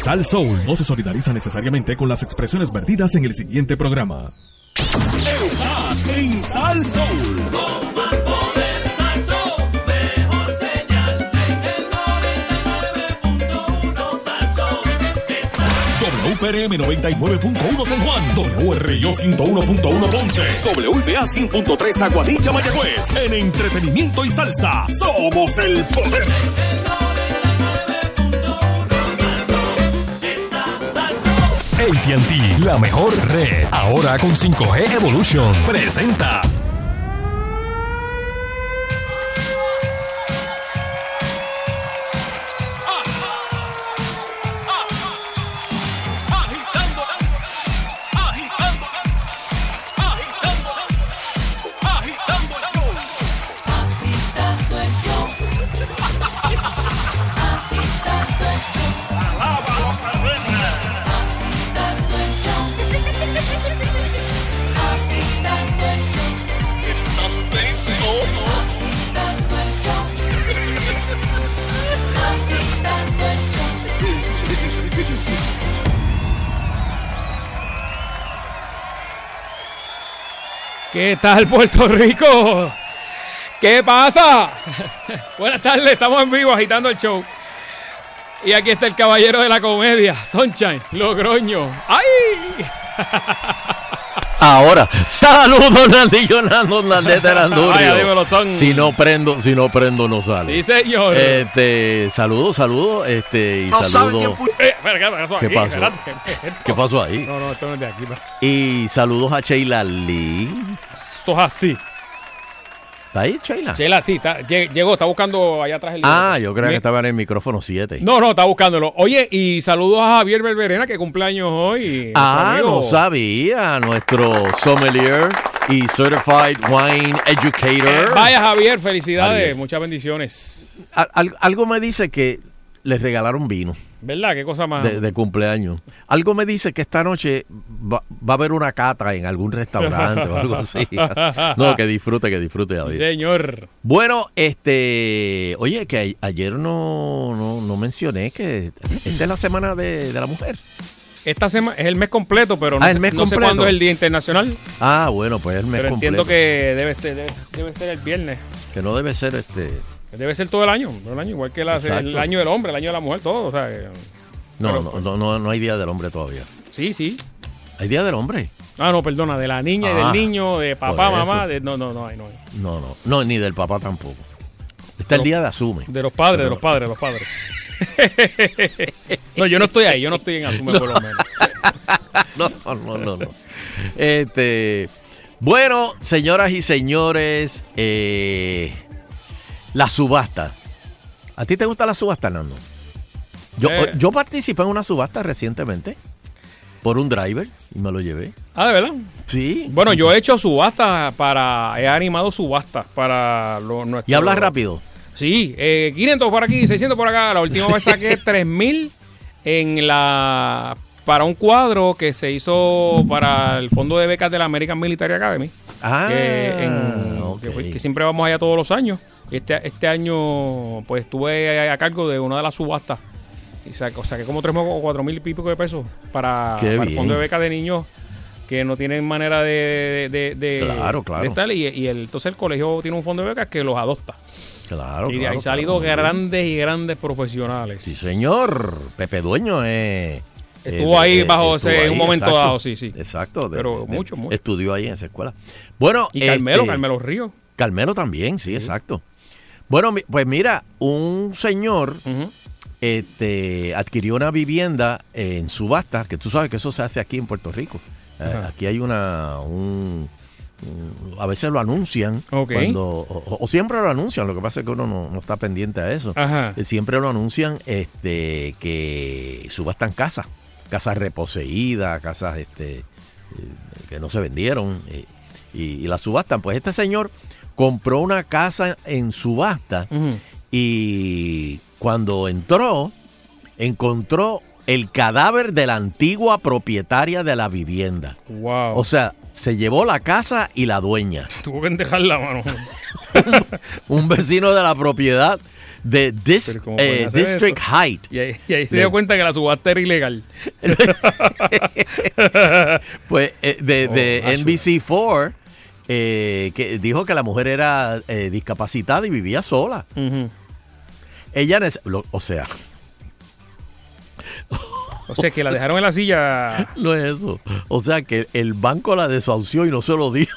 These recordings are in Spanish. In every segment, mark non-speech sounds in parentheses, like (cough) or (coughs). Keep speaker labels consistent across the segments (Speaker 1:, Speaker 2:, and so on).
Speaker 1: Sal Soul no se solidariza necesariamente con las expresiones vertidas en el siguiente programa.
Speaker 2: Estás en Sal Soul. Con más poder, Sal Soul. Mejor señal en el 99.1 Sal Soul.
Speaker 1: WPRM 99.1 San Juan, WRIO 101.1 Ponce, WPA 100.3 Aguadilla Mayagüez. En entretenimiento y salsa, somos el poder.
Speaker 3: ATT, la mejor red. Ahora con 5G Evolution. Presenta.
Speaker 2: Agitándola, agitándola, agitándola, agitándola yo. Agitando el yo. Agitando el yo. Alábalo, Cardenal. Agitando el yo. Agitando el yo. Estás tenso. Agitando el yo. Agitando el yo.
Speaker 4: ¿Qué tal Puerto Rico? ¿Qué pasa? (laughs) Buenas tardes, estamos en vivo agitando el show. Y aquí está el caballero de la comedia, Sunshine Logroño. ¡Ay!
Speaker 5: Ahora, saludos Nandillo Nando Hernández de Landurrio.
Speaker 4: Vaya, dímelo, son.
Speaker 5: Si no prendo, si no prendo no
Speaker 4: Sí,
Speaker 5: sale.
Speaker 4: señor.
Speaker 5: Este, saludos, saludos, este y saludos.
Speaker 4: Eh, espera, ¿qué pasó
Speaker 5: ¿Qué
Speaker 4: aquí?
Speaker 5: pasó?
Speaker 4: Espérate, ¿qué es esto?
Speaker 5: ¿Qué pasó ahí?
Speaker 4: No, no, esto no es de aquí. pero
Speaker 5: Y saludos a Sheila Lee.
Speaker 4: Esto es así.
Speaker 5: ¿Está ahí Sheila?
Speaker 4: Chela, sí, está- lle- llegó, está buscando allá atrás el
Speaker 5: Ah,
Speaker 4: libro.
Speaker 5: yo creo
Speaker 4: Bien.
Speaker 5: que estaba en el micrófono 7.
Speaker 4: No, no, está buscándolo. Oye, y saludos a Javier Berberena, que cumpleaños hoy.
Speaker 5: Ah,
Speaker 4: nuestro
Speaker 5: no
Speaker 4: amigo.
Speaker 5: sabía. Nuestro sommelier y certified wine
Speaker 4: Eh,
Speaker 5: educator.
Speaker 4: vaya, Javier, felicidades.
Speaker 5: Javier.
Speaker 4: Muchas bendiciones.
Speaker 5: Al- al- algo me dice que les regalaron vino.
Speaker 4: ¿Verdad? Qué cosa más.
Speaker 5: de, de cumpleaños. Algo me dice que esta noche va, va a haber una cata en algún restaurante o
Speaker 4: (laughs)
Speaker 5: algo así. No, que disfrute, que disfrute,
Speaker 4: Sí,
Speaker 5: David.
Speaker 4: señor.
Speaker 5: Bueno, este, oye, que a- ayer no, no, no mencioné que esta es la semana de, de la mujer.
Speaker 4: Esta semana es el mes completo, pero no,
Speaker 5: Ah, el
Speaker 4: sé-
Speaker 5: mes
Speaker 4: no sé
Speaker 5: completo.
Speaker 4: cuándo es el Día Internacional.
Speaker 5: Ah, bueno, pues el mes
Speaker 4: pero entiendo
Speaker 5: completo.
Speaker 4: que debe ser, debe, debe ser el viernes.
Speaker 5: Que no debe ser este.
Speaker 4: Debe ser todo el año. todo el año, igual que la- el
Speaker 5: Exacto.
Speaker 4: año del hombre, el año de la mujer, todo. O sea, que-
Speaker 5: No,
Speaker 4: Pero,
Speaker 5: no,
Speaker 4: pues-
Speaker 5: no, no, no hay día del hombre todavía.
Speaker 4: sí, sí.
Speaker 5: ¿Hay día del hombre?
Speaker 4: Ah, no, perdona, de la niña y
Speaker 5: Ah,
Speaker 4: del niño, de papá,
Speaker 5: por eso.
Speaker 4: mamá. De, no, no, no, ay, no.
Speaker 5: No, no, no, ni del papá tampoco. Está
Speaker 4: Pero-
Speaker 5: el día de asume.
Speaker 4: De los padres, de los padres, de los padres. (laughs) no, yo no estoy ahí, yo no estoy en Asume por lo menos.
Speaker 5: (laughs) (laughs) No, no, no, no. Este, bueno, señoras y señores, eh, la subasta. ¿A ti te gusta la subasta, Nando? Yo,
Speaker 4: Eh.
Speaker 5: yo participé en una subasta recientemente por un driver y me lo llevé.
Speaker 4: Ah, de verdad.
Speaker 5: Sí.
Speaker 4: Bueno, yo he hecho subastas para. He animado subastas para los nuestros.
Speaker 5: Y hablas rápido.
Speaker 4: Sí, eh, 500 por aquí, 600 por acá. La
Speaker 5: (laughs)
Speaker 4: última vez saqué 3000 en la para un cuadro que se hizo para el fondo de becas de la American Military Academy.
Speaker 5: Ah,
Speaker 4: que, en- que
Speaker 5: ok.
Speaker 4: fue- que siempre vamos allá todos los años. Este, este año, pues estuve a, a cargo de una de las subastas. Y saco- saqué como 3 o 4 mil y pico de pesos para,
Speaker 5: Qué
Speaker 4: para el
Speaker 5: bien.
Speaker 4: fondo de becas de niños que no tienen manera de. de- de-
Speaker 5: Claro,
Speaker 4: de
Speaker 5: claro.
Speaker 4: estar. Y, y el- entonces el colegio tiene un fondo de becas que los adopta.
Speaker 5: Claro.
Speaker 4: Y de ahí
Speaker 5: claro, claro,
Speaker 4: salido
Speaker 5: muy bien.
Speaker 4: grandes y grandes profesionales.
Speaker 5: Sí, señor. Pepe Dueño eh,
Speaker 4: Estuvo
Speaker 5: eh,
Speaker 4: ahí
Speaker 5: eh,
Speaker 4: bajo
Speaker 5: estuvo
Speaker 4: ese- en
Speaker 5: ahí,
Speaker 4: un momento
Speaker 5: exacto.
Speaker 4: dado, sí, sí.
Speaker 5: Exacto. de-
Speaker 4: Pero
Speaker 5: de-
Speaker 4: mucho, mucho.
Speaker 5: Estudió ahí en esa escuela. Bueno.
Speaker 4: Y Carmelo,
Speaker 5: este,
Speaker 4: Carmelo Río.
Speaker 5: Carmelo también, sí, exacto. Bueno, mi- pues mira, un señor
Speaker 4: Ujú.
Speaker 5: este, adquirió una vivienda en subasta, que tú sabes que eso se hace aquí en Puerto Rico. Eh,
Speaker 4: Ajá.
Speaker 5: aquí hay una... un- un- a veces lo anuncian
Speaker 4: Ok.
Speaker 5: cuando o, o- o siempre lo anuncian lo que pasa es que uno no, no está pendiente a eso
Speaker 4: Ajá.
Speaker 5: Eh, siempre lo anuncian este que subastan casas casas reposeídas casas este eh, que no se vendieron eh, y, y las subastan pues este señor compró una casa en subasta
Speaker 4: Ujú.
Speaker 5: y cuando entró, encontró el cadáver de la antigua propietaria de la vivienda.
Speaker 4: Wow.
Speaker 5: O sea, se llevó la casa
Speaker 4: (laughs)
Speaker 5: y la dueña. (laughs)
Speaker 4: Tuvo que dejarla, mano.
Speaker 5: Un vecino de la propiedad de dis-
Speaker 4: Pero ¿cómo
Speaker 5: eh,
Speaker 4: pueden hacer
Speaker 5: District Height.
Speaker 4: Y ahí, y ahí se dio cuenta que la subasta era ilegal.
Speaker 5: (laughs) Pues eh, de,
Speaker 4: Oh,
Speaker 5: de
Speaker 4: basura.
Speaker 5: NBC4 eh, que dijo que la mujer era eh, discapacitada y vivía sola. Ella nece- lo- o sea,
Speaker 4: O sea, que la dejaron en la silla.
Speaker 5: no es eso. O sea que el banco la desahució y no se lo dijo.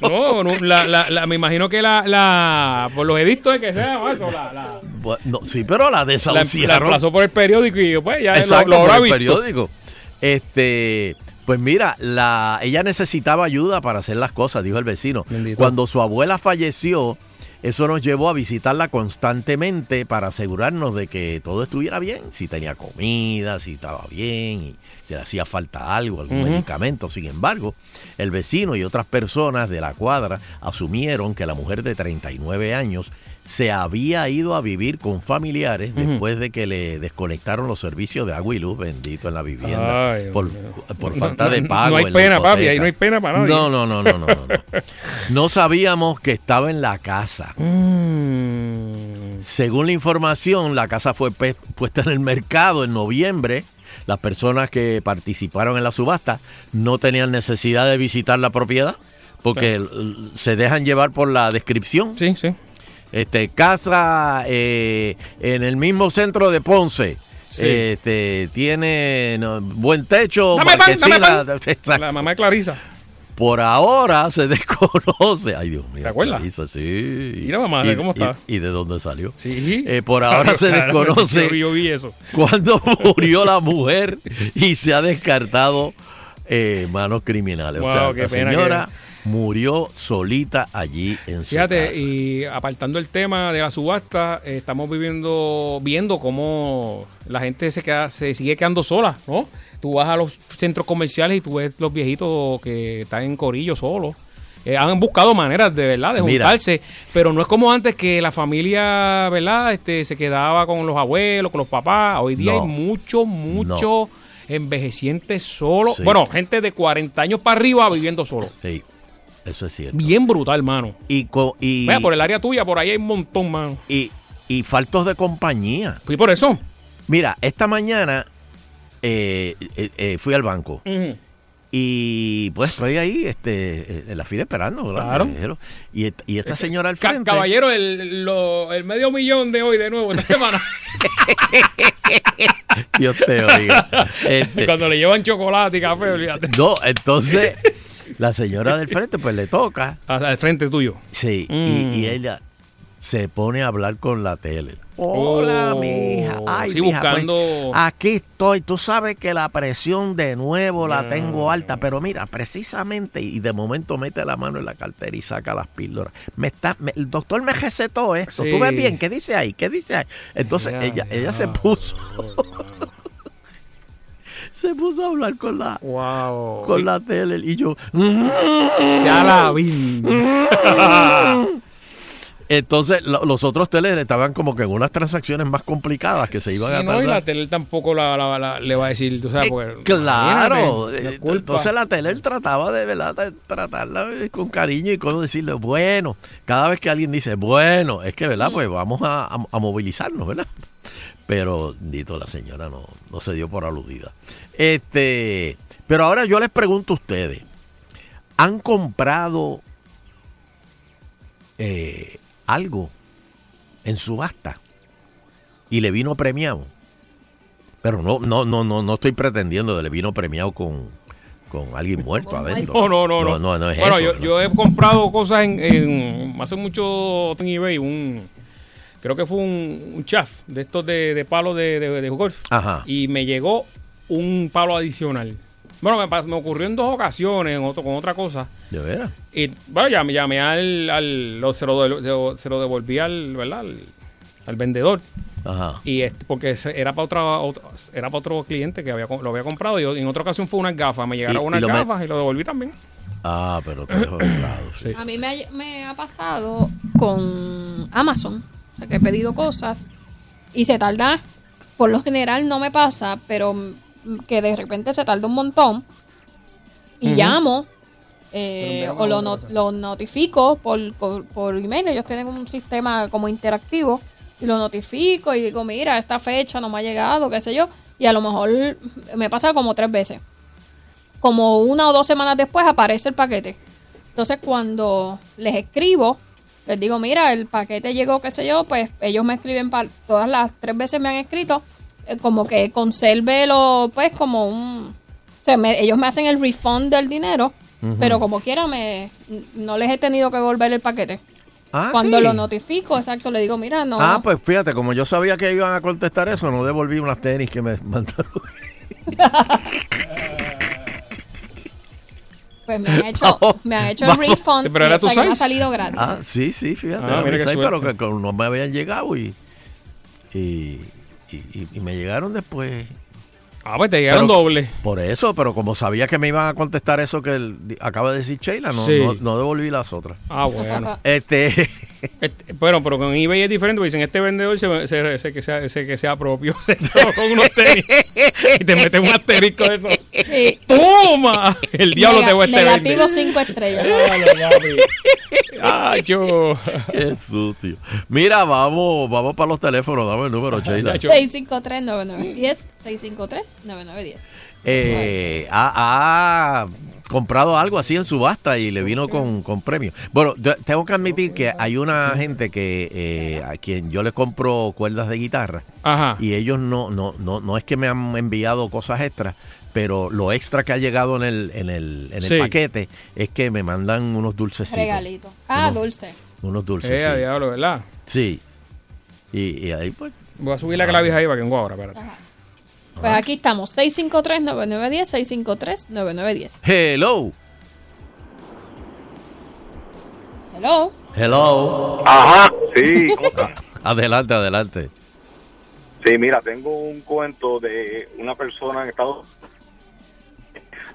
Speaker 4: No, no, la, la, la- me imagino que la, la por los edictos de que sea o eso, la, la,
Speaker 5: Bu- no, sí, pero (laughs) la
Speaker 4: la- la
Speaker 5: desahuciaron.
Speaker 4: emplazó por el periódico y pues ya
Speaker 5: Exacto,
Speaker 4: lo, lo habrá
Speaker 5: por el
Speaker 4: visto.
Speaker 5: periódico. Este, pues mira, la, ella necesitaba ayuda para hacer las cosas, dijo el vecino.
Speaker 4: Bendito.
Speaker 5: Cuando su abuela falleció, eso nos llevó a visitarla constantemente para asegurarnos de que todo estuviera bien, si tenía comida, si estaba bien, y si le hacía falta algo, algún
Speaker 4: Ujú.
Speaker 5: medicamento. Sin embargo, el vecino y otras personas de la cuadra asumieron que la mujer de 39 años se había ido a vivir con familiares
Speaker 4: Ujú.
Speaker 5: después de que le desconectaron los servicios de agua y luz, bendito en la vivienda,
Speaker 4: Ay,
Speaker 5: por,
Speaker 4: Dios mío.
Speaker 5: por
Speaker 4: No,
Speaker 5: falta
Speaker 4: no,
Speaker 5: de
Speaker 4: no,
Speaker 5: pago.
Speaker 4: no hay
Speaker 5: en la
Speaker 4: pena, papi,
Speaker 5: hipoteca.
Speaker 4: ahí no hay pena para nadie.
Speaker 5: No, no, no, no,
Speaker 4: (laughs)
Speaker 5: no, no, no. No sabíamos que estaba en la casa.
Speaker 4: Mm.
Speaker 5: Según la información, la casa fue pe- puesta en el mercado en noviembre. Las personas que participaron en la subasta no tenían necesidad de visitar la propiedad porque l- se dejan llevar por la descripción.
Speaker 4: Sí, sí.
Speaker 5: Este, casa eh, en el mismo centro de Ponce.
Speaker 4: Sí.
Speaker 5: Este, tiene no, buen techo.
Speaker 4: Dame pan, dame
Speaker 5: marquesina. (laughs) Exacto.
Speaker 4: La mamá de Clarisa.
Speaker 5: Por ahora se (laughs) desconoce. Ay, Dios mío.
Speaker 4: ¿Te acuerdas?
Speaker 5: Clarisa, sí.
Speaker 4: Mira, mamá, de
Speaker 5: Y-
Speaker 4: cómo está.
Speaker 5: Y, y de dónde salió?
Speaker 4: Sí.
Speaker 5: Eh, por ahora
Speaker 4: (laughs) Claro,
Speaker 5: se
Speaker 4: claro,
Speaker 5: desconoce
Speaker 4: Yo, yo vi eso.
Speaker 5: cuándo murió la mujer y se ha descartado eh, manos criminales. o sea,
Speaker 4: Wow, qué
Speaker 5: la
Speaker 4: pena
Speaker 5: señora murió solita allí en su
Speaker 4: Fíjate,
Speaker 5: casa.
Speaker 4: y apartando el tema de la subasta, eh, estamos viviendo, viendo cómo la gente se queda, se sigue quedando sola, ¿no? Tú vas a los centros comerciales y tú ves los viejitos que están en corillo solos. Eh, han buscado maneras de verdad de
Speaker 5: Mira.
Speaker 4: juntarse, pero no es como antes que la familia, ¿verdad? Este se quedaba con los abuelos, con los papás. Hoy día
Speaker 5: No.
Speaker 4: hay mucho, mucho envejecientes solos.
Speaker 5: Sí.
Speaker 4: Bueno, gente de 40 años para arriba viviendo solo.
Speaker 5: Sí, eso es cierto.
Speaker 4: Bien brutal, hermano.
Speaker 5: Y, co- y,
Speaker 4: Mira, por el área tuya, por ahí hay un montón, mano.
Speaker 5: y, y faltos de compañía.
Speaker 4: Fui por eso.
Speaker 5: Mira, esta mañana eh, eh, eh, fui al banco. Y pues estoy ahí, este, en la fila esperando, ¿verdad?
Speaker 4: Claro. Eh,
Speaker 5: Pero- Y, et- y esta señora al
Speaker 4: Ca-
Speaker 5: frente.
Speaker 4: (laughs) Caballero, el, lo- el medio millón de hoy de nuevo, esta semana.
Speaker 5: (laughs)
Speaker 4: (laughs)
Speaker 5: Dios
Speaker 4: (laughs)
Speaker 5: te oiga. Este,
Speaker 4: Cuando le llevan chocolate y café, olvídate.
Speaker 5: no, entonces la señora del frente pues le toca.
Speaker 4: Hasta el Ah, frente tuyo.
Speaker 5: Sí. y-
Speaker 4: Mm.
Speaker 5: Y, ella se pone a hablar con la tele. Hola,
Speaker 4: Oh,
Speaker 5: mija. Ay,
Speaker 4: sí,
Speaker 5: mija, pues,
Speaker 4: buscando-
Speaker 5: aquí estoy. Tú sabes que la presión de nuevo la tengo alta, pero mira, precisamente, y de momento mete la mano en la cartera y saca las píldoras. Me está, me- el doctor me recetó esto.
Speaker 4: Sí.
Speaker 5: ¿Tú ves bien? ¿Qué dice ahí? ¿Qué dice ahí? Entonces
Speaker 4: Ya,
Speaker 5: ella,
Speaker 4: ya.
Speaker 5: ella se puso. se puso a hablar con la,
Speaker 4: Wow.
Speaker 5: con la tele y yo.
Speaker 4: Ya la vi.
Speaker 5: Entonces, lo- los otros teles estaban como que en unas transacciones más complicadas que se iban
Speaker 4: Sí,
Speaker 5: a
Speaker 4: no,
Speaker 5: tardar.
Speaker 4: y la tele tampoco la, la- la- le va a decir, tú sabes,
Speaker 5: Eh,
Speaker 4: porque-
Speaker 5: claro,
Speaker 4: Imagínate,
Speaker 5: eh,
Speaker 4: la culpa.
Speaker 5: entonces la tele él trataba de, ¿verdad? de tratarla eh, con cariño y cómo decirle, bueno, cada vez que alguien dice, bueno, es que, ¿verdad? Pues vamos a, a- a movilizarnos, ¿verdad? Pero, dito, la señora no, no se dio por aludida. Este, pero ahora yo les pregunto a ustedes, ¿han comprado eh, algo en subasta y le vino premiado? Pero no, no, no, no, no estoy pretendiendo de le vino premiado con, con alguien muerto adentro.
Speaker 4: No, no, no, no.
Speaker 5: no, no es
Speaker 4: bueno,
Speaker 5: eso,
Speaker 4: yo,
Speaker 5: ¿no?
Speaker 4: yo he comprado cosas en, en- hace mucho en eBay, un creo que fue un, un chaf de estos de, de palos de, de, de golf.
Speaker 5: Ajá.
Speaker 4: Y me llegó un palo adicional. Bueno, me, pa- me ocurrió en dos ocasiones en otro, con otra cosa.
Speaker 5: De veras.
Speaker 4: Y bueno, ya me llamé al, al lo- se, lo, de- se lo devolví al, ¿verdad? Al, al vendedor.
Speaker 5: Ajá.
Speaker 4: Y este, porque ese era para otra, otro, era para otro cliente que había, co- lo había comprado. Y en otra ocasión fue unas gafas. Me llegaron
Speaker 5: y
Speaker 4: unas
Speaker 5: lo me-
Speaker 4: gafas y lo devolví también.
Speaker 5: Ah, pero (coughs) te dejo de lado, sí.
Speaker 6: A mí me ha, me ha pasado con Amazon, o sea, que he pedido cosas y se tarda, por lo general no me pasa, pero mm, que de repente se tarda un montón y llamo eh,
Speaker 4: Se lo enviamos
Speaker 6: o
Speaker 4: a
Speaker 6: lo,
Speaker 4: otra
Speaker 6: not-
Speaker 4: cosa.
Speaker 6: lo notifico por, por, por email, ellos tienen un sistema como interactivo y lo notifico y digo, mira, esta fecha no me ha llegado, qué sé yo. Y a lo mejor me pasa como tres veces. Como una o dos semanas después aparece el paquete. Entonces cuando les escribo, les digo, mira, el paquete llegó, qué sé yo, pues ellos me escriben, para, todas las tres veces me han escrito, eh, como que conserve lo, pues como un... O sea, me- ellos me hacen el refund del dinero, pero como quiera, me, no les he tenido que volver el paquete.
Speaker 5: Ah,
Speaker 6: Cuando
Speaker 5: sí.
Speaker 6: lo notifico, exacto, le digo, mira, no.
Speaker 5: Ah, pues fíjate, como yo sabía que iban a contestar eso, no devolví unas tenis que me (laughs) mandaron.
Speaker 6: Pues me han
Speaker 4: (laughs)
Speaker 6: hecho, me han hecho el
Speaker 5: Vamos.
Speaker 6: refund.
Speaker 4: Pero era
Speaker 6: o sea,
Speaker 4: tu
Speaker 6: que me ha
Speaker 4: size.
Speaker 6: salido gratis.
Speaker 5: Ah, sí, sí, fíjate.
Speaker 4: Ah, mira qué
Speaker 5: pensé, pero
Speaker 4: suerte.
Speaker 5: que, que no me habían llegado y, y, y- y me llegaron después.
Speaker 4: Ah, pues te llegaron
Speaker 5: Pero-
Speaker 4: doble.
Speaker 5: Por eso, pero como sabía que me iban a contestar eso que el- di- acaba de decir Sheila, no,
Speaker 4: Sí.
Speaker 5: no, no devolví las otras.
Speaker 4: Ah,
Speaker 6: (laughs)
Speaker 4: bueno. (laughs)
Speaker 5: Este,
Speaker 4: Este, bueno, pero con eBay es diferente. porque Dicen, este vendedor se, se- se- que, se, se- que se apropió, (laughs) se quedó con unos tenis y te meten un asterisco de eso.
Speaker 6: Sí.
Speaker 4: ¡Toma! El diablo
Speaker 6: Nega-
Speaker 4: te va a este
Speaker 6: Negativo
Speaker 4: vender.
Speaker 6: cinco
Speaker 4: (laughs)
Speaker 6: estrellas.
Speaker 4: Ay, papi. Ah, yo.
Speaker 5: (laughs) qué sucio. Mira, vamos, vamos para los teléfonos, dame el número, Sheila.
Speaker 4: Yo-
Speaker 6: 653-9910. 653-9910.
Speaker 5: Eh, ha, ha comprado algo así en subasta y le vino con, con premio. Bueno, yo tengo que admitir que hay una gente que eh, a quien yo le compro cuerdas de guitarra
Speaker 4: Ajá.
Speaker 5: y ellos no, no, no, no es que me han enviado cosas extras, pero lo extra que ha llegado en el, en el, en el
Speaker 4: Sí.
Speaker 5: paquete es que me mandan unos dulcecitos.
Speaker 6: Regalito. Ah,
Speaker 5: Unos-
Speaker 6: dulce.
Speaker 5: Unos dulces.
Speaker 4: Eh, a
Speaker 5: sí.
Speaker 4: diablo, ¿verdad?
Speaker 5: Sí. Y, y ahí pues.
Speaker 4: Voy a subir la clavija ahí para que engo ahora, espérate.
Speaker 6: Ajá. Pues aquí estamos. 653-9910. 653-9910.
Speaker 5: Hello.
Speaker 6: Hello.
Speaker 5: Hello.
Speaker 7: Ajá, sí. ¿cómo está?
Speaker 5: Adelante, adelante.
Speaker 7: Sí, mira, tengo un cuento de una persona en Estados Unidos.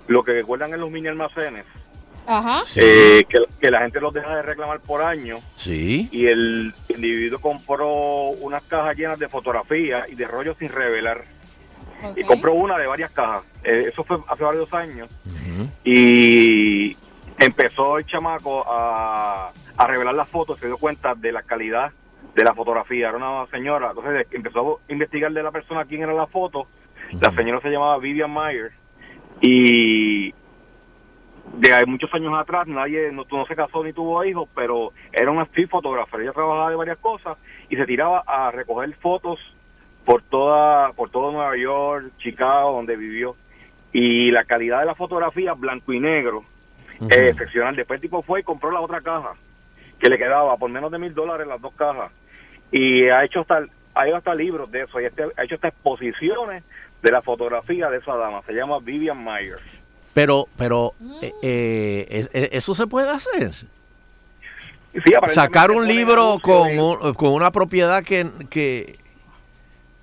Speaker 7: Lo que recuerdan en los mini almacenes,
Speaker 6: Ajá.
Speaker 5: Sí.
Speaker 7: eh, que, que la gente los deja de reclamar por año
Speaker 5: sí.
Speaker 7: y el individuo compró unas cajas llenas de fotografías y de rollos sin revelar.
Speaker 6: ok.
Speaker 7: Y compró una de varias cajas. Eh, eso fue hace varios años.
Speaker 5: Ujú.
Speaker 7: y empezó el chamaco a, a revelar las fotos, se dio cuenta de la calidad de la fotografía, era una señora, entonces empezó a investigar de la persona quién era la foto, la señora se llamaba Vivian Myers y de ahí muchos años atrás nadie no, no se casó ni tuvo hijos, pero era una street photographer, ella trabajaba de varias cosas y se tiraba a recoger fotos por toda por todo Nueva York, Chicago, donde vivió y la calidad de la fotografía blanco y negro
Speaker 5: Ujú.
Speaker 7: eh, excepcional. Después el tipo fue y compró la otra caja que le quedaba por menos de mil dólares las dos cajas y ha hecho hasta ha ido hasta libros de eso y este- ha hecho hasta exposiciones de la fotografía de esa dama. Se llama Vivian Myers.
Speaker 5: Pero, pero,
Speaker 7: Mm.
Speaker 5: eh, eh, es- es- eso se puede hacer.
Speaker 7: Y sí, aparentemente
Speaker 5: Sacar un
Speaker 7: pone
Speaker 5: libro
Speaker 7: anuncio
Speaker 5: con,
Speaker 7: de-
Speaker 5: un- con una propiedad que, que,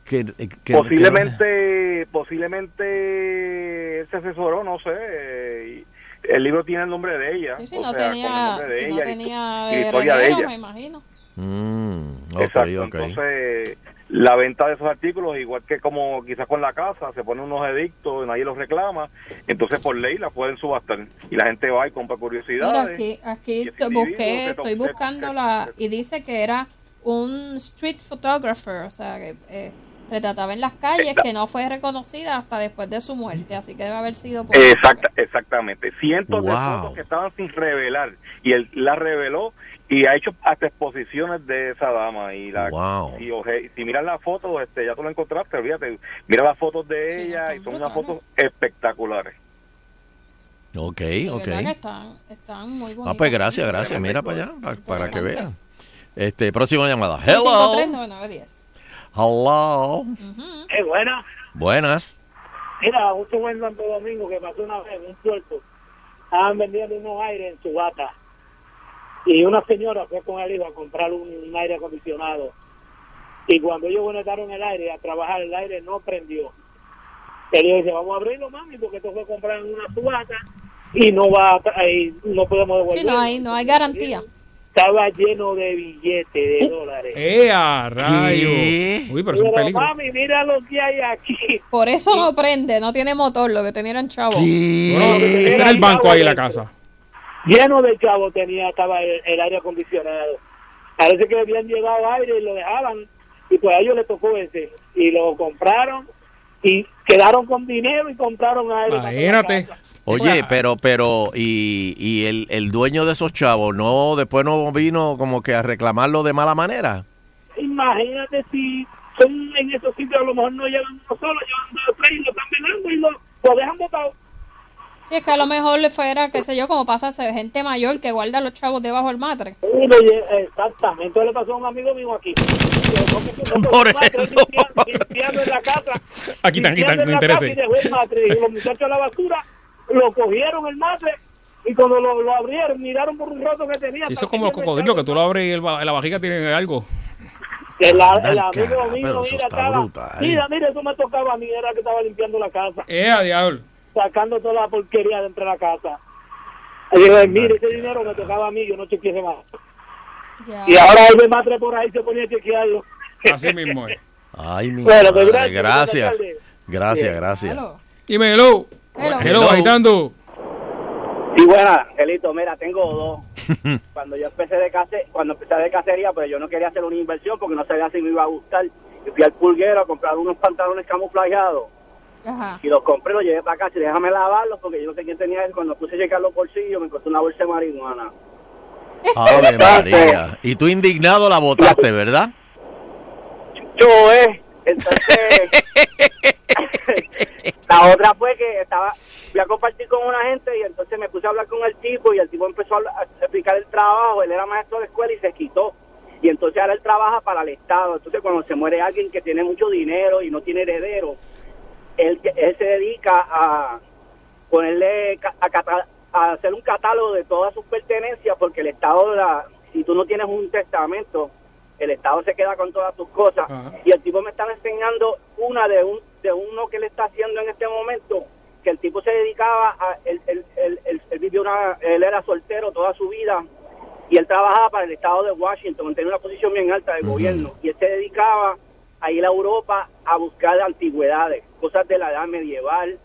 Speaker 5: que- que- que-
Speaker 7: posiblemente posiblemente él se asesoró, no sé. eh, y El libro tiene el nombre de ella.
Speaker 6: Sí, sí,
Speaker 7: o
Speaker 6: no
Speaker 7: sea, con el
Speaker 6: tenía,
Speaker 7: nombre de
Speaker 6: si no
Speaker 7: ella y-
Speaker 6: tenía
Speaker 7: y la
Speaker 6: eh,
Speaker 7: historia de
Speaker 6: reguero,
Speaker 7: ella.
Speaker 6: me imagino.
Speaker 5: Mm, ok,
Speaker 7: Exacto.
Speaker 5: ok.
Speaker 7: Entonces, la venta de esos artículos, igual que como quizás con la casa, se ponen unos edictos, nadie los reclama, entonces por ley la pueden subastar. Y la gente va y compra
Speaker 6: Mira,
Speaker 7: curiosidades.
Speaker 6: aquí,
Speaker 7: Y
Speaker 6: aquí
Speaker 7: ese
Speaker 6: te
Speaker 7: individuo
Speaker 6: busqué,
Speaker 7: que to-
Speaker 6: estoy
Speaker 7: que-
Speaker 6: buscándola y dice que era un street photographer, o sea, que eh, retrataba en las calles, que no fue reconocida hasta después de su muerte, así que debe haber sido
Speaker 5: Eh,
Speaker 6: por...
Speaker 7: Exacta- exactamente. Cientos de
Speaker 5: Wow.
Speaker 7: fotos que estaban sin revelar. Y él la reveló y ha hecho hasta exposiciones de esa dama. Y la,
Speaker 5: Wow.
Speaker 7: y oje- si miras las fotos, este, ya tú la encontraste, olvídate. Mira las fotos de
Speaker 6: Sí, no,
Speaker 7: ella y
Speaker 6: están
Speaker 7: son unas
Speaker 6: brutales.
Speaker 7: fotos espectaculares.
Speaker 5: Ok,
Speaker 6: De
Speaker 5: ok.
Speaker 6: verdad que están, están muy bonitas.
Speaker 5: Ah, pues gracias,
Speaker 6: sí.
Speaker 5: gracias. Mira para allá, pa- para, que
Speaker 6: Interesante.
Speaker 5: vean. Este, próxima llamada. Hello.
Speaker 6: 653-9910.
Speaker 5: Hello.
Speaker 6: Ujú.
Speaker 8: Es buena.
Speaker 5: Buenas.
Speaker 8: Mira, un tubo en Santo Domingo que pasó una vez en un puerto. Estaban vendiendo unos aires en su bata. Y una señora fue con el hijo a comprar un, un aire acondicionado. Y cuando ellos conectaron el aire a trabajar, el aire no prendió. El hijo dice, vamos a abrirlo, mami, porque esto fue comprar en una subata y no va a tra- y no podemos devolver.
Speaker 6: Sí, no hay, no hay garantía.
Speaker 8: Estaba lleno de billetes,
Speaker 5: Uh.
Speaker 8: de dólares.
Speaker 4: ¡Eh, a rayo!
Speaker 5: ¿Qué?
Speaker 4: Uy, pero es
Speaker 8: Pero,
Speaker 4: un peligro.
Speaker 8: mami, mira lo que hay aquí.
Speaker 6: Por eso no prende, no tiene motor, lo que tenían eran chavos.
Speaker 4: Bueno, ese era el banco ahí, la casa.
Speaker 8: lleno de chavos tenía estaba el, el aire acondicionado. Parece que habían llevado aire y lo dejaban Y pues a ellos les tocó ese. Y lo compraron y quedaron con dinero y compraron a él.
Speaker 4: Imagínate.
Speaker 5: Oye, pero, pero, y, y el, el dueño de esos chavos, ¿no? Después no vino como que a reclamarlo de mala manera.
Speaker 8: Imagínate si son en esos sitios a lo mejor no llevan uno solo, llevan dos o tres y lo están velando y lo, lo dejan botado.
Speaker 6: Sí, es que a lo mejor le fuera, qué sé yo, como pasa a gente mayor que guarda a los chavos debajo del matre.
Speaker 8: Sí, lo lle- Exactamente, Entonces le eh, pasó a un amigo mío aquí.
Speaker 5: Por eso.
Speaker 8: Limpiando, limpiando en la casa.
Speaker 4: Aquí están, aquí están,
Speaker 8: Limpiando en
Speaker 4: me
Speaker 8: la
Speaker 4: interesa.
Speaker 8: casa Y dejó el matre. Y los muchachos a la basura lo cogieron el matre y cuando lo, lo abrieron, miraron por un rato que tenía.
Speaker 4: Si eso
Speaker 8: estaba
Speaker 4: es como los
Speaker 8: lleno de
Speaker 4: cocodrilos, que
Speaker 8: chavos.
Speaker 4: tú lo abres y el ba- la vajiga tiene algo.
Speaker 8: El,
Speaker 5: Anda
Speaker 8: el
Speaker 5: al
Speaker 8: amigo
Speaker 5: carajo,
Speaker 8: mío,
Speaker 5: pero eso
Speaker 8: mira,
Speaker 5: está
Speaker 8: estaba-
Speaker 5: brutal.
Speaker 8: mira, mira, eso me tocaba a mí, era que estaba limpiando la casa,
Speaker 4: ¡Eh, a diablo!
Speaker 8: sacando toda la porquería de entre la casa. Y dije, mire, ese dinero me tocaba a mí, yo no chequeé ese más.
Speaker 6: Ya.
Speaker 8: Y ahora el matre por ahí se ponía a chequearlo.
Speaker 4: Así mismo es.
Speaker 5: Ay, mi
Speaker 8: Bueno, pues
Speaker 5: madre,
Speaker 8: gracias,
Speaker 5: gracias. Gracias,
Speaker 8: Sí.
Speaker 5: gracias.
Speaker 6: Claro.
Speaker 4: Dime, hello.
Speaker 6: Hello.
Speaker 4: Hello,
Speaker 5: Hello.
Speaker 4: agitando.
Speaker 8: Y bueno, Angelito, mira, tengo
Speaker 5: Mm.
Speaker 8: dos. cuando yo empecé de case, cuando empecé de cacería, pero yo no quería hacer una inversión porque no sabía si me iba a gustar. Y fui al pulguero a comprar unos pantalones camuflajeados
Speaker 6: Ajá.
Speaker 8: y los compré, los llevé para casa y déjame lavarlos porque yo no sé quién tenía eso. Cuando puse a checar los bolsillos me costó una bolsa de marihuana.
Speaker 5: Ave María. Y tú indignado la votaste, ¿verdad?
Speaker 8: Yo, eh. Entonces, la otra fue que estaba, fui a compartir con una gente y entonces me puse a hablar con el tipo y el tipo empezó a, hablar- a explicar el trabajo, él era maestro de escuela y se quitó. Y entonces ahora él trabaja para el Estado. Entonces cuando se muere alguien que tiene mucho dinero y no tiene heredero, él, él se dedica a ponerle ca- a, cata- a hacer un catálogo de todas sus pertenencias porque el Estado, la, si tú no tienes un testamento, el Estado se queda con todas tus cosas.
Speaker 4: Ajá.
Speaker 8: Y el tipo me está enseñando una de, un, de uno que le está haciendo en este momento, que el tipo se dedicaba a, él, él- él- él- él vivió una, él era soltero toda su vida y él trabajaba para el Estado de Washington, tenía una posición bien alta del gobierno y él se dedicaba a ir a Europa a buscar antigüedades, cosas de la edad medieval,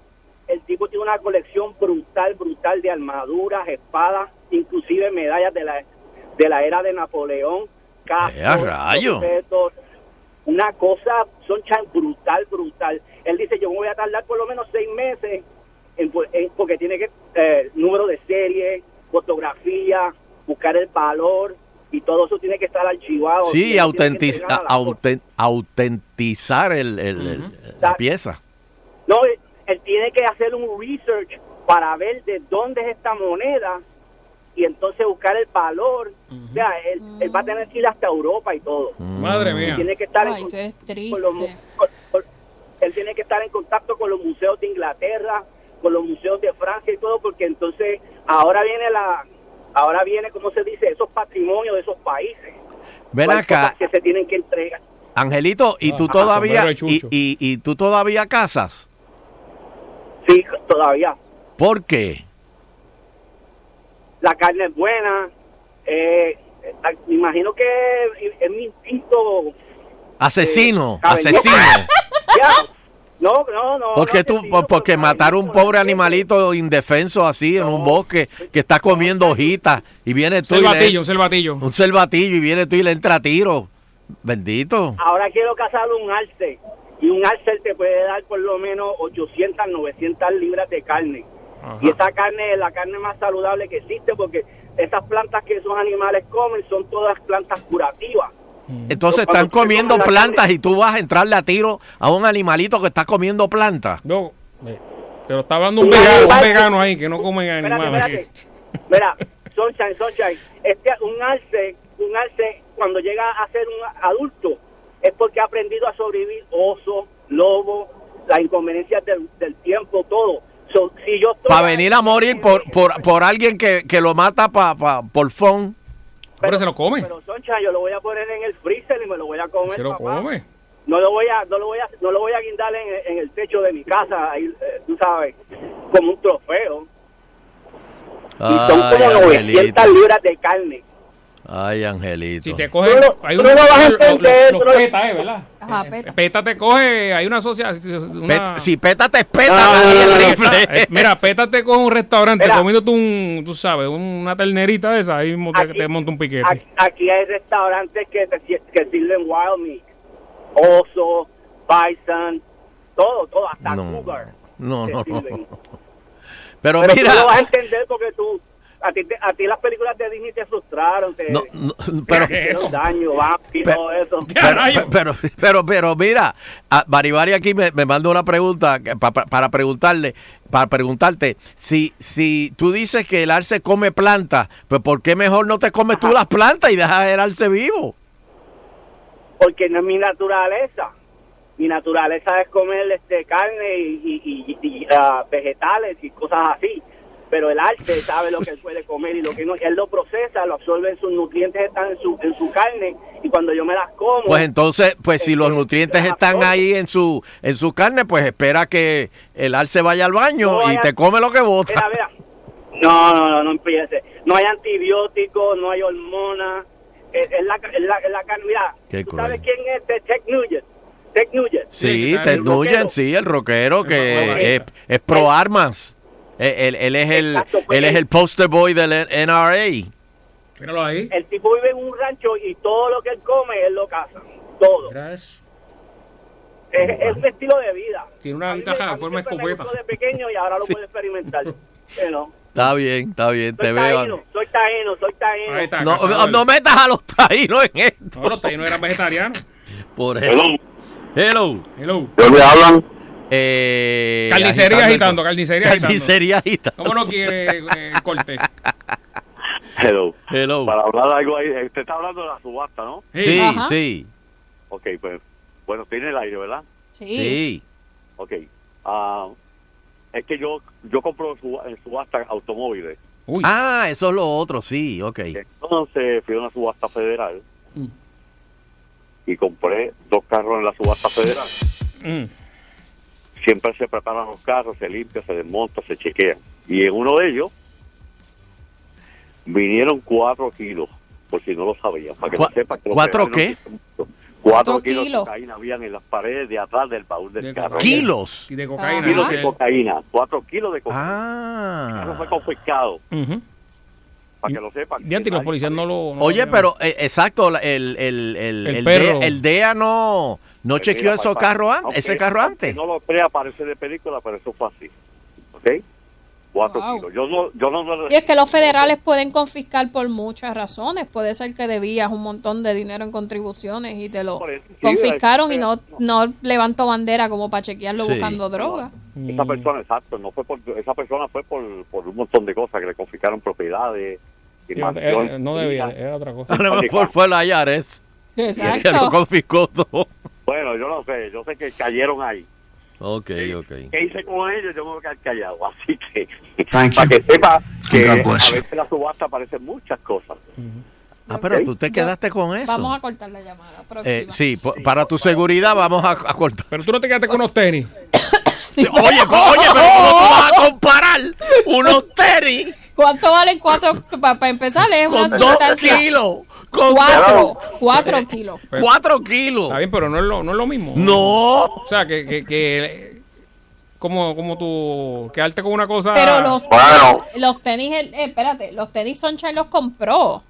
Speaker 8: el tipo tiene una colección brutal, brutal de armaduras, espadas, inclusive medallas de la, de la era de Napoleón,
Speaker 5: ¡Eh, a rayo!
Speaker 8: objetos, una cosa, son chan brutal, brutal. Él dice, yo me voy a tardar por lo menos seis meses, en, po- en- porque tiene que, eh, número de serie, fotografía, buscar el valor, y todo eso tiene que estar archivado.
Speaker 5: Sí,
Speaker 8: Tiene- tiene que
Speaker 5: autentiz-
Speaker 8: entregar a la corte.
Speaker 5: auten- autentizar el, el- el- la pieza.
Speaker 8: No, él, él tiene que hacer un research para ver de dónde es esta moneda y entonces buscar el valor. O sea, él, él va a tener que ir hasta Europa y todo.
Speaker 4: Madre mía.
Speaker 8: Mm. Tiene que estar
Speaker 6: Ay,
Speaker 8: en
Speaker 6: qué
Speaker 8: con los mu-
Speaker 6: triste.
Speaker 8: con- con- él tiene que estar en contacto con los museos de Inglaterra, con los museos de Francia y todo, porque entonces ahora viene la, ahora viene, ¿cómo se dice? Esos patrimonios de esos países.
Speaker 5: Ven
Speaker 8: Hay
Speaker 5: acá,
Speaker 8: cosas que se tienen que entregar.
Speaker 5: Angelito, y tú
Speaker 4: Ah,
Speaker 5: todavía
Speaker 4: sombrero de
Speaker 5: y,
Speaker 4: chucho.
Speaker 5: y- y tú todavía casas.
Speaker 8: Sí, todavía.
Speaker 5: ¿Por
Speaker 8: Eh,
Speaker 5: qué?
Speaker 8: la carne es buena. Eh, eh, me imagino que es, es mi instinto.
Speaker 5: Asesino,
Speaker 8: Eh, cabernet.
Speaker 5: asesino.
Speaker 8: (laughs) Ya. No, no, no.
Speaker 5: Porque
Speaker 8: no,
Speaker 5: tú,
Speaker 8: que sí,
Speaker 5: por- porque
Speaker 8: no,
Speaker 5: matar a un
Speaker 8: no,
Speaker 5: pobre
Speaker 8: no,
Speaker 5: animalito indefenso así en un bosque que está comiendo hojitas y viene tú y
Speaker 4: Selvatillo,
Speaker 5: le,
Speaker 4: un selvatillo.
Speaker 5: un selvatillo y viene tú y le entra a tiro. Bendito.
Speaker 8: Ahora quiero cazar un alce. Y un alce te puede dar por lo menos 800, 900 libras de carne.
Speaker 5: Ah.
Speaker 8: Y esa carne es la carne más saludable que existe porque esas plantas que esos animales comen son todas plantas
Speaker 5: (laughs)
Speaker 8: curativas.
Speaker 5: Entonces
Speaker 8: Cuando
Speaker 5: están
Speaker 8: tú te
Speaker 5: comiendo
Speaker 8: comes la carne-
Speaker 5: plantas y tú vas a entrarle a tiro a un animalito que está comiendo plantas.
Speaker 4: No, eh, pero está hablando un
Speaker 8: Un
Speaker 4: vegano, un
Speaker 8: animal-
Speaker 4: vegano ahí que no comen
Speaker 8: Espérate,
Speaker 4: animales.
Speaker 8: espérate. Mira, Sunshine, Sunshine, este, un alce, un alce cuando llega a ser un adulto es porque ha aprendido a sobrevivir oso, lobo, las inconveniencias del, del tiempo, todo. So, si yo estoy
Speaker 5: Para
Speaker 8: ahí-
Speaker 5: venir a morir por, por, por alguien que, que lo mata pa, pa- por fon.
Speaker 4: Hombre, se lo come.
Speaker 8: Pero Sunshine, yo lo voy a poner en el freezer y me lo voy a comer,
Speaker 4: Se lo
Speaker 8: papá.
Speaker 4: come.
Speaker 8: No lo voy a, no lo voy a, no lo voy a guindar en, en el techo de mi casa, ahí, eh, tú sabes, como un trofeo. Y son
Speaker 5: Ay,
Speaker 8: como 900
Speaker 5: Angelito.
Speaker 8: libras de carne.
Speaker 5: Ay, Angelito.
Speaker 4: Si te coge.
Speaker 8: Tú no-
Speaker 4: hay
Speaker 8: tú
Speaker 4: una-
Speaker 8: no vas a
Speaker 4: los-
Speaker 8: entender,
Speaker 4: los
Speaker 8: tú no-
Speaker 4: peta, eh, ¿verdad?
Speaker 6: Ajá,
Speaker 4: Eh,
Speaker 6: peta.
Speaker 4: te coge. Hay una asociación.
Speaker 5: Pet-
Speaker 4: una-
Speaker 5: si peta te espeta,
Speaker 8: No,
Speaker 5: nadie
Speaker 8: no, no,
Speaker 5: le
Speaker 8: no,
Speaker 5: rifle.
Speaker 4: Eh, Mira, pétate te coge un restaurante
Speaker 8: Ah, Mira.
Speaker 4: comiéndote un. Tú sabes, una ternerita de esa. Ahí mismo te,
Speaker 8: Aquí-
Speaker 4: te monta un piquete.
Speaker 8: Aquí, aquí hay restaurantes que, te- que sirven wild meat. oso, bison, todo, todo, hasta
Speaker 5: No, (laughs)
Speaker 8: cougar.
Speaker 5: no,
Speaker 8: te
Speaker 5: no, no. (laughs)
Speaker 8: sirven.
Speaker 5: Pero,
Speaker 8: Pero
Speaker 5: mira.
Speaker 8: tú lo vas a entender porque tú, a ti, te- a ti las películas de Disney te frustraron, te,
Speaker 5: No, no, (laughs) pero,
Speaker 8: te hicieron daño, vampi,
Speaker 5: Pe-
Speaker 8: todo eso.
Speaker 5: (laughs) pero,
Speaker 4: Rayo.
Speaker 5: pero, pero, pero mira, a- Baribari aquí me, me manda una pregunta que- pa- pa- para preguntarle, para preguntarte, si, si tú dices que el arce come plantas, pues ¿por qué mejor no te comes tú las plantas y dejas el arce vivo?
Speaker 8: porque no es mi naturaleza. Mi naturaleza es comer este, carne y, y- y- y, ah, vegetales y cosas así. Pero el arte sabe lo que él puede comer y lo que no. Él lo procesa, lo absorbe, sus nutrientes están en su, en su carne y cuando yo me las como...
Speaker 5: Pues entonces, pues si los nutrientes están ahí en su, en su carne, pues espera que el arce vaya al baño y te come lo que
Speaker 8: Mira,
Speaker 5: bota.
Speaker 8: mira. No, no, no, no empiece. No hay antibióticos, no hay hormonas. Es, es la, es, la, es la carne. Mira,
Speaker 5: Qué
Speaker 8: ¿tú
Speaker 5: cruel.
Speaker 8: sabes quién es este? Tech Nugent. Tech Nugent.
Speaker 5: Sí,
Speaker 4: Sí,
Speaker 5: te
Speaker 4: el
Speaker 5: Nugent,
Speaker 8: rockero.
Speaker 5: sí, el rockero que es,
Speaker 8: rockero.
Speaker 5: es pro armas. Eh, Él, él es el,
Speaker 8: Exacto, pues,
Speaker 5: él es
Speaker 8: él-
Speaker 5: el poster boy del NRA.
Speaker 4: Míralo ahí.
Speaker 8: El tipo vive en un rancho y todo lo que él come, él lo caza. Todo.
Speaker 4: Mira eso.
Speaker 8: Es, es un estilo de vida.
Speaker 4: Tiene una
Speaker 8: A mí me-
Speaker 4: ventaja
Speaker 8: a
Speaker 4: de
Speaker 8: mí
Speaker 4: forma
Speaker 8: siempre me
Speaker 4: escopeta.
Speaker 8: gustó de pequeño y ahora lo
Speaker 5: (laughs)
Speaker 8: puedo experimentar. Bueno,
Speaker 5: Está bien, está bien,
Speaker 8: soy
Speaker 5: te
Speaker 8: taíno,
Speaker 5: veo.
Speaker 8: soy taíno, soy taíno.
Speaker 4: Ahí está.
Speaker 5: No, no,
Speaker 4: cazador.
Speaker 5: no metas a los taínos en esto.
Speaker 4: No, los taínos eran vegetarianos.
Speaker 5: Por eso.
Speaker 9: Perdón,
Speaker 5: Hello.
Speaker 4: Hello.
Speaker 9: ¿de dónde hablan?
Speaker 5: Eh,
Speaker 4: Carnicería agitando,
Speaker 5: el-
Speaker 4: carnicería agitando.
Speaker 5: Carnicería agitando.
Speaker 4: ¿Cómo no quiere eh, corte?
Speaker 9: (laughs) Hello.
Speaker 5: Hello.
Speaker 9: Para hablar de algo ahí, eh, usted está hablando de la subasta, ¿no?
Speaker 5: Sí,
Speaker 6: Ajá.
Speaker 5: sí,
Speaker 9: Ok, pues, bueno, tiene el aire, ¿verdad?
Speaker 6: Sí.
Speaker 5: sí.
Speaker 9: Ok. ah, es que yo yo compro su- en subasta automóviles.
Speaker 4: Uy.
Speaker 5: Ah, eso es lo otro, sí, ok.
Speaker 9: Entonces fui a una subasta federal
Speaker 4: Mm.
Speaker 9: y compré dos carros en la subasta federal.
Speaker 4: Mm.
Speaker 9: Siempre se preparan los carros, se limpian, se desmontan, se chequean. Y en uno de ellos vinieron cuatro kilos, por si no lo sabían, para que
Speaker 5: Cua-
Speaker 9: no sepan que los
Speaker 5: ¿cuatro
Speaker 9: federales
Speaker 5: qué?
Speaker 9: no quitan mucho. Cuatro
Speaker 6: Cuatro
Speaker 9: kilos de
Speaker 6: kilos.
Speaker 9: cocaína habían en las paredes de atrás del baúl del
Speaker 4: De
Speaker 9: carro.
Speaker 4: cocaína.
Speaker 5: Kilos.
Speaker 4: Y de
Speaker 8: Ah,
Speaker 4: cocaína.
Speaker 6: Ajá.
Speaker 9: Kilos
Speaker 4: dice
Speaker 9: de
Speaker 4: él.
Speaker 9: cocaína, cuatro kilos de cocaína.
Speaker 5: Ah.
Speaker 9: Eso fue confiscado,
Speaker 4: Ujú.
Speaker 9: para que lo sepan.
Speaker 4: Y antes los policías no lo. no
Speaker 5: Oye,
Speaker 4: lo-
Speaker 5: pero eh, exacto, la- el, el, el,
Speaker 4: El
Speaker 5: el
Speaker 4: perro.
Speaker 5: DEA, el DEA no, no
Speaker 9: Pues
Speaker 5: chequeó
Speaker 9: mira,
Speaker 5: esos
Speaker 9: papá,
Speaker 5: carros antes,
Speaker 9: aunque-
Speaker 5: ese carro
Speaker 9: aunque
Speaker 5: antes.
Speaker 9: No lo crea, parece de película, pero eso fue así. ¿Ok? Cuatro
Speaker 6: Wow.
Speaker 9: kilos. Yo no, yo no, no-
Speaker 6: Y es que los federales pueden confiscar por muchas razones. Puede ser que debías un montón de dinero en contribuciones y te lo
Speaker 9: Por eso, sí,
Speaker 6: confiscaron y
Speaker 9: pero-
Speaker 6: no, no levantó bandera como para chequearlo
Speaker 5: Sí.
Speaker 6: buscando droga.
Speaker 4: Mm.
Speaker 9: Esa persona, exacto, no fue por, esa persona fue por, por un montón de cosas que le confiscaron propiedades. y
Speaker 4: Sí,
Speaker 9: mansiones,
Speaker 4: eh, No debía,
Speaker 9: y-
Speaker 4: era otra cosa.
Speaker 5: A lo mejor fue la IARES que lo
Speaker 6: Exacto.
Speaker 5: confiscó todo.
Speaker 9: Bueno, yo no sé, yo sé que cayeron ahí.
Speaker 5: Ok,
Speaker 9: ¿Qué hice con ellos? Yo me voy a quedar callado. (laughs) Así que, para que sepa que a veces la subasta aparecen muchas cosas.
Speaker 5: Ah, pero tú te
Speaker 6: Yo-
Speaker 5: quedaste con eso.
Speaker 6: Vamos a cortar la llamada próxima.
Speaker 5: Eh, sí, po- para tu seguridad vamos a, a cortar.
Speaker 4: Pero tú no te quedaste con los tenis.
Speaker 5: Oye, co- oye, pero ¿cómo tú vas a comparar unos tenis
Speaker 6: ¿Cuánto valen cuatro? Para empezar, es una
Speaker 5: con dos
Speaker 6: sustancia-
Speaker 5: kilos? Con Eh,
Speaker 6: Cuatro, cuatro kilos.
Speaker 5: cuatro kilos.
Speaker 4: Pues, Está bien, pero no es lo, no es lo mismo.
Speaker 5: No.
Speaker 4: O sea, que. que, que- como, como tú. Quedarte con una cosa.
Speaker 5: ah.
Speaker 6: Pero los,
Speaker 9: Bueno.
Speaker 6: los tenis, eh, espérate, los tenis Sunshine los compró.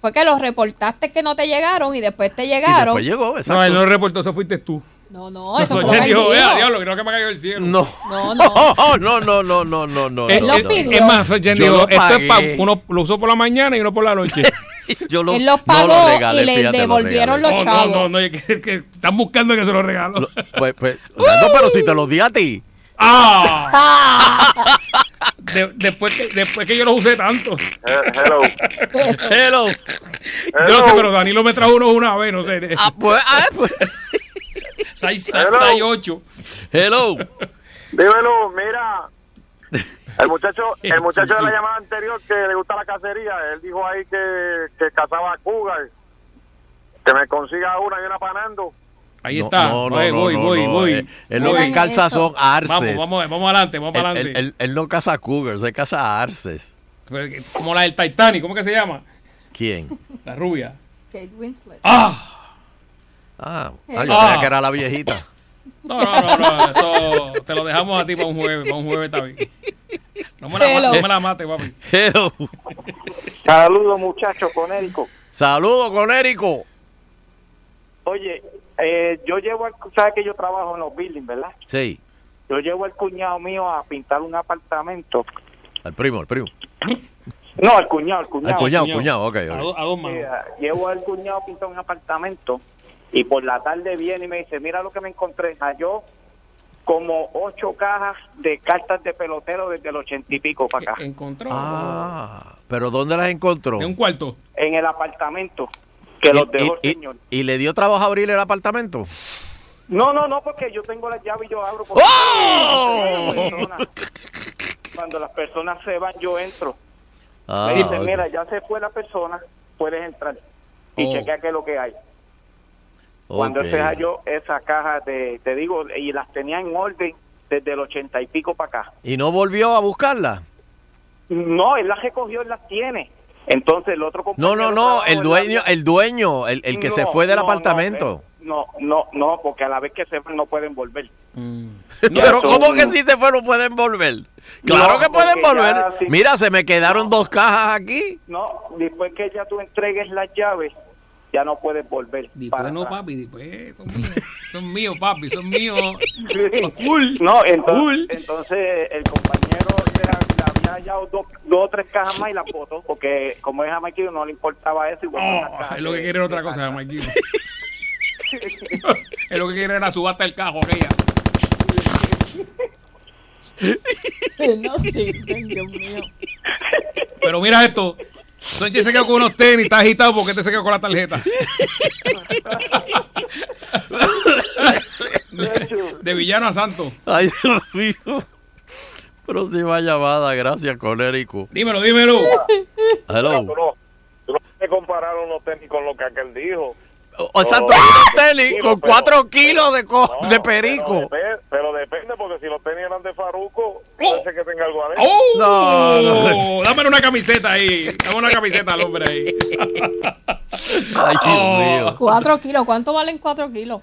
Speaker 6: Fue que los reportaste que no te llegaron y después te
Speaker 5: Y
Speaker 6: llegaron.
Speaker 5: después llegó,
Speaker 4: No, él
Speaker 5: exacto.
Speaker 4: no reportó, eso fuiste tú.
Speaker 6: No, no, eso
Speaker 4: Los
Speaker 6: fue lo que él
Speaker 4: Chen dijo,
Speaker 6: dijo.
Speaker 4: vea, diablo, creo que me ha caído el cielo.
Speaker 5: No. (laughs)
Speaker 6: No, no.
Speaker 5: no, no, no, no, no, no.
Speaker 4: Eh,
Speaker 6: Él
Speaker 5: no,
Speaker 6: lo
Speaker 4: eh,
Speaker 5: no.
Speaker 6: pidió.
Speaker 4: es más, Chen
Speaker 5: Yo
Speaker 4: dijo,
Speaker 5: lo
Speaker 4: esto es para
Speaker 5: pagué.
Speaker 4: uno lo usó por la mañana y uno por la noche.
Speaker 5: (laughs) Yo lo-
Speaker 6: Él los
Speaker 5: no
Speaker 6: pagó
Speaker 5: regalé,
Speaker 6: y le
Speaker 5: fíjate,
Speaker 6: devolvieron
Speaker 5: regalé.
Speaker 6: los
Speaker 4: Oh, no,
Speaker 6: chavos.
Speaker 4: no, no, es que, que están buscando que se los regalo.
Speaker 5: Lo- Pues, pues, Orlando, pero si te los di a ti.
Speaker 4: (laughs) ¡Ah!
Speaker 6: Ah,
Speaker 4: De- después, que, después que yo los usé tanto.
Speaker 10: Eh,
Speaker 9: hello.
Speaker 5: Hello.
Speaker 4: Yo no sé, pero Danilo me trajo unos una vez, no sé.
Speaker 5: Ah, pues, ah, pues.
Speaker 4: 6,
Speaker 9: Hello.
Speaker 4: 8.
Speaker 5: Hello.
Speaker 9: Dímelo, mira.
Speaker 4: (laughs)
Speaker 9: El muchacho, el muchacho de
Speaker 4: Sí,
Speaker 9: la
Speaker 4: sí.
Speaker 9: llamada anterior que le gusta la cacería, él dijo ahí que, que cazaba cougar. Que me consiga una y una panando.
Speaker 4: Ahí
Speaker 5: No,
Speaker 4: está.
Speaker 5: no, no,
Speaker 4: voy,
Speaker 5: no,
Speaker 4: voy,
Speaker 5: no,
Speaker 4: voy,
Speaker 5: no,
Speaker 4: voy.
Speaker 5: eh, Él lo
Speaker 6: Voy.
Speaker 5: que calza
Speaker 6: Eso.
Speaker 5: son arces.
Speaker 4: Vamos, vamos, vamos adelante, vamos
Speaker 5: Él,
Speaker 4: adelante.
Speaker 5: él- él- él no caza cougars, él caza arces.
Speaker 4: Pero es que- Como la del Titanic, ¿cómo que se llama?
Speaker 5: ¿Quién?
Speaker 4: La rubia.
Speaker 6: Kate Winslet.
Speaker 4: ¡Ah! (laughs)
Speaker 5: Ah, ah, yo
Speaker 4: Ah.
Speaker 5: creía que era la viejita.
Speaker 4: No, no, no, no, eso te lo dejamos a ti para un jueves, para un jueves está bien. No me la, ma-
Speaker 6: Hello.
Speaker 4: no me la mate, papi.
Speaker 5: Hello.
Speaker 11: Saludos, muchachos, con Érico.
Speaker 5: Saludos, Conérico.
Speaker 11: Oye, Eh, yo llevo, al- sabes que yo trabajo en los buildings, ¿verdad?
Speaker 5: Sí,
Speaker 11: Yo llevo al cuñado mío a pintar un apartamento.
Speaker 5: al primo, al primo.
Speaker 11: No, al cuñado, al cuñado.
Speaker 5: Al cuñado, cuñado, ok.
Speaker 12: A,
Speaker 5: ok.
Speaker 12: do- a dos
Speaker 11: Sí,
Speaker 12: manos.
Speaker 11: llevo al cuñado a pintar un apartamento y por la tarde viene y me dice, mira lo que me encontré. Halló como ocho cajas de cartas de pelotero desde el ochenta y pico para acá,
Speaker 4: Que encontró
Speaker 5: Ah, pero ¿dónde las encontró?
Speaker 4: en un cuarto.
Speaker 11: en el apartamento que los
Speaker 5: Y-
Speaker 11: dejó
Speaker 5: y,
Speaker 11: el señor.
Speaker 5: y le dio trabajo a abrir el apartamento?
Speaker 11: No, no, no, porque yo tengo la llave y yo abro. porque-
Speaker 5: ¡Oh!
Speaker 11: Cuando las personas- Cuando las personas se van, yo entro.
Speaker 5: Ah,
Speaker 11: Me dicen,
Speaker 5: ok.
Speaker 11: mira, ya se fue la persona, puedes entrar y
Speaker 4: Oh.
Speaker 11: chequea qué es lo que hay. Cuando
Speaker 5: Ok.
Speaker 11: se halló esa caja, de, te digo, y las tenía en orden desde el ochenta y pico para acá.
Speaker 5: ¿Y no volvió a buscarla?
Speaker 11: No, él las recogió, él las tiene. Entonces el otro
Speaker 5: No,
Speaker 11: compañero...
Speaker 5: no, no, el
Speaker 11: trabajo, él
Speaker 5: dueño,
Speaker 11: había-
Speaker 5: el dueño, el, el que se
Speaker 11: No,
Speaker 5: fue del
Speaker 11: no, no,
Speaker 5: apartamento.
Speaker 11: eh, No, no, no, porque a la vez que se van no pueden volver.
Speaker 4: No,
Speaker 5: Pero
Speaker 11: Mm. tú-
Speaker 5: ¿cómo que si se fueron pueden volver? Claro
Speaker 11: No,
Speaker 5: que pueden
Speaker 11: porque ya
Speaker 5: volver.
Speaker 11: sí.
Speaker 5: Mira, se me quedaron dos cajas aquí.
Speaker 11: No, después que ya tú entregues las llaves, ya no puedes volver. para
Speaker 4: Después no,
Speaker 11: atrás.
Speaker 4: papi, después son míos, son míos, papi, son míos.
Speaker 11: Sí.
Speaker 4: (laughs) Full.
Speaker 11: No, entonces,
Speaker 4: Full.
Speaker 11: entonces el compañero le, le había hallado dos, dos o tres cajas más y las botó, porque como es jamaiquino no le importaba eso. y botó las
Speaker 4: Oh,
Speaker 11: cajas
Speaker 4: es lo que
Speaker 11: de-
Speaker 4: quiere era otra
Speaker 11: de
Speaker 4: cosa,
Speaker 11: cajas.
Speaker 4: Marquito. (laughs) es lo que quiere era subasta el cajo, aquella.
Speaker 6: (laughs) No sirven, Dios mío.
Speaker 4: Pero mira esto. Sánchez se quedó con unos tenis, está agitado porque este se quedó con la tarjeta. De, de villano a santo.
Speaker 5: Ay, (laughs) Dios mío. Próxima llamada, gracias, Conérico.
Speaker 4: Dímelo, dímelo.
Speaker 5: (laughs) Hello.
Speaker 10: Tú no, tú no te compararon los tenis con lo que aquel dijo.
Speaker 5: O- O sea, tú
Speaker 10: No,
Speaker 5: eres Teli
Speaker 10: pero-
Speaker 5: con cuatro
Speaker 10: pero-
Speaker 5: kilos de, co-
Speaker 10: No,
Speaker 5: de perico.
Speaker 10: Pero, depe- pero depende, porque si los tenis eran de Faruco,
Speaker 4: Oh.
Speaker 10: parece que tenga algo adentro.
Speaker 4: ¡Oh!
Speaker 5: No, no.
Speaker 4: Dame una camiseta ahí. Dame una camiseta al hombre ahí.
Speaker 5: Ay, Dios
Speaker 4: Oh.
Speaker 5: mío.
Speaker 6: Cuatro kilos. ¿Cuánto valen cuatro kilos?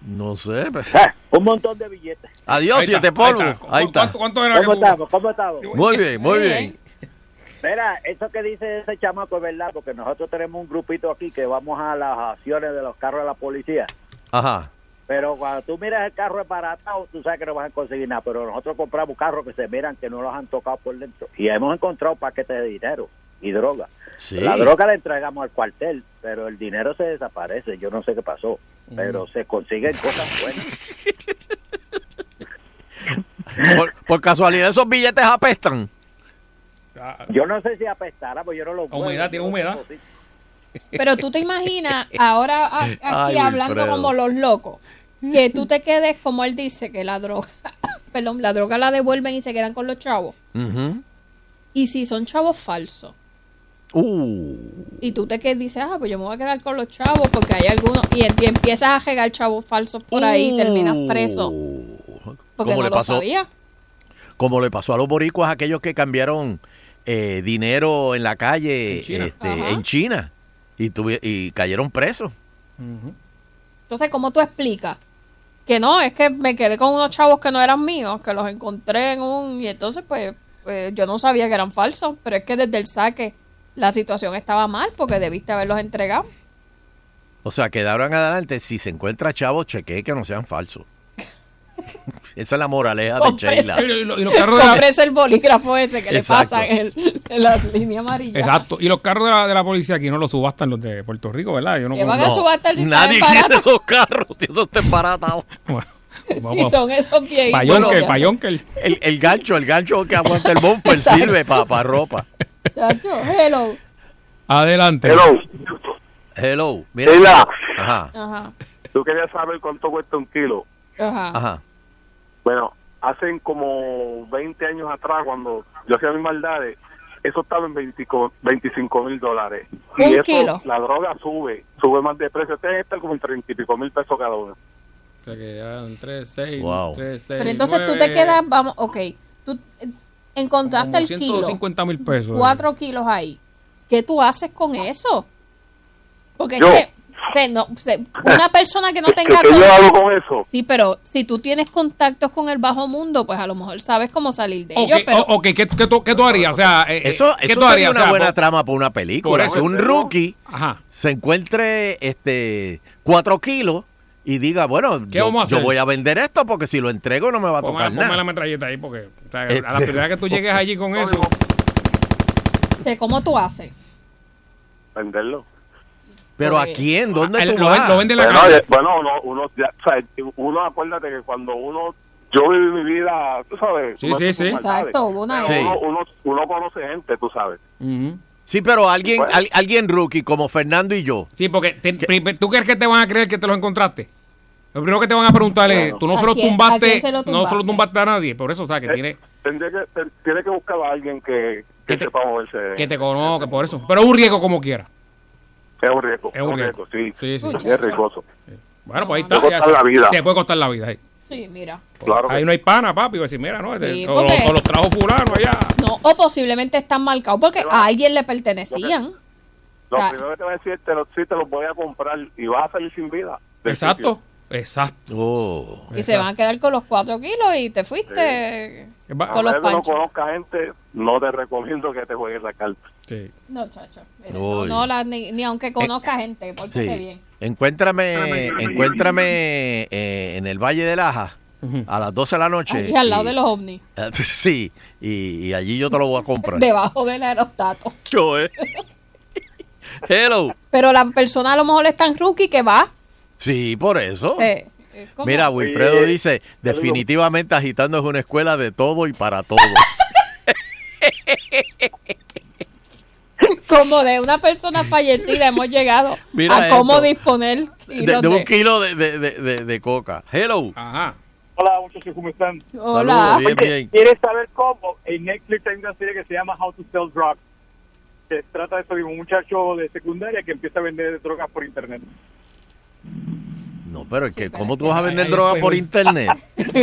Speaker 5: No sé. pero-
Speaker 11: Ah, Un montón de billetes.
Speaker 5: Adiós,
Speaker 4: Ahí está,
Speaker 5: siete
Speaker 4: ahí
Speaker 5: polvos.
Speaker 4: está.
Speaker 5: Ahí está.
Speaker 4: ¿Cuánto, cuánto era que
Speaker 11: ¿Cómo
Speaker 4: tú-
Speaker 11: estamos? ¿Cómo estamos?
Speaker 5: Muy bien, muy bien.
Speaker 11: Mira, eso que dice ese chamaco es verdad, porque nosotros tenemos un grupito aquí que vamos a las acciones de los carros de la policía.
Speaker 5: Ajá.
Speaker 11: Pero cuando tú miras el carro desbaratado, tú sabes que no vas a conseguir nada. Pero nosotros compramos carros que se miran que no los han tocado por dentro. Y hemos encontrado paquetes de dinero y droga.
Speaker 5: Sí.
Speaker 11: La droga la entregamos al cuartel, pero el dinero se desaparece. Yo no sé qué pasó, pero se consiguen cosas buenas.
Speaker 5: Por, por casualidad, esos billetes apestan.
Speaker 4: Ah,
Speaker 11: Yo no sé si apestará, pues yo no lo
Speaker 4: Humedad, tiene humedad.
Speaker 6: Pero tú te imaginas ahora a- aquí
Speaker 5: (laughs) Ay,
Speaker 6: hablando
Speaker 5: Wilfredo.
Speaker 6: como los locos, que tú te quedes como él dice, que la droga, (laughs) perdón, la droga la devuelven y se quedan con los chavos.
Speaker 5: Ujú.
Speaker 6: Y si son chavos falsos,
Speaker 5: Uh.
Speaker 6: y tú te quedes dices, ah, pues yo me voy a quedar con los chavos porque hay algunos, y, en- y empiezas a regar chavos falsos por ahí y terminas preso porque
Speaker 5: Uh. ¿Cómo
Speaker 6: no
Speaker 5: le
Speaker 6: lo
Speaker 5: pasó?
Speaker 6: sabía.
Speaker 5: Como le pasó a los boricuas, aquellos que cambiaron eh, dinero en la calle
Speaker 4: En China.
Speaker 5: este,
Speaker 6: Ajá.
Speaker 5: en China y, tuvi- y cayeron presos.
Speaker 6: Entonces, ¿cómo tú explicas? Que no, es que me quedé con unos chavos que no eran míos, que los encontré en un... Y entonces, pues, pues, yo no sabía que eran falsos, pero es que desde el saque la situación estaba mal porque debiste haberlos entregado.
Speaker 5: O sea, que de ahora en adelante, si se encuentra chavos, chequee que no sean
Speaker 6: (laughs)
Speaker 5: falsos. Esa es la moraleja de
Speaker 6: Son
Speaker 5: Sheila.
Speaker 4: Y, lo- y los carros de la-
Speaker 6: Compres el bolígrafo ese que
Speaker 5: Exacto.
Speaker 6: le pasa en, el- en la línea amarilla.
Speaker 4: Exacto. Y los carros de la, de la policía aquí no los subastan los de Puerto Rico, ¿verdad? Yo no
Speaker 6: Que van
Speaker 4: conozco.
Speaker 6: a subastar si están
Speaker 5: Nadie quiere
Speaker 6: baratos.
Speaker 5: esos carros, tío, eso está embaratado.
Speaker 6: (laughs)
Speaker 4: Bueno,
Speaker 6: Si
Speaker 4: vamos.
Speaker 6: son esos viejitos.
Speaker 4: Bayonkel,
Speaker 6: ya.
Speaker 4: Bayonkel.
Speaker 5: El, el gancho, el gancho que aguanta el bumper
Speaker 6: Exacto.
Speaker 5: sirve para ropa.
Speaker 6: Chacho, hello.
Speaker 4: Adelante.
Speaker 5: Hello. Mira.
Speaker 10: Sheila,
Speaker 5: Ajá,
Speaker 6: Ajá,
Speaker 10: tú querías saber cuánto cuesta un kilo.
Speaker 6: ajá.
Speaker 5: ajá.
Speaker 10: Bueno, hacen como 20 años atrás, cuando yo hacía mis maldades, eso estaba en 25 25 mil dólares.
Speaker 6: Un
Speaker 10: y eso,
Speaker 6: kilo.
Speaker 10: la droga sube, sube más de precio. Este está como en 30 y pico mil pesos cada uno.
Speaker 4: O sea que eran tres, seis,
Speaker 5: Wow.
Speaker 4: tres, seis,
Speaker 6: Pero entonces tú te
Speaker 4: Eh, nueve,
Speaker 6: quedas, vamos, ok. Tú eh,
Speaker 4: como
Speaker 6: encontraste el kilo.
Speaker 4: 150 mil pesos.
Speaker 6: cuatro kilos ahí. ¿Qué tú haces con eso? Porque es
Speaker 10: Yo.
Speaker 6: que o sea, no, o sea, una persona que no tenga
Speaker 10: ¿Qué yo
Speaker 6: con-
Speaker 10: hago con eso?
Speaker 6: Sí, pero si tú tienes contactos con el bajo mundo, pues a lo mejor sabes cómo salir de
Speaker 4: Ok,
Speaker 6: ellos. Pero
Speaker 4: o- ok, ¿qué, qué tú, qué tú harías? O sea, eh, eh,
Speaker 5: Eso,
Speaker 4: ¿qué
Speaker 5: eso
Speaker 4: tú
Speaker 5: sería
Speaker 4: harías? O
Speaker 5: una
Speaker 4: sea,
Speaker 5: buena
Speaker 4: vos-
Speaker 5: trama para una película.
Speaker 4: Por
Speaker 5: Que
Speaker 4: eso.
Speaker 5: un rookie
Speaker 4: Ajá.
Speaker 5: se encuentre este cuatro kilos y diga, bueno,
Speaker 4: ¿Qué
Speaker 5: yo,
Speaker 4: vamos a hacer?
Speaker 5: yo voy a vender esto porque si lo entrego no me va a
Speaker 4: Ponme,
Speaker 5: tocar
Speaker 4: ponme la
Speaker 5: nada.
Speaker 4: metralleta ahí porque o sea,
Speaker 5: Eh,
Speaker 4: a la primera que tú llegues allí con eso,
Speaker 6: que ¿Cómo tú haces?
Speaker 13: venderlo.
Speaker 5: Pero ¿a
Speaker 6: Oye.
Speaker 5: quién? ¿Dónde
Speaker 4: Ah, el-
Speaker 5: tú
Speaker 4: lo, ven-
Speaker 5: vas?
Speaker 4: lo vende en la
Speaker 13: Bueno,
Speaker 4: calle.
Speaker 13: eh, bueno, uno, uno, ya, o sea, uno, acuérdate que cuando uno, yo viví mi vida, tú sabes.
Speaker 4: Sí,
Speaker 13: uno
Speaker 4: sí,
Speaker 13: hace sus
Speaker 4: sí.
Speaker 13: maldades.
Speaker 6: Exacto, hubo una
Speaker 13: Pero
Speaker 5: Sí.
Speaker 13: Uno, uno, uno conoce gente, tú sabes.
Speaker 4: Ujú.
Speaker 5: Sí, pero alguien,
Speaker 13: Bueno.
Speaker 5: al- alguien rookie como Fernando y yo.
Speaker 4: Sí, porque te- pri- tú crees que te van a creer que te lo encontraste. Lo primero que te van a preguntar es,
Speaker 13: Claro.
Speaker 4: tú no
Speaker 6: ¿A
Speaker 4: se lo
Speaker 6: quién- a
Speaker 4: tumbaste,
Speaker 6: quién se lo
Speaker 4: no se lo
Speaker 6: tumbaste?
Speaker 4: tumbaste a nadie, por eso, o sea, que
Speaker 13: Eh,
Speaker 4: tiene
Speaker 13: Tendría que, te- tiene que buscar a alguien que,
Speaker 4: Que
Speaker 13: que
Speaker 4: te-
Speaker 13: sepa moverse.
Speaker 4: que te
Speaker 6: eh,
Speaker 4: conozca, por eso. Pero es un riesgo como quiera.
Speaker 13: Es un riesgo.
Speaker 4: Es un riesgo.
Speaker 13: sí.
Speaker 4: Sí, sí.
Speaker 6: Uy,
Speaker 13: Es riesgoso.
Speaker 4: Bueno, pues ahí
Speaker 6: Te
Speaker 4: está.
Speaker 13: puede
Speaker 4: ya
Speaker 13: costar
Speaker 4: sé.
Speaker 13: la vida.
Speaker 4: Te puede costar la vida. ahí.
Speaker 6: Sí, mira.
Speaker 13: Claro. que
Speaker 4: Ahí no hay pana, papi. va a decir, mira, no, este-
Speaker 6: Sí,
Speaker 4: o,
Speaker 6: porque-
Speaker 4: o los trajo fulano allá.
Speaker 6: No, o posiblemente están marcados porque a alguien le pertenecían.
Speaker 13: Lo
Speaker 6: Ah.
Speaker 13: primero que te va a decir, te los, sí, te los voy a comprar y vas a salir sin vida. del
Speaker 4: Exacto,
Speaker 13: sitio.
Speaker 4: exacto.
Speaker 5: Oh.
Speaker 6: Y se van a quedar con los cuatro kilos y te fuiste.
Speaker 4: Va-
Speaker 13: A
Speaker 6: Con los
Speaker 13: menos que no
Speaker 6: panchos.
Speaker 13: conozca gente, no te recomiendo que te juegues la carta.
Speaker 4: Sí.
Speaker 6: No, chacho. mira, no,
Speaker 5: Uy.
Speaker 6: no la- ni, ni aunque conozca gente, pórtate
Speaker 5: Sí.
Speaker 6: bien.
Speaker 5: Encuéntrame, encuéntrame eh, en el Valle de Laja
Speaker 4: Ujú.
Speaker 5: a las 12 de la noche.
Speaker 6: Ahí al lado
Speaker 5: y-
Speaker 6: de los ovnis.
Speaker 5: (laughs) Sí, y, y allí yo te lo voy a comprar.
Speaker 6: Debajo del aerostato.
Speaker 5: Yo, eh. Hello.
Speaker 6: Pero la persona a lo mejor es tan rookie que va.
Speaker 5: Sí, por
Speaker 4: Oh.
Speaker 5: eso.
Speaker 6: eh, eh, ¿cómo?
Speaker 5: Mira, Wilfredo
Speaker 13: Oye,
Speaker 5: dice, definitivamente agitando es una escuela de todo y
Speaker 6: (laughs)
Speaker 5: para todos.
Speaker 6: como de una persona fallecida hemos llegado
Speaker 5: (laughs) Mira
Speaker 6: a cómo
Speaker 5: esto.
Speaker 6: disponer
Speaker 5: De,
Speaker 6: kilos
Speaker 5: de
Speaker 6: de-
Speaker 5: un kilo de, de- de- de- de coca. Hello.
Speaker 4: Ajá.
Speaker 2: Hola, muchachos, ¿cómo están?
Speaker 6: Hola.
Speaker 5: Saludos, bien, bien.
Speaker 2: ¿Quieres saber cómo? En Netflix hay una serie que se llama How to Sell Drugs. Se trata de eso de un muchacho de secundaria que empieza a vender drogas por internet.
Speaker 5: No, pero es que,
Speaker 6: Sí,
Speaker 5: ¿cómo
Speaker 6: pero-
Speaker 5: tú vas a vender
Speaker 4: Ay,
Speaker 5: droga
Speaker 4: pues,
Speaker 5: por
Speaker 4: oye.
Speaker 6: (laughs)
Speaker 5: internet?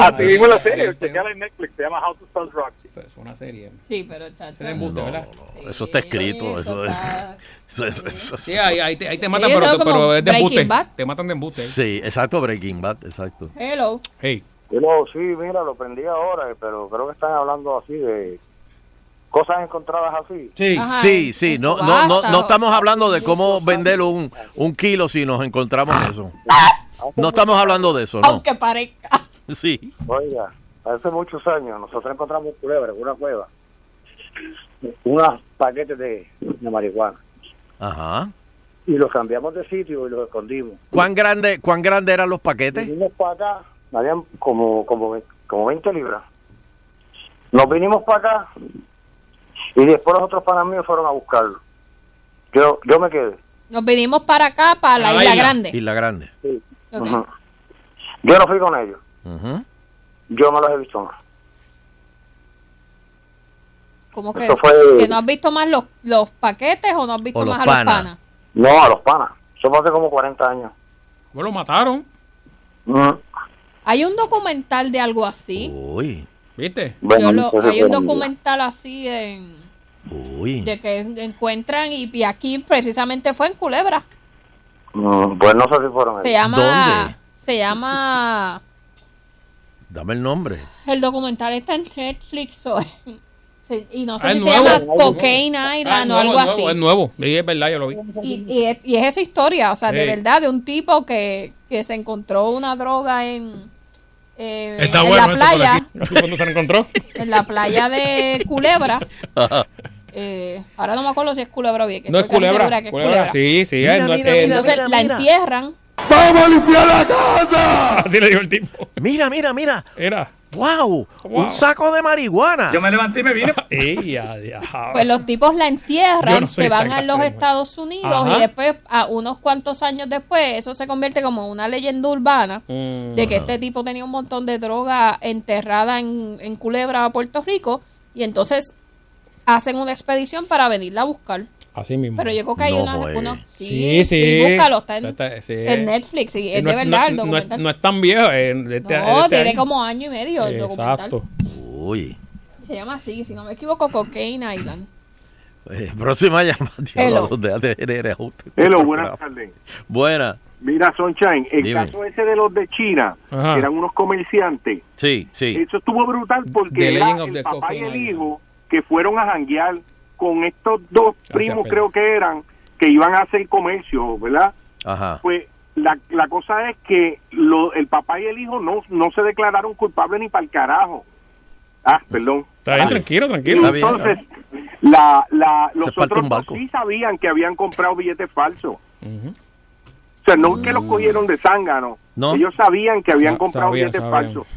Speaker 2: Así mismo la
Speaker 4: sí,
Speaker 2: serie,
Speaker 4: sí.
Speaker 2: chequeala en Netflix, se llama How to Sell Drugs.
Speaker 4: Es una serie.
Speaker 6: Sí, pero chacho.
Speaker 4: Ese es embuste,
Speaker 5: No,
Speaker 4: ¿verdad?
Speaker 5: no, eso está escrito. Eso,
Speaker 6: está-
Speaker 5: eso- eso- eso-
Speaker 4: Sí, ahí, ahí te, ahí te matan,
Speaker 6: eso
Speaker 4: pero,
Speaker 6: es como
Speaker 4: pero es de
Speaker 6: Breaking
Speaker 4: embuste.
Speaker 6: Bad.
Speaker 4: Te matan de embuste. ahí.
Speaker 5: Sí, exacto, Breaking Bad, exacto.
Speaker 6: Hello.
Speaker 4: Hey.
Speaker 10: Yo sí, mira, lo prendí ahora, eh, pero creo que están hablando así de cosas encontradas así.
Speaker 4: Sí.
Speaker 6: Ajá,
Speaker 5: Sí,
Speaker 6: en-
Speaker 5: sí,
Speaker 6: en
Speaker 5: no, no,
Speaker 6: subasta
Speaker 5: no, no
Speaker 6: o-
Speaker 5: estamos hablando de cómo vender un, un kilo si nos encontramos
Speaker 10: Ah.
Speaker 5: eso. No estamos hablando de eso, ¿no?
Speaker 6: Aunque parezca.
Speaker 5: Sí.
Speaker 10: Oiga, hace muchos años nosotros encontramos un culebra en una cueva, unos paquetes de, de marihuana,
Speaker 5: Ajá.
Speaker 10: y los cambiamos de sitio y los escondimos.
Speaker 5: ¿Cuán grande, cuán grande eran los
Speaker 10: Nos
Speaker 5: paquetes?
Speaker 10: vinimos para acá, habían como, como, ve- como 20 libras. Nos vinimos para acá y después los otros panas míos fueron a buscarlo. Yo, yo me quedé.
Speaker 6: Nos vinimos para acá, para la,
Speaker 4: Para la
Speaker 6: isla,
Speaker 4: isla.
Speaker 5: Y
Speaker 6: grande.
Speaker 5: la grande.
Speaker 6: Ok.
Speaker 10: Ujú. Yo no fui con ellos.
Speaker 5: Ujú.
Speaker 10: Yo no los he visto más.
Speaker 6: ¿Cómo que,
Speaker 10: Eso fue-
Speaker 6: que no has visto más los, los paquetes o no has visto
Speaker 5: O los
Speaker 6: más a los
Speaker 5: panas.
Speaker 6: panas?
Speaker 10: No, a los panas. Eso fue hace como 40 años.
Speaker 4: Bueno, Pues lo mataron.
Speaker 10: Mm.
Speaker 6: Hay un documental de algo así.
Speaker 5: Uy,
Speaker 4: ¿Viste?
Speaker 10: Bueno,
Speaker 6: Yo lo-
Speaker 10: entonces
Speaker 6: hay un
Speaker 10: fue mi vida.
Speaker 6: documental así en,
Speaker 5: uy.
Speaker 6: de que encuentran y, y aquí precisamente fue en Culebra.
Speaker 10: Mm, pues no sé si fueron
Speaker 6: Se
Speaker 10: ellos.
Speaker 6: llama...
Speaker 5: ¿Dónde?
Speaker 6: Se llama...
Speaker 5: Dame el nombre.
Speaker 6: El documental está en Netflix (laughs) o en- se- y no sé
Speaker 4: Ah,
Speaker 6: si
Speaker 4: es
Speaker 6: se
Speaker 4: nuevo.
Speaker 6: llama Cocaine
Speaker 4: Ah, es
Speaker 6: Island o
Speaker 4: nuevo,
Speaker 6: algo
Speaker 4: es nuevo, Es
Speaker 6: así.
Speaker 4: nuevo. Sí, es verdad, yo lo vi.
Speaker 6: Y, y es, y es esa historia, o sea, de
Speaker 4: Sí.
Speaker 6: verdad, de un tipo que, que se encontró una droga en, eh,
Speaker 4: Está
Speaker 6: en
Speaker 4: bueno
Speaker 6: la
Speaker 4: esto por
Speaker 6: playa,
Speaker 4: aquí. ¿Cuándo se lo
Speaker 5: (laughs)
Speaker 4: encontró?
Speaker 6: en la playa de Culebra. Eh, ahora no me acuerdo si es Culebra o Vieques.
Speaker 4: No es
Speaker 6: estoy casi
Speaker 4: culebra.
Speaker 6: segura que es
Speaker 4: culebra.
Speaker 6: Culebra.
Speaker 4: Sí, sí.
Speaker 5: Ah,
Speaker 4: es- no
Speaker 5: Mira,
Speaker 4: es-
Speaker 5: mira,
Speaker 4: eh,
Speaker 5: mira.
Speaker 6: Entonces la entierran.
Speaker 4: (laughs) Así le dijo el tipo.
Speaker 5: Mira, mira, mira.
Speaker 4: Era.
Speaker 5: Wow,
Speaker 4: Wow.
Speaker 5: un saco de marihuana.
Speaker 2: me levanté y me
Speaker 5: (laughs)
Speaker 2: vine.
Speaker 4: Ey, ya, ya.
Speaker 6: Pues los tipos la
Speaker 4: Yo
Speaker 6: entierran,
Speaker 4: no soy
Speaker 6: se
Speaker 4: esa
Speaker 6: van a
Speaker 4: clase
Speaker 6: los
Speaker 4: de mujer.
Speaker 6: Estados Unidos
Speaker 4: pues. Ajá.
Speaker 6: y después, a unos cuantos años después, eso se convierte como una leyenda urbana
Speaker 4: Mm.
Speaker 6: de que este tipo tenía un montón de droga enterrada en, en Culebra, Puerto Rico, y entonces hacen una expedición para venirla a buscar.
Speaker 4: Así mismo.
Speaker 6: Pero yo creo que hay
Speaker 5: No,
Speaker 6: una,
Speaker 5: pues.
Speaker 6: una-
Speaker 4: Sí,
Speaker 6: sí, sí,
Speaker 4: sí.
Speaker 6: búscalo, está en,
Speaker 4: Está- sí.
Speaker 6: en Netflix, y es
Speaker 4: no
Speaker 6: de
Speaker 4: es-
Speaker 6: verdad el
Speaker 4: no, no es,
Speaker 6: documental.
Speaker 4: no es tan viejo. eh, de este- de
Speaker 6: No,
Speaker 4: este
Speaker 6: tiene
Speaker 4: año.
Speaker 6: como año y medio el documental.
Speaker 4: Exacto.
Speaker 5: Uy,
Speaker 6: Se llama así, si no me equivoco, Cocaine Island.
Speaker 5: eh, próxima llamada.
Speaker 6: Hello.
Speaker 5: Diablo, déjate de- de- de- de-
Speaker 13: Hello, buenas tardes.
Speaker 5: Buena.
Speaker 13: Mira, Sunshine, el
Speaker 5: Dime.
Speaker 13: caso ese de los de China,
Speaker 4: Ajá.
Speaker 13: que eran unos comerciantes,
Speaker 5: Sí, sí.
Speaker 13: eso estuvo brutal
Speaker 4: The
Speaker 13: porque era
Speaker 4: Legend of the
Speaker 13: el papá y el
Speaker 4: Cocaine
Speaker 13: hijo que fueron a janguear con estos dos primos, creo
Speaker 4: Pedro.
Speaker 13: que eran, que iban a hacer comercio, ¿verdad?
Speaker 5: Ajá.
Speaker 13: Pues la, la cosa es que lo, el papá y el hijo no, no se declararon culpables ni para el carajo. Ah, perdón.
Speaker 4: Está bien,
Speaker 13: Ah.
Speaker 4: tranquilo, tranquilo.
Speaker 13: Y Entonces, la, la, los
Speaker 5: Se parte
Speaker 13: otros
Speaker 5: un
Speaker 13: dos
Speaker 5: barco.
Speaker 13: sí sabían que habían comprado billetes falsos. O sea, no es que los cogieron de zángano.
Speaker 5: No.
Speaker 13: Ellos sabían que habían
Speaker 4: Sa-
Speaker 13: comprado
Speaker 4: sabían,
Speaker 13: billetes
Speaker 4: sabían.
Speaker 13: falsos.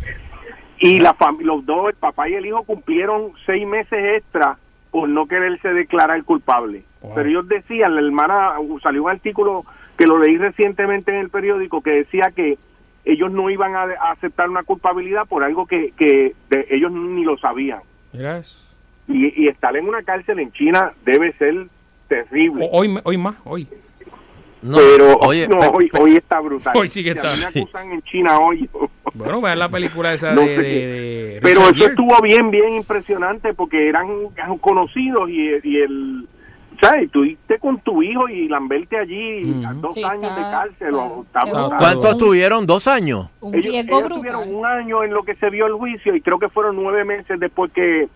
Speaker 13: Y la fam- los dos, el papá y el hijo, cumplieron seis meses extra por no quererse declarar culpable.
Speaker 4: Wow.
Speaker 13: Pero ellos decían, la hermana, uh, salió un artículo que lo leí recientemente en el periódico que decía que ellos no iban a, a aceptar una culpabilidad por algo que, que de- ellos ni lo sabían.
Speaker 4: Mira eso.
Speaker 13: Y, y estar en una cárcel en China debe ser terrible.
Speaker 4: O- Hoy, me- hoy más, hoy.
Speaker 5: No,
Speaker 13: pero
Speaker 5: oye,
Speaker 13: no,
Speaker 5: pe-
Speaker 13: hoy,
Speaker 5: pe-
Speaker 13: hoy está brutal.
Speaker 4: Hoy sí que
Speaker 13: Si a mí
Speaker 4: está.
Speaker 13: me acusan en China hoy.
Speaker 4: Bueno, vean la película esa
Speaker 13: No
Speaker 4: de,
Speaker 13: sé
Speaker 4: de-
Speaker 13: qué.
Speaker 4: de
Speaker 13: Pero
Speaker 4: Richard
Speaker 13: eso
Speaker 4: Gere.
Speaker 13: estuvo bien, bien impresionante porque eran conocidos y, y el... ¿Sabes? Tuviste con tu hijo y lamberte allí a dos
Speaker 6: Sí,
Speaker 13: años de
Speaker 6: está-
Speaker 13: cárcel. o- está
Speaker 6: está- está-
Speaker 13: brutal.
Speaker 5: Mm. ¿Cuántos tuvieron? ¿Dos años?
Speaker 6: Un
Speaker 13: Ellos,
Speaker 6: riesgo
Speaker 13: ellos tuvieron
Speaker 6: brutal.
Speaker 13: un año en lo que se vio el juicio y creo que fueron nueve meses después que,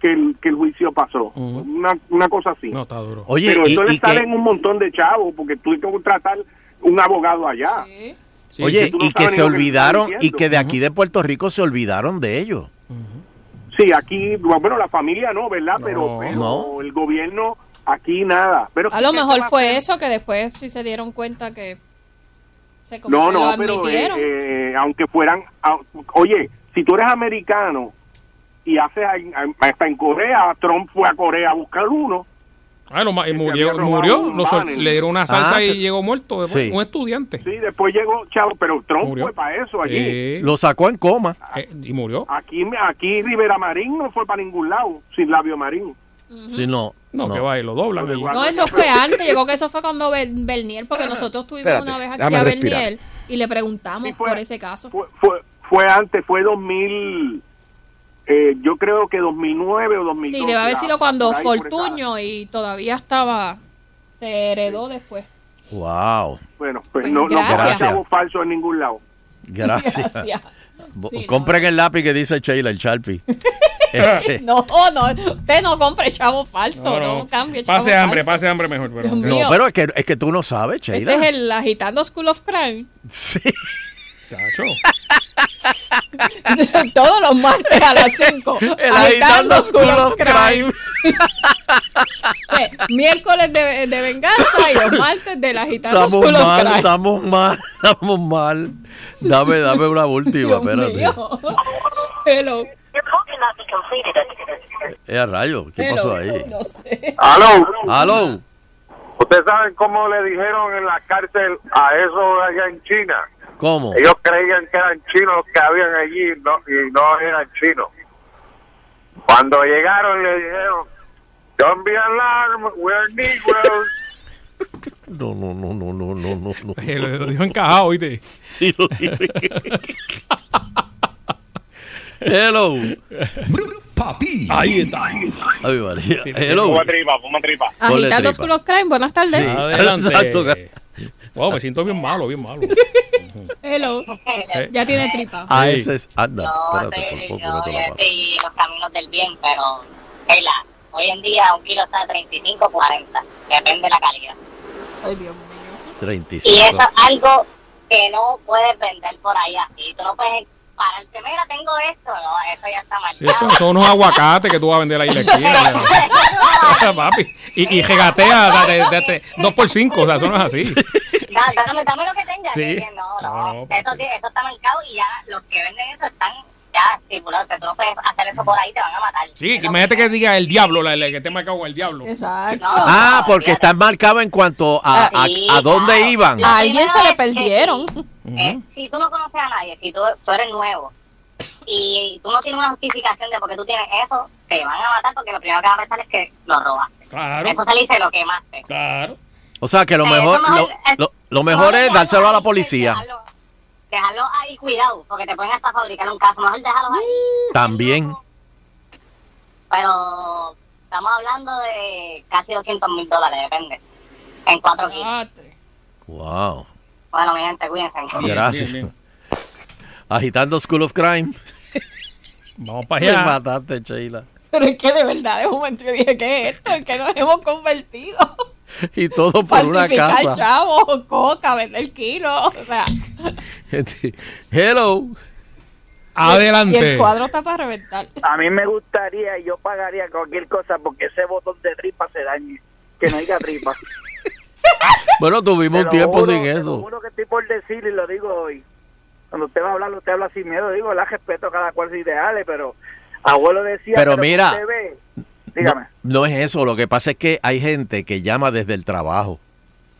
Speaker 13: que, el, que el juicio pasó.
Speaker 4: Ujú.
Speaker 5: Mm.
Speaker 13: una, una cosa así.
Speaker 4: No, está duro.
Speaker 5: Oye,
Speaker 13: Pero
Speaker 5: y-
Speaker 13: eso
Speaker 5: y
Speaker 13: le
Speaker 5: que-
Speaker 13: salen un montón de chavos porque tú tienes que contratar un abogado allá.
Speaker 6: Sí.
Speaker 4: Sí,
Speaker 5: oye,
Speaker 4: sí.
Speaker 13: tú no
Speaker 5: y que
Speaker 13: sabes ni
Speaker 5: se
Speaker 13: lo que estás
Speaker 5: olvidaron, y
Speaker 13: diciendo.
Speaker 5: que de aquí de Puerto Rico se olvidaron de ellos.
Speaker 13: Sí, aquí, bueno, la familia no, ¿verdad?
Speaker 4: No.
Speaker 13: pero pero
Speaker 5: No.
Speaker 13: el gobierno, aquí nada. Pero
Speaker 6: A lo
Speaker 13: ¿qué
Speaker 6: mejor
Speaker 13: va
Speaker 6: fue
Speaker 13: hacer?
Speaker 6: eso que después sí se dieron cuenta que se como
Speaker 13: No,
Speaker 6: que
Speaker 13: no,
Speaker 6: lo
Speaker 13: pero eh,
Speaker 6: admitieron.
Speaker 13: eh, aunque fueran... a- oye, si tú eres americano y haces... a- a- Hasta en Corea, Trump fue a Corea a buscar uno.
Speaker 4: Ah, lo ma- y
Speaker 13: que
Speaker 4: murió,
Speaker 13: había
Speaker 4: murió,
Speaker 13: robado un
Speaker 4: lo sol-
Speaker 13: banner.
Speaker 4: le dieron una salsa
Speaker 5: Ah,
Speaker 4: y
Speaker 5: se-
Speaker 4: llegó muerto, después,
Speaker 5: Sí.
Speaker 4: un estudiante.
Speaker 13: Sí, después llegó, chavo, pero Trump
Speaker 4: Murió. Eh,
Speaker 13: fue para eso allí.
Speaker 4: Sí,
Speaker 5: Lo sacó en coma.
Speaker 4: eh, y murió.
Speaker 13: Aquí, aquí Rivera Marín no fue para ningún lado, sin labio Marín.
Speaker 5: Si no,
Speaker 4: No,
Speaker 5: no.
Speaker 4: que va, y lo doblan.
Speaker 13: Lo
Speaker 4: y-
Speaker 13: igual.
Speaker 6: No, eso fue antes. Llegó que eso fue cuando Ber- Bernier, porque nosotros tuvimos
Speaker 11: Espérate,
Speaker 6: una vez aquí
Speaker 11: déjame
Speaker 6: a
Speaker 11: respirar.
Speaker 6: Bernier y le preguntamos
Speaker 13: Sí, fue-
Speaker 6: por ese caso.
Speaker 13: Fue, fue, fue antes, fue 2000, eh, yo creo que 2009 o 2012.
Speaker 6: Sí, debe haber
Speaker 13: la-
Speaker 6: sido cuando
Speaker 13: por ahí, por esa área.
Speaker 6: Fortuño y todavía estaba, se heredó después. (laughs)
Speaker 5: Wow.
Speaker 13: Bueno, pues
Speaker 6: Pues
Speaker 13: no, no
Speaker 6: gracias.
Speaker 13: pongan chavos falsos en ningún lado.
Speaker 5: Gracias. (laughs)
Speaker 6: Gracias.
Speaker 5: Bo-
Speaker 6: Sí, no.
Speaker 5: Compren el lápiz que dice Sheila,
Speaker 6: (laughs)
Speaker 5: el Sharpie. Este,
Speaker 6: No, no, usted no compre chavo falso, no, cambie chavo
Speaker 4: Pase hambre,
Speaker 6: falso.
Speaker 4: pase hambre mejor. Pero
Speaker 6: Dios
Speaker 5: no,
Speaker 6: mío.
Speaker 5: pero es que, es que tú no sabes, Sheila.
Speaker 6: Este es el agitando School of Crime.
Speaker 5: Sí.
Speaker 4: Tacho.
Speaker 6: (laughs) Todos los martes a las 5.
Speaker 5: El agitando School of Crime.
Speaker 6: (laughs) Eh, miércoles de, de venganza y los martes del agitando
Speaker 5: Estamos
Speaker 6: School of
Speaker 5: mal,
Speaker 6: Crime.
Speaker 5: estamos mal, (laughs) estamos mal. Dame, dame una última,
Speaker 6: Dios
Speaker 5: espérate.
Speaker 6: mío. (laughs) Hello.
Speaker 5: Eh, a rayo, ¿qué
Speaker 6: hello.
Speaker 5: pasó ahí?
Speaker 6: No sé.
Speaker 14: ¡Aló!
Speaker 5: Aló,
Speaker 14: ¿Ustedes saben cómo le dijeron en la cárcel a eso allá en China?
Speaker 5: ¿cómo?
Speaker 14: Ellos creían que eran chinos los que habían allí no, y no eran chinos. Cuando llegaron le dijeron, don't be alarmed, we're Negroes.
Speaker 4: (laughs)
Speaker 5: No, no, no, no, no, no, no. no.
Speaker 4: Eh, Lo, lo dijo encajado, oíste.
Speaker 5: (laughs) Sí, lo dije. Hello.
Speaker 1: Pa' ti.
Speaker 5: Ahí está. Ay, María. Hello.
Speaker 13: tripa, fuma tripa.
Speaker 5: Ponle
Speaker 6: Agitando
Speaker 5: tripa.
Speaker 6: School of Crime, buenas tardes.
Speaker 4: Adelante.
Speaker 5: Exacto.
Speaker 4: Wow, me siento bien malo, bien malo.
Speaker 6: Hello.
Speaker 4: Eh,
Speaker 6: Ya tiene tripa.
Speaker 5: Ah,
Speaker 4: Sí.
Speaker 5: ese es. Anda,
Speaker 15: Yo
Speaker 5: espérate, por
Speaker 15: sé,
Speaker 5: poco
Speaker 15: yo
Speaker 5: no te la paso.
Speaker 15: estoy los caminos del bien, pero Sheila, hoy en día un kilo está a 35 40, depende de la calidad.
Speaker 6: Ay, Dios mío.
Speaker 15: Y eso
Speaker 5: 35.
Speaker 15: es algo que no puedes vender por ahí así. Tú no puedes pararte, mira, tengo esto, no, eso ya está mal.
Speaker 4: sí, eso- son unos aguacates que tú vas a vender ahí en la
Speaker 5: (laughs)
Speaker 4: esquina. ya. (laughs) Papi. Y, y regatea date, date, 2 este por 5 o sea, eso no es así.
Speaker 15: Da- Dame, dame lo que tenga.
Speaker 4: Sí.
Speaker 15: que- que No,
Speaker 4: No,
Speaker 15: no,
Speaker 4: no,
Speaker 15: eso,
Speaker 4: papi.
Speaker 15: sí, eso está marcado y ya los que venden eso están ya estipulados. que Tú no puedes hacer eso por ahí, te van a matar.
Speaker 4: Sí,
Speaker 15: Eso-
Speaker 4: que imagínate que diga el diablo, la, la que te marcado con el diablo.
Speaker 6: Exacto.
Speaker 15: No,
Speaker 5: Ah,
Speaker 15: no,
Speaker 5: porque
Speaker 15: olvídate.
Speaker 5: está marcado en cuanto a, a,
Speaker 15: Sí,
Speaker 5: a dónde
Speaker 15: claro.
Speaker 5: iban.
Speaker 15: La
Speaker 6: A alguien
Speaker 15: primera
Speaker 6: se le
Speaker 15: vez que-
Speaker 6: perdieron.
Speaker 15: Eh, si tú no conoces a nadie, si tú, tú eres nuevo y tú no tienes una justificación de por qué tú tienes eso, te van a matar porque lo primero que van a pensar es que lo robaste. Eso
Speaker 4: Claro,
Speaker 15: saliste lo quemaste.
Speaker 4: claro.
Speaker 5: O sea que lo
Speaker 15: Eh,
Speaker 5: mejor,
Speaker 15: eso
Speaker 5: lo,
Speaker 15: mejor- eh,
Speaker 5: lo- lo mejor es
Speaker 15: dejarlo
Speaker 5: dárselo a la
Speaker 15: ahí,
Speaker 5: policía.
Speaker 15: Dejarlo, dejarlo ahí cuidado porque te pueden hasta fabricar un caso. Mejor dejarlo ahí.
Speaker 5: También.
Speaker 15: Pero estamos hablando de casi 200 mil dólares, depende. En cuatro kilos.
Speaker 5: Wow.
Speaker 15: Bueno, mi gente, cuídense.
Speaker 4: bien,
Speaker 5: Gracias.
Speaker 4: bien.
Speaker 5: Agitando School of Crime.
Speaker 4: Vamos para
Speaker 5: Me
Speaker 4: allá.
Speaker 5: mataste, Sheila.
Speaker 6: Pero es que de verdad, de un momento yo dije, ¿qué es esto? ¿En qué nos hemos convertido?
Speaker 5: y todo por una
Speaker 6: Falsificar
Speaker 5: casa.
Speaker 6: chavos, coca, vender kilo. O sea, (laughs)
Speaker 5: Este, Hello.
Speaker 2: (laughs)
Speaker 6: y el cuadro está para reventar.
Speaker 11: A mí me gustaría, y yo pagaría cualquier cosa porque ese botón de tripa se dañe. Que no haya tripa.
Speaker 5: Bueno,
Speaker 11: Te
Speaker 5: tuvimos un
Speaker 11: lo
Speaker 5: tiempo
Speaker 11: juro,
Speaker 5: sin
Speaker 11: te lo
Speaker 5: eso.
Speaker 11: juro que estoy por decir y lo digo hoy. Cuando usted va a hablar, usted habla sin miedo. Digo, la respeto a cada cual sus ideales, pero abuelo decía.
Speaker 5: Pero
Speaker 11: ¿qué
Speaker 5: mira,
Speaker 11: usted ve?
Speaker 5: No, no es eso, lo que pasa es que hay gente que llama desde el trabajo.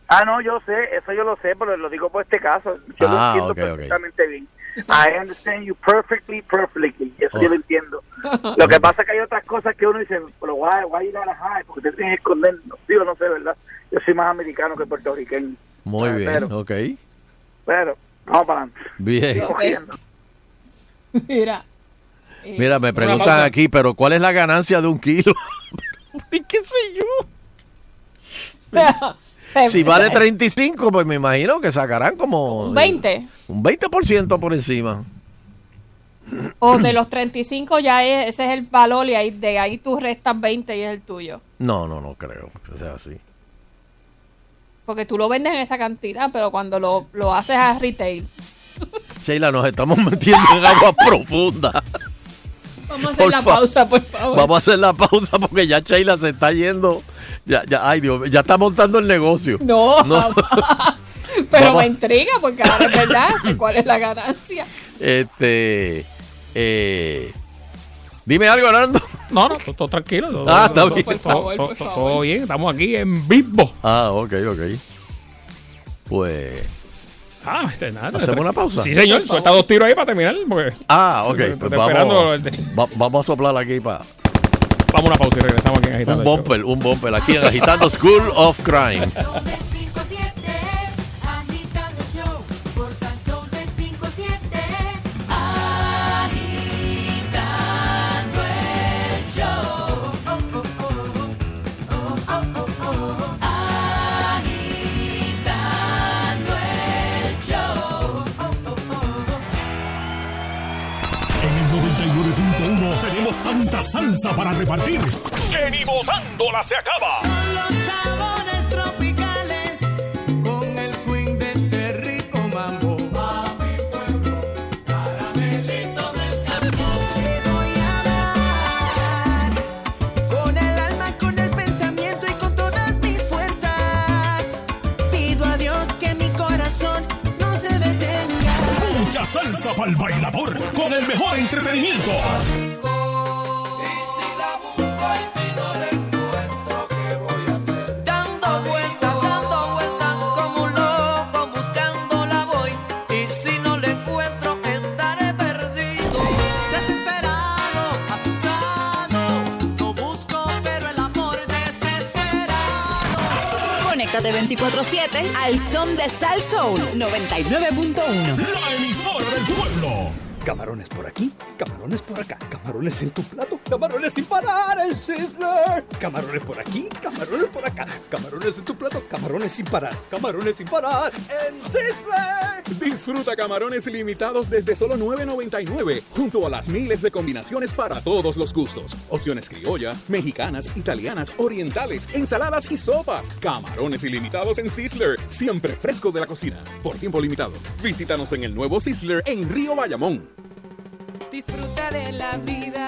Speaker 11: Ah, no, yo sé, eso yo lo sé, pero lo digo por este caso. Yo
Speaker 5: Ah,
Speaker 11: lo entiendo
Speaker 5: ok,
Speaker 11: (laughs)
Speaker 5: ok.
Speaker 11: perfectamente bien. I understand you perfectly, perfectly. Eso yo lo entiendo. Lo que pasa es que hay otras cosas que uno dice, pero guay, guay, ir a la high, porque usted tiene que esconder. Digo, no sé, ¿verdad? Yo soy más americano que puertorriqueño.
Speaker 5: Muy bien,
Speaker 11: pero-
Speaker 5: ok.
Speaker 11: Pero, vamos para adelante.
Speaker 5: Bien.
Speaker 11: Sigo cogiendo.
Speaker 6: Mira. Eh,
Speaker 5: Mira, me preguntan
Speaker 11: pausa.
Speaker 5: aquí, pero ¿cuál es la ganancia de un kilo?
Speaker 6: ¿Y qué sé yo?
Speaker 5: Si vale 35, pues me imagino que sacarán como...
Speaker 6: 20.
Speaker 5: Un 20% por encima.
Speaker 6: O de los 35 ya es- ese es el valor y ahí, de ahí tú restas 20 y es el tuyo.
Speaker 5: No, no, no creo que sea así.
Speaker 6: Porque tú lo vendes en esa cantidad, pero cuando lo, lo haces a retail,
Speaker 5: Sheila, nos estamos (laughs) metiendo en agua profunda.
Speaker 6: vamos a hacer
Speaker 5: Por
Speaker 6: la
Speaker 5: fa-
Speaker 6: pausa, por favor.
Speaker 5: Vamos a hacer la pausa porque ya Sheila se está yendo. Ya, ya, ay Dios, ya está montando el negocio.
Speaker 6: No,
Speaker 5: No.
Speaker 6: (laughs) pero
Speaker 5: Vamos.
Speaker 6: me intriga porque ahora es verdad, sé ¿cuál es la ganancia?
Speaker 5: Este. eh, dime algo, Nando.
Speaker 4: (laughs) No, no, todo, todo tranquilo. todo-
Speaker 5: Ah, está
Speaker 4: todo-
Speaker 5: bien.
Speaker 4: todo- todo- todo- todo bien, estamos aquí en vivo.
Speaker 5: Ah, ok, ok. Pues.
Speaker 4: Ah, este, nada.
Speaker 5: ¿Hacemos una pausa?
Speaker 4: Sí, señor,
Speaker 5: Por
Speaker 4: suelta
Speaker 5: favor.
Speaker 4: dos tiros ahí para terminar. porque-
Speaker 5: Ah, ok.
Speaker 4: Sí,
Speaker 5: pues
Speaker 4: estoy esperando
Speaker 5: vamos,
Speaker 4: el de-
Speaker 5: va- vamos a soplar aquí para.
Speaker 4: Vamos a una pausa y regresamos aquí en Agitando
Speaker 5: Un
Speaker 4: el Show.
Speaker 5: bumper, un bumper aquí en Agitando School of Crime.
Speaker 16: Son de 5 a 7, agitando el show. Por Sansón de 5 a 7, agitando el show. Oh, oh, oh. Oh, oh, oh, oh. Agitando el show. Oh, oh, oh.
Speaker 1: En el 99.1 tenemos tanta salsa para repartir.
Speaker 2: Que ni votándola se acaba. Son los sabores tropicales con el swing de este rico mambo. Papi pueblo, caramelito del campo. Te voy a dar con el alma, con el pensamiento y con todas mis fuerzas. Pido a Dios que mi corazón no se detenga.
Speaker 1: Mucha salsa para el bailador con el mejor entretenimiento.
Speaker 2: Dando vueltas, dando vueltas como un loco buscándola voy Y si no la encuentro estaré perdido Desesperado, asustado, lo busco pero el amor desesperado
Speaker 9: Conéctate 24-7 al son de Sal Soul 99.1.
Speaker 1: La emisora del pueblo.
Speaker 17: Camarones por aquí, camarones por acá, camarones en tu plato, camarones sin parar, el Sizzler. Camarones por aquí, camarones por acá, camarones en tu plato, camarones sin parar, camarones sin parar, el Sizzler.
Speaker 18: Disfruta camarones limitados desde solo $9.99, junto a las miles de combinaciones para todos los gustos. Opciones criollas, mexicanas, italianas, orientales, ensaladas y sopas. Camarones ilimitados en Sizzler, siempre fresco de la cocina. Por tiempo limitado, visítanos en el nuevo Sizzler en Río Bayamón.
Speaker 19: Disfruta de la vida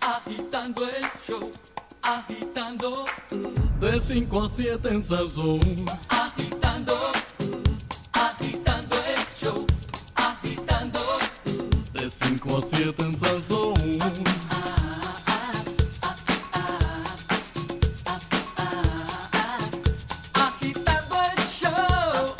Speaker 19: agitando el show, agitando. uh,
Speaker 20: De 5 a 7 en Salsón.
Speaker 19: Agitando, uh, agitando el show, agitando, uh,
Speaker 20: De 5 a 7 en Salsón.
Speaker 19: agitando el show.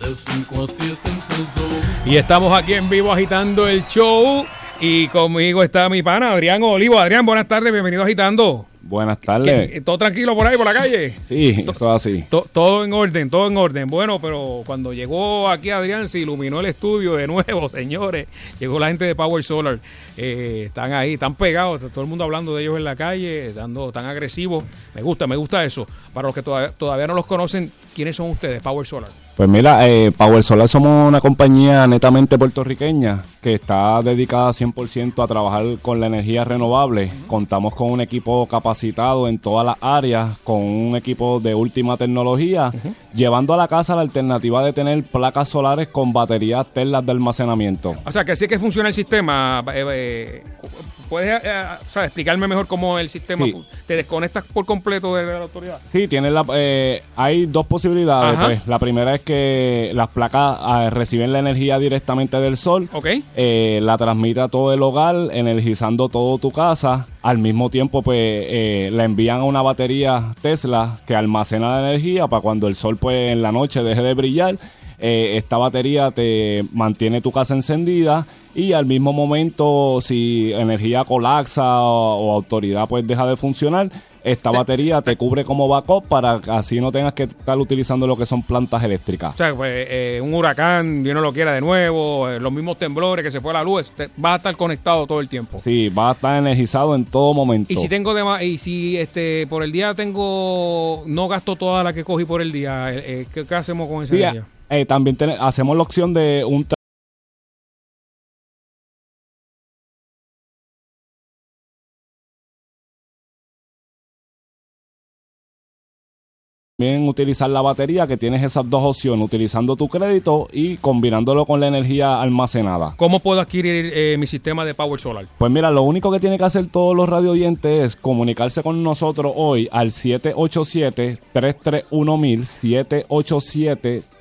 Speaker 20: De 5 a 7 en Salsón.
Speaker 4: Y estamos aquí en vivo agitando el show. Y conmigo está mi pana Adrián Olivo. Adrián, buenas tardes, bienvenido a agitando.
Speaker 21: Buenas tardes.
Speaker 4: ¿Qué- Eh, ¿Todo tranquilo por ahí, por la calle?
Speaker 21: Sí, eso es así.
Speaker 4: To- todo en orden, todo en orden. Bueno, pero cuando llegó aquí Adrián se iluminó el estudio de nuevo, (laughs) señores. Llegó la gente de Power Solar. Eh, están ahí, están pegados, está todo el mundo hablando de ellos en la calle, dando tan agresivos. Me gusta, me gusta eso. Para los que todavía, todavía no los conocen, ¿quiénes son ustedes, Power Solar?
Speaker 21: Pues mira, eh, Power Solar somos una compañía netamente puertorriqueña que está dedicada 100% a trabajar con la energía renovable. Contamos con un equipo capacitado en todas las áreas, con un equipo de última tecnología, llevando a la casa la alternativa de tener placas solares con baterías telas de almacenamiento.
Speaker 4: O sea, que así es que funciona el sistema. eh, eh, ¿Puedes eh, eh, o sea, explicarme mejor cómo el sistema?
Speaker 21: Sí.
Speaker 4: fun- ¿Te desconectas por completo de la autoridad?
Speaker 21: Sí, tiene la, eh, hay dos posibilidades.
Speaker 4: Ajá.
Speaker 21: pues. La primera es que las placas ah, reciben la energía directamente del sol,
Speaker 4: Ok.
Speaker 21: eh, la transmite a todo el hogar, energizando todo tu casa. Al mismo tiempo, pues eh, la envían a una batería Tesla que almacena la energía para cuando el sol pues en la noche deje de brillar. eh, esta batería te mantiene tu casa encendida y al mismo momento si energía colapsa o, o autoridad pues deja de funcionar, esta batería te cubre como backup para que así no tengas que estar utilizando lo que son plantas eléctricas.
Speaker 4: O sea, pues, eh, un huracán, Dios no lo quiera de nuevo, eh, los mismos temblores, que se fue la luz, te- vas a estar conectado todo el tiempo.
Speaker 21: Sí, va a estar energizado en todo momento.
Speaker 4: Y si tengo dema- y si este por el día tengo no gasto toda la que cogí por el día, eh, eh, ¿qué, qué hacemos con ese
Speaker 21: Sí,
Speaker 4: día?
Speaker 21: eh, también tene- hacemos la opción de un tra- También utilizar la batería, que tienes esas dos opciones, utilizando tu crédito y combinándolo con la energía almacenada.
Speaker 4: ¿Cómo puedo adquirir eh, mi sistema de Power Solar?
Speaker 21: Pues mira, lo único que tiene que hacer todos los radio oyentes es comunicarse con nosotros hoy al 787-331-1000,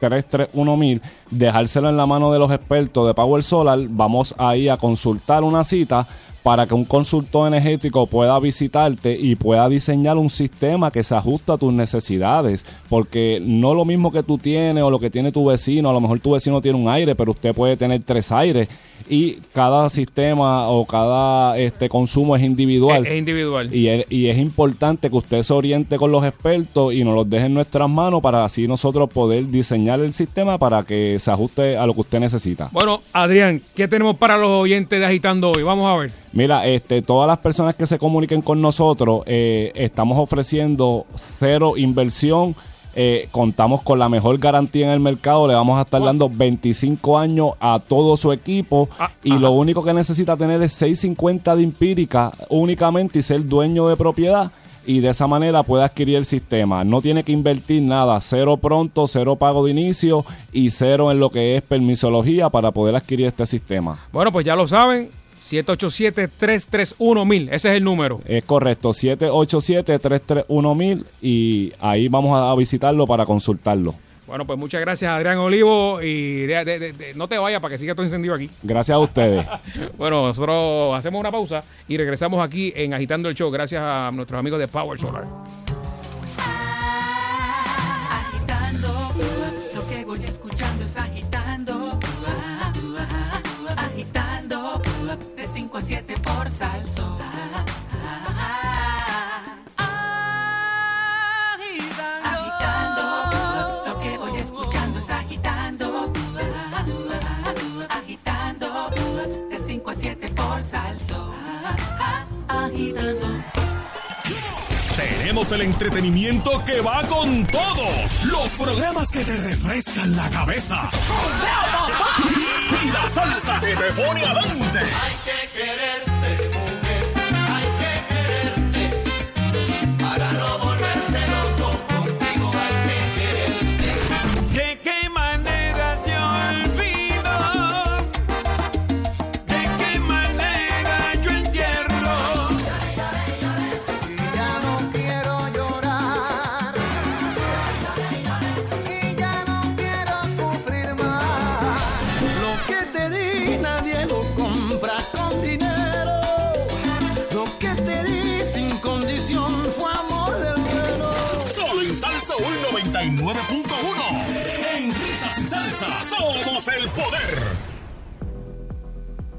Speaker 21: 787-331-1000, dejárselo en la mano de los expertos de Power Solar. Vamos ahí a consultar una cita para que un consultor energético pueda visitarte y pueda diseñar un sistema que se ajusta a tus necesidades, porque no lo mismo que tú tienes o lo que tiene tu vecino, a lo mejor tu vecino tiene un aire, pero usted puede tener tres aires y cada sistema o cada este consumo es individual.
Speaker 4: Es individual.
Speaker 21: Y es, y es importante que usted se oriente con los expertos y nos los deje en nuestras manos para así nosotros poder diseñar el sistema para que se ajuste a lo que usted necesita.
Speaker 4: Bueno, Adrián, ¿qué tenemos para los oyentes de Agitando hoy? Vamos a ver.
Speaker 21: Mira, este, todas las personas que se comuniquen con nosotros, eh, estamos ofreciendo cero inversión. eh, contamos con la mejor garantía en el mercado. Le vamos a estar dando 25 años a todo su equipo. y lo único que necesita tener es 650 de empírica únicamente y ser dueño de propiedad. Y de esa manera puede adquirir el sistema. No tiene que invertir nada. Cero pronto, cero pago de inicio y cero en lo que es permisología para poder adquirir este sistema.
Speaker 4: Bueno, pues ya lo saben, 787-331-1000, ese es el número.
Speaker 21: Es correcto, 787-331-1000 y ahí vamos a visitarlo para consultarlo.
Speaker 4: Bueno, pues muchas gracias Adrián Olivo y de- de- de- de- no te vayas para que siga todo encendido aquí.
Speaker 21: Gracias a ustedes.
Speaker 4: Bueno, nosotros hacemos una pausa y regresamos aquí en Agitando el Show gracias a nuestros amigos de Power Solar.
Speaker 16: Agitando, lo que voy escuchando es agitando. Agitando, de 5 a 7 por salso. Agitando, lo que voy escuchando es agitando. Agitando, de 5 a 7 por salso. Agitando.
Speaker 1: Tenemos el entretenimiento que va con todos. Los programas que te refrescan la cabeza. Y la salsa que te pone adelante.
Speaker 2: Para no volverse loco, contigo hay que quererte. ¿De qué manera te olvido? ¿De qué manera yo entierro? Y ya no quiero llorar. Y ya no quiero sufrir más. Lo que te di nadie lo compra con dinero. Lo que te di sin condición fue amor del bueno.
Speaker 1: Solo en Salsa Soul 99.1. En risas y salsa somos el poder.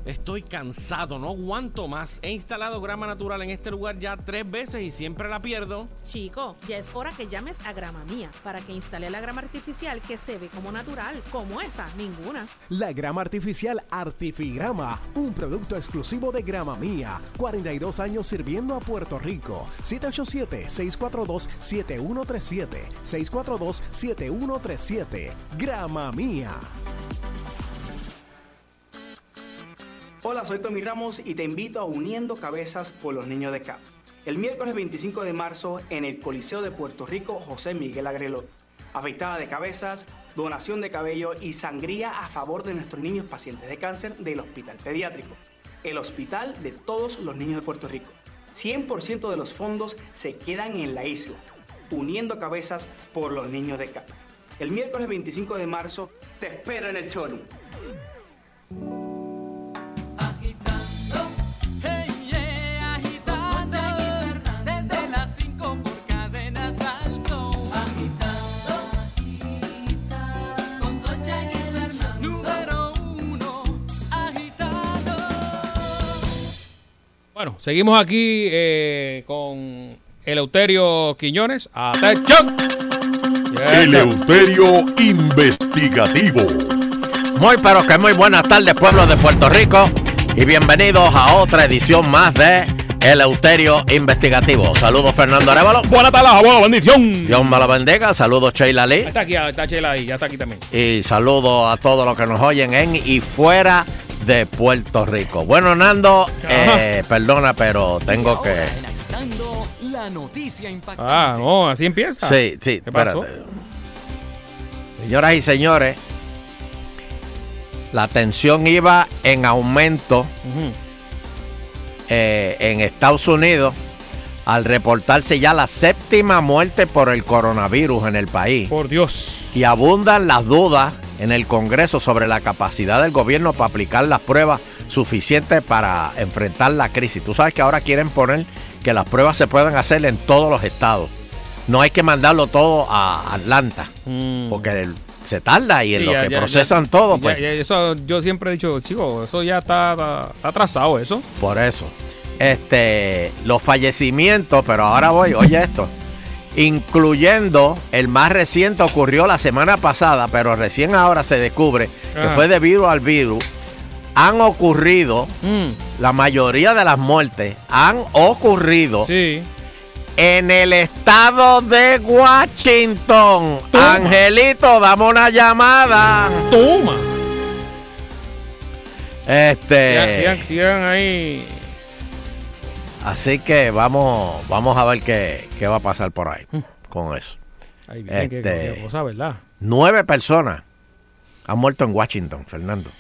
Speaker 22: Estoy cansado, no aguanto más. He instalado grama natural en este lugar ya tres veces y siempre la pierdo.
Speaker 23: Chico, ya es hora que llames a Grama Mía para que instale la grama artificial que se ve como natural, como esa, ninguna.
Speaker 24: La grama artificial Artifigrama, un producto exclusivo de Grama Mía. 42 años sirviendo a Puerto Rico. 787-642-7137. 642-7137. Grama Mía.
Speaker 25: Hola, soy Tommy Ramos y te invito a Uniendo Cabezas por los Niños de CAP. El miércoles 25 de marzo en el Coliseo de Puerto Rico José Miguel Agrelot. Afeitada de cabezas, donación de cabello y sangría a favor de nuestros niños pacientes de cáncer del Hospital Pediátrico. El hospital de todos los niños de Puerto Rico. 100% de los fondos se quedan en la isla. Uniendo Cabezas por los Niños de CAP. El miércoles 25 de marzo te espero en el Choli.
Speaker 16: Hey, yeah, agitando, desde las 5 por cadenas al sol. Agitando, con Sonja y Fernando. Número uno, agitando.
Speaker 4: Bueno, seguimos aquí eh, con Eleuterio Quiñones. ¡Atención! Yes, sir.
Speaker 1: Eleuterio Investigativo.
Speaker 5: Muy pero que muy buenas tardes pueblo de Puerto Rico y bienvenidos a otra edición más de Eleuterio Investigativo. Saludos Fernando Arevalo.
Speaker 4: Buenas tardes, abuelo, bendición.
Speaker 5: Dios me la bendiga. Saludos Sheila Lee.
Speaker 4: Está aquí, está Chela ahí, ya está aquí también.
Speaker 5: Y saludos a todos los que nos oyen en y fuera de Puerto Rico. Bueno, Nando, eh, perdona, pero tengo que...
Speaker 2: Dando la noticia impactante.
Speaker 4: Ah, no, así empieza.
Speaker 5: Sí, sí,
Speaker 4: ¿Qué pasó?
Speaker 5: espérate. Señoras y señores, la tensión iba en aumento eh, en Estados Unidos al reportarse ya la séptima muerte por el coronavirus en el país.
Speaker 4: Por Dios.
Speaker 5: Y abundan las dudas en el Congreso sobre la capacidad del gobierno para aplicar las pruebas suficientes para enfrentar la crisis. Tú sabes que ahora quieren poner que las pruebas se puedan hacer en todos los estados. No hay que mandarlo todo a Atlanta, porque el- se tarda y
Speaker 4: Mm.
Speaker 5: en
Speaker 4: Sí,
Speaker 5: lo
Speaker 4: ya-
Speaker 5: que
Speaker 4: ya-
Speaker 5: procesan
Speaker 4: ya-
Speaker 5: todo,
Speaker 4: ya-
Speaker 5: pues
Speaker 4: ya- eso yo siempre he dicho, chico, eso ya está, está, está atrasado, eso.
Speaker 5: Por eso. Este, los fallecimientos, pero ahora voy, oye esto. Incluyendo el más reciente ocurrió la semana pasada, pero recién ahora se descubre que
Speaker 26: Ajá.
Speaker 5: fue debido al virus. Han ocurrido, la mayoría de las muertes han ocurrido en el estado de Washington. Angelito, dame una llamada.
Speaker 4: Toma.
Speaker 5: Este.
Speaker 4: Sigan, sigan, sigan ahí.
Speaker 5: Así que vamos, vamos a ver qué, qué va a pasar por ahí con eso.
Speaker 4: Hmm. Ahí viene que-
Speaker 5: Este,
Speaker 4: que cosa, ¿verdad?
Speaker 5: Nueve personas han muerto en Washington, Fernando.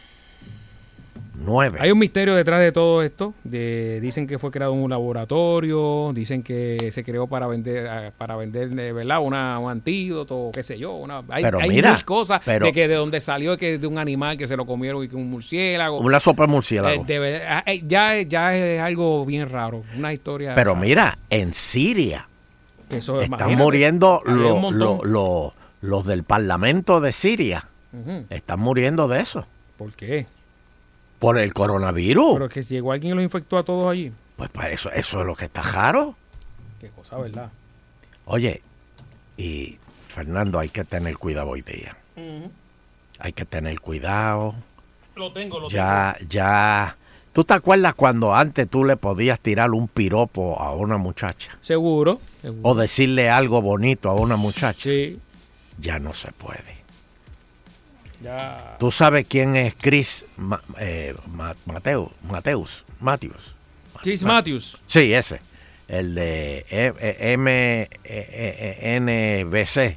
Speaker 5: Nueve.
Speaker 4: Hay un misterio detrás de todo esto. De, dicen que fue creado en un laboratorio, dicen que se creó para vender, ah, para vender, eh, ¿verdad? Una, un antídoto, qué sé yo. Una, hay
Speaker 5: Pero
Speaker 4: hay
Speaker 5: mira,
Speaker 4: muchas cosas
Speaker 5: pero-
Speaker 4: de que de donde salió, que de un animal que se lo comieron y que un murciélago.
Speaker 5: Una sopa de murciélago.
Speaker 4: Eh, de ver- ah, eh, ya, ya es algo bien raro, una historia.
Speaker 5: Pero
Speaker 4: rara.
Speaker 5: mira, en Siria
Speaker 4: Que eso,
Speaker 5: están
Speaker 4: ah. imagínate.
Speaker 5: muriendo
Speaker 4: Había
Speaker 5: lo-
Speaker 4: un montón.
Speaker 5: lo- lo- los del Parlamento de Siria.
Speaker 4: Ujú.
Speaker 5: Están muriendo de eso.
Speaker 4: ¿Por qué?
Speaker 5: Por el coronavirus.
Speaker 4: Pero que si llegó alguien y los infectó a todos allí.
Speaker 5: Pues para eso, eso es lo que está raro.
Speaker 4: Qué cosa, ¿verdad?
Speaker 5: Oye, y Fernando, hay que tener cuidado hoy día. Hay que tener cuidado.
Speaker 22: Lo tengo, lo
Speaker 5: ya, ya. ¿Tú te acuerdas cuando antes tú le podías tirar un piropo a una muchacha?
Speaker 4: Seguro.
Speaker 5: O decirle algo bonito a una muchacha.
Speaker 4: Sí.
Speaker 5: Ya no se puede.
Speaker 4: Ya.
Speaker 5: ¿Tú sabes quién es Chris Ma- eh, Ma- Mateo, Mateus? Mateus.
Speaker 4: Chris Matthews.
Speaker 5: Sí, ese. El de E- E- M- E- E- E- NBC,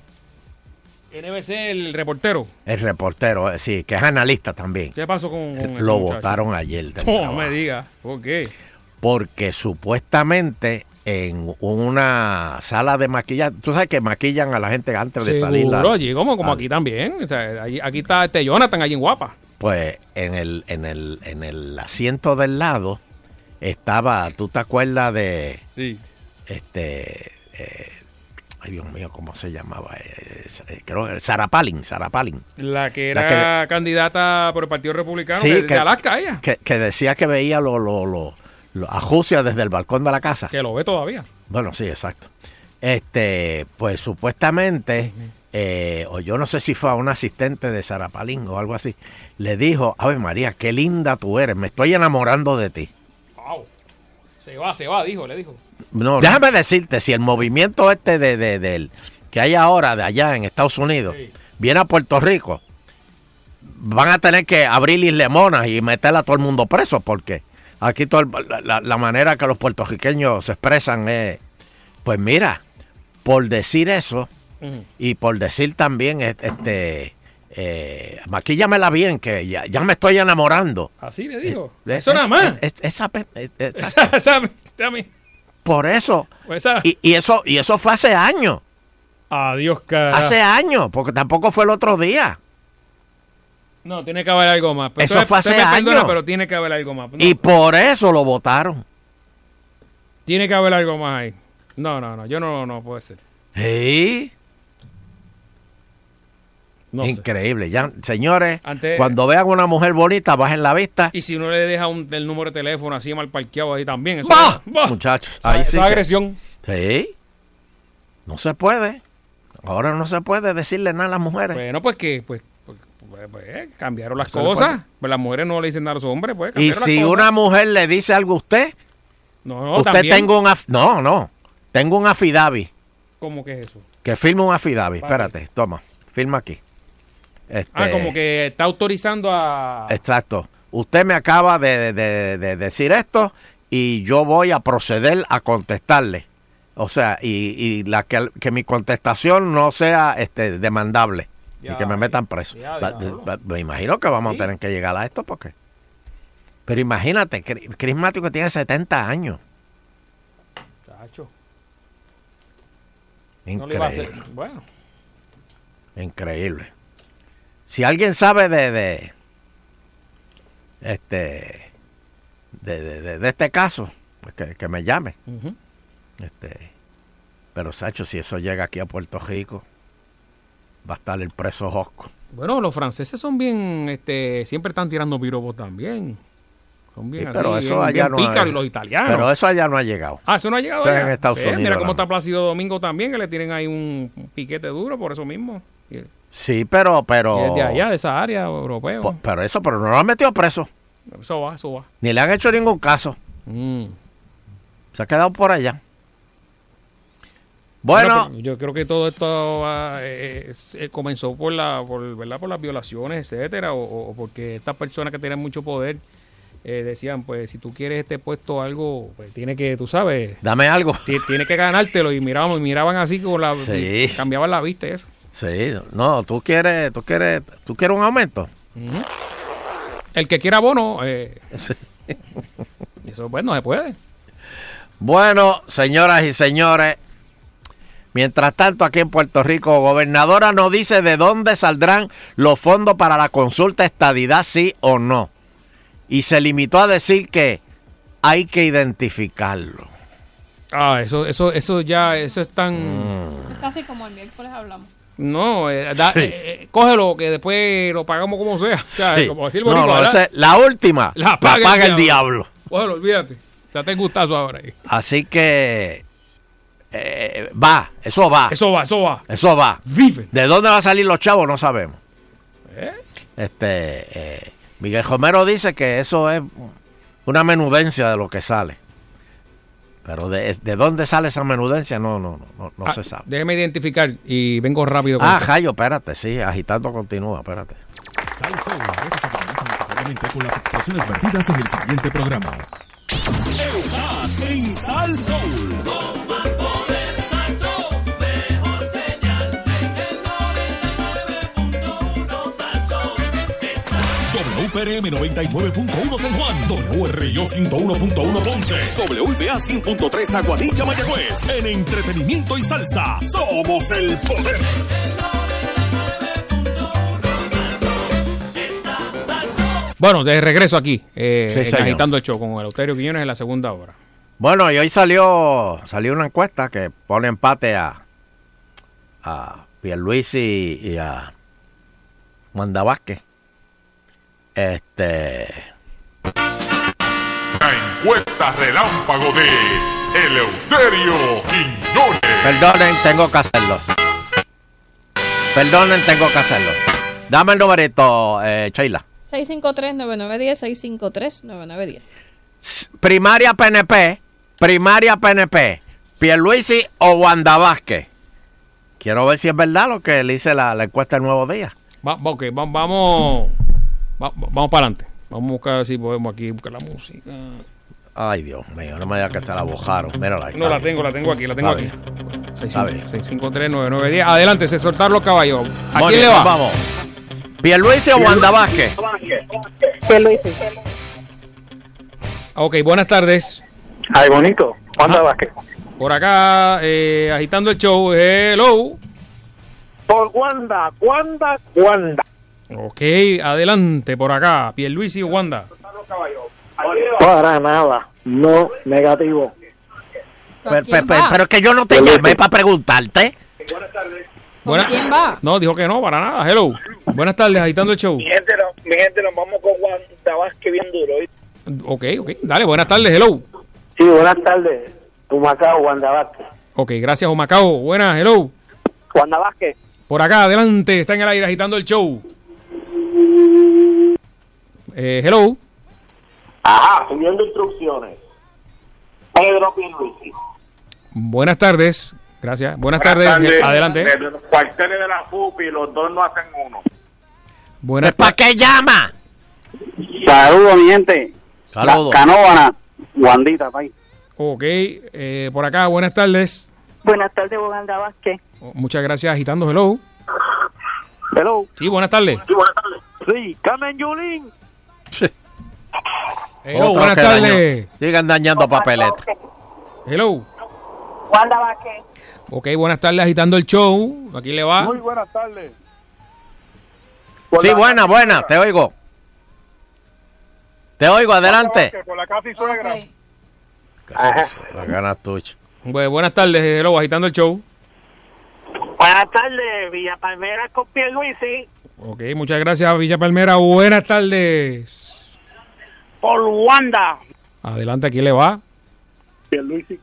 Speaker 4: NBC, el reportero.
Speaker 5: el reportero, eh, sí, que es analista también.
Speaker 4: ¿Qué pasó con, con ese
Speaker 5: Lo
Speaker 4: muchacho?
Speaker 5: votaron ayer. del
Speaker 4: No
Speaker 5: trabajo.
Speaker 4: me diga. ¿Por qué?
Speaker 5: porque supuestamente en una sala de maquillaje, tú sabes que maquillan a la gente antes de salir. la-
Speaker 4: Seguro, allí, como, como
Speaker 5: la-
Speaker 4: aquí también. O sea, allí- aquí está este Jonathan, allí en Guapa.
Speaker 5: Pues en el, en el, en el asiento del lado estaba, ¿tú te acuerdas de
Speaker 4: Sí.
Speaker 5: este eh, Ay, Dios mío, ¿cómo se llamaba? Eh, eh, creo que Sarah Palin, Sarah Palin.
Speaker 4: La que
Speaker 5: La
Speaker 4: era candidata por el Partido Republicano
Speaker 5: Sí,
Speaker 4: de, de
Speaker 5: que-
Speaker 4: Alaska, ella.
Speaker 5: Que, que decía que veía lo, lo, lo- lo- a Rusia desde el balcón de la casa.
Speaker 4: Que lo ve todavía.
Speaker 5: Bueno, sí, exacto. Este, pues supuestamente, eh, o yo no sé si fue a un asistente de Sarah Palin o algo así, le dijo, Ave María, qué linda tú eres, me estoy enamorando de ti.
Speaker 4: Wow. Se va, se va, dijo, le dijo.
Speaker 5: No, Déjame decirte, si el movimiento este de, de- del- que hay ahora de allá en Estados Unidos viene a Puerto Rico, van a tener que abrir islemonas y meter a todo el mundo preso, porque aquí todo el- la- la, la manera que los puertorriqueños se expresan es, pues mira, por decir eso y por decir también es- este... Eh, maquíllamela bien, que ya, ya me estoy enamorando.
Speaker 4: Así le dijo.
Speaker 5: Eh,
Speaker 4: Eso
Speaker 5: eh,
Speaker 4: nada más.
Speaker 5: eh, esa, pe- eh, eh,
Speaker 4: (laughs) Esa- esa- dame.
Speaker 5: por eso.
Speaker 4: Pues esa-
Speaker 5: Y, y eso y eso fue hace años.
Speaker 4: Adiós, cara.
Speaker 5: Hace años, porque tampoco fue el otro día.
Speaker 4: No, tiene que haber algo más. Pero
Speaker 5: Eso
Speaker 4: entonces-
Speaker 5: fue
Speaker 4: usted
Speaker 5: hace
Speaker 4: me perdona,
Speaker 5: años.
Speaker 4: pero tiene que haber algo más. No,
Speaker 5: Y por eso lo votaron.
Speaker 4: Tiene que haber algo más ahí. No, no, no. Yo no, no puede ser.
Speaker 5: Sí.
Speaker 4: No sé.
Speaker 5: Increíble. Ya, señores,
Speaker 4: Antes-
Speaker 5: cuando vean una mujer bonita, bajen la vista.
Speaker 4: Y si no le deja un, el número de teléfono así mal parqueado ahí también. Eso
Speaker 5: ¡Bah! Muchachos, ahí
Speaker 4: eso
Speaker 5: sí.
Speaker 4: es
Speaker 5: que-
Speaker 4: agresión.
Speaker 5: Sí. No se puede. Ahora no se puede decirle nada a las mujeres.
Speaker 4: Bueno, pues que pues, pues, pues, pues, cambiaron las
Speaker 5: Eso le
Speaker 4: cosas. Pues las mujeres no le dicen nada a los hombres, pues
Speaker 5: y
Speaker 4: cambiaron las
Speaker 5: si
Speaker 4: cosas.
Speaker 5: una mujer le dice algo a usted,
Speaker 4: No, no,
Speaker 5: usted
Speaker 4: también.
Speaker 5: tengo un af- no, no, tengo un afidavi.
Speaker 4: ¿Cómo que es eso?
Speaker 5: Que firme un affidavit.
Speaker 4: Vale.
Speaker 5: Espérate, toma. Firma aquí. Este,
Speaker 4: Ah, como que está autorizando a...
Speaker 5: Exacto. Usted me acaba de, de- de- de decir esto y yo voy a proceder a contestarle. O sea, y, y la que, que mi contestación no sea este, demandable y
Speaker 4: Ya,
Speaker 5: que me metan preso.
Speaker 4: ya,
Speaker 5: Va-
Speaker 4: diablo.
Speaker 5: va- me imagino que vamos a tener que llegar a esto porque... Pero imagínate, Cri- Crismático tiene 70 años.
Speaker 4: Chacho, no le
Speaker 5: Increíble.
Speaker 4: iba a hacer... Bueno,
Speaker 5: Increíble. Si alguien sabe de, de este de, de- de- de este caso, pues que, que me llame.
Speaker 4: Ujú.
Speaker 5: Este, pero Sacho, si eso llega aquí a Puerto Rico, va a estar el preso Josco.
Speaker 4: bueno, los franceses son bien... este Siempre están tirando piropos también. Son bien
Speaker 5: Sí, pero
Speaker 4: así,
Speaker 5: eso
Speaker 4: bien-
Speaker 5: allá
Speaker 4: bien
Speaker 5: no ha-
Speaker 4: pícaros, y los italianos.
Speaker 5: Pero eso allá no ha llegado.
Speaker 4: Ah, eso no ha llegado
Speaker 5: Eso es
Speaker 4: allá?
Speaker 5: en Estados
Speaker 4: Sí,
Speaker 5: Unidos.
Speaker 4: Mira
Speaker 5: nada
Speaker 4: cómo
Speaker 5: más.
Speaker 4: está Plácido Domingo también, que le tienen ahí un piquete duro por eso mismo. Y, y
Speaker 5: Sí, pero pero
Speaker 4: es de allá, de esa área europea.
Speaker 5: po- pero eso, pero no lo han metido preso,
Speaker 4: Eso va, eso va.
Speaker 5: ni le han hecho ningún caso.
Speaker 4: Mm.
Speaker 5: Se ha quedado por allá. Bueno,
Speaker 4: pero yo creo que todo esto ah, eh, eh, se- comenzó por la, por, ¿verdad? por las violaciones, etcétera, o, o- o porque estas personas que tienen mucho poder eh, decían, pues si tú quieres este puesto algo, pues tiene que, tú sabes,
Speaker 5: dame algo.
Speaker 4: ti- tiene que ganártelo y miraban, miraban así con la,
Speaker 5: Sí.
Speaker 4: y cambiaban la vista y eso.
Speaker 5: Sí, no, tú quieres, tú quieres, tú quieres un aumento.
Speaker 4: Ujú. El que quiera bono, eh,
Speaker 5: Sí.
Speaker 4: (laughs) eso pues no se puede.
Speaker 5: Bueno, señoras y señores, mientras tanto aquí en Puerto Rico, gobernadora no dice de dónde saldrán los fondos para la consulta estadidad, sí o no. Y se limitó a decir que hay que identificarlo.
Speaker 4: Ah, eso, eso, eso ya, eso es tan...
Speaker 6: Es casi como el miércoles hablamos.
Speaker 4: No, eh, da-
Speaker 5: Mm. Sí.
Speaker 4: eh, eh, cógelo, que después lo pagamos como sea. (laughs) O sea,
Speaker 5: Sí.
Speaker 4: como decir el
Speaker 5: No,
Speaker 4: boricua,
Speaker 5: no,
Speaker 4: ¿verdad?
Speaker 5: esa es la última
Speaker 4: La paga,
Speaker 5: el diablo.
Speaker 4: Bueno, olvídate. Date el gustazo ahora. ahí.
Speaker 5: Así que eh, va, eso va.
Speaker 4: Eso va, eso va.
Speaker 5: Eso va.
Speaker 4: Vive.
Speaker 5: ¿De dónde van a salir los chavos? No sabemos.
Speaker 4: ¿Eh?
Speaker 5: Este, eh, Miguel Romero dice que eso es una menudencia de lo que sale. Pero de, de dónde sale esa menudencia no, no, no, no, no
Speaker 4: Ah,
Speaker 5: se sabe.
Speaker 4: Déjeme identificar y vengo rápido. con
Speaker 5: Ah,
Speaker 4: esto.
Speaker 5: Jayo, espérate, sí, agitando continúa, espérate.
Speaker 1: Salsa no se sintoniza necesariamente con las expresiones vertidas en el siguiente programa.
Speaker 2: Estás en Sal Soul. Con más poder, Sal Soul. Mejor señal en el 99.1 Sal Soul.
Speaker 1: WPRM 99.1 San Juan, WRIO 101.1 Ponce, WBA 100.3 Aguadilla Mayagüez. En entretenimiento y salsa, somos el poder.
Speaker 4: Bueno, de regreso aquí, eh,
Speaker 5: Sí,
Speaker 4: en
Speaker 5: señor.
Speaker 4: agitando el show con Eleuterio Quiñones en la segunda hora.
Speaker 5: Bueno, y hoy salió, salió una encuesta que pone empate a, a Pierluisi y a Wanda Vázquez. Este.
Speaker 2: La encuesta relámpago de Eleuterio Quiñones.
Speaker 5: Perdonen, tengo que hacerlo. Perdonen, tengo que hacerlo. Dame el numerito, eh, Sheila.
Speaker 6: 653-9910, 653-9910.
Speaker 5: Primaria PNP, primaria PNP, Pierluisi o Wanda Vázquez. Quiero ver si es verdad lo que le hice la, la encuesta el nuevo día.
Speaker 4: Va- va- ok, va- vamos, va- vamos para adelante. Vamos a buscar si podemos aquí buscar la música.
Speaker 5: Ay, Dios mío, no me digas que hasta la bojaron. Mírala ahí.
Speaker 4: No, la tengo, la tengo aquí, la tengo
Speaker 5: Está
Speaker 4: aquí.
Speaker 5: bien.
Speaker 4: 653-9910. Adelante, se soltaron los caballos. ¿A
Speaker 5: Muy
Speaker 4: quién
Speaker 5: bien,
Speaker 4: le va?
Speaker 5: pues vamos. ¿Pierluisi o Wanda Vázquez?
Speaker 4: Ok, buenas tardes.
Speaker 10: Ay, bonito. Wanda Vázquez.
Speaker 4: Por acá, eh, agitando el show. Hello.
Speaker 10: Por Wanda, Wanda, Wanda.
Speaker 4: Ok, adelante, por acá. Pierluisi o Wanda.
Speaker 10: Para nada, no negativo.
Speaker 5: Pero, pero- pero- Pues, pero es que yo no te llamé para preguntarte.
Speaker 4: Buena-
Speaker 10: quién va?
Speaker 4: No, dijo que no, para nada. Hello. Buenas tardes, agitando el show.
Speaker 10: Mi gente, no- mi gente, nos vamos con Wanda Vázquez bien duro. ¿oíste?
Speaker 4: Ok, ok. Dale, buenas tardes, hello.
Speaker 10: Sí, buenas tardes. Humacao, Wanda Vázquez.
Speaker 4: Ok, gracias, Omacao. Buenas, hello.
Speaker 10: Wanda Vázquez.
Speaker 4: Por acá, adelante, está en el aire agitando el show. Eh, hello.
Speaker 10: Ajá, siguiendo instrucciones. Pedro Pierluisi.
Speaker 4: Buenas tardes. Gracias. Buenas, tardes. Adelante.
Speaker 2: Desde los cuarteles de la FUPI, los dos no hacen uno.
Speaker 4: Buenas
Speaker 5: ¿Para qué llama?
Speaker 10: Saludos, mi gente. La
Speaker 4: Saludos.
Speaker 10: Canóvana, Wandita, pay.
Speaker 4: Ok, eh, por acá, buenas tardes.
Speaker 14: (laughs) Buenas tardes, Wanda Vázquez.
Speaker 4: Muchas gracias, agitando, hello.
Speaker 10: Hello.
Speaker 4: Sí, buenas tardes.
Speaker 10: Sí, Carmen Yulín.
Speaker 4: Hello,
Speaker 5: Otros
Speaker 4: buenas
Speaker 5: que
Speaker 4: tardes.
Speaker 5: dañó- Sigan dañando papeletas.
Speaker 4: Hello.
Speaker 14: Wanda Vázquez.
Speaker 4: Ok, buenas tardes, agitando el show. Aquí le va.
Speaker 10: buenas tardes.
Speaker 5: Sí, buena, buena, te oigo. Te oigo, adelante.
Speaker 10: Por la casa y suegra.
Speaker 5: Las ganas tuyas.
Speaker 4: Bu- Pues, buenas tardes, hello, agitando el show.
Speaker 10: Buenas tardes, Villa Palmera con Pierluisi.
Speaker 4: Ok, muchas gracias, Villa Palmera. Buenas tardes.
Speaker 10: Por Wanda.
Speaker 4: Adelante, aquí le va.
Speaker 2: Pierluisi.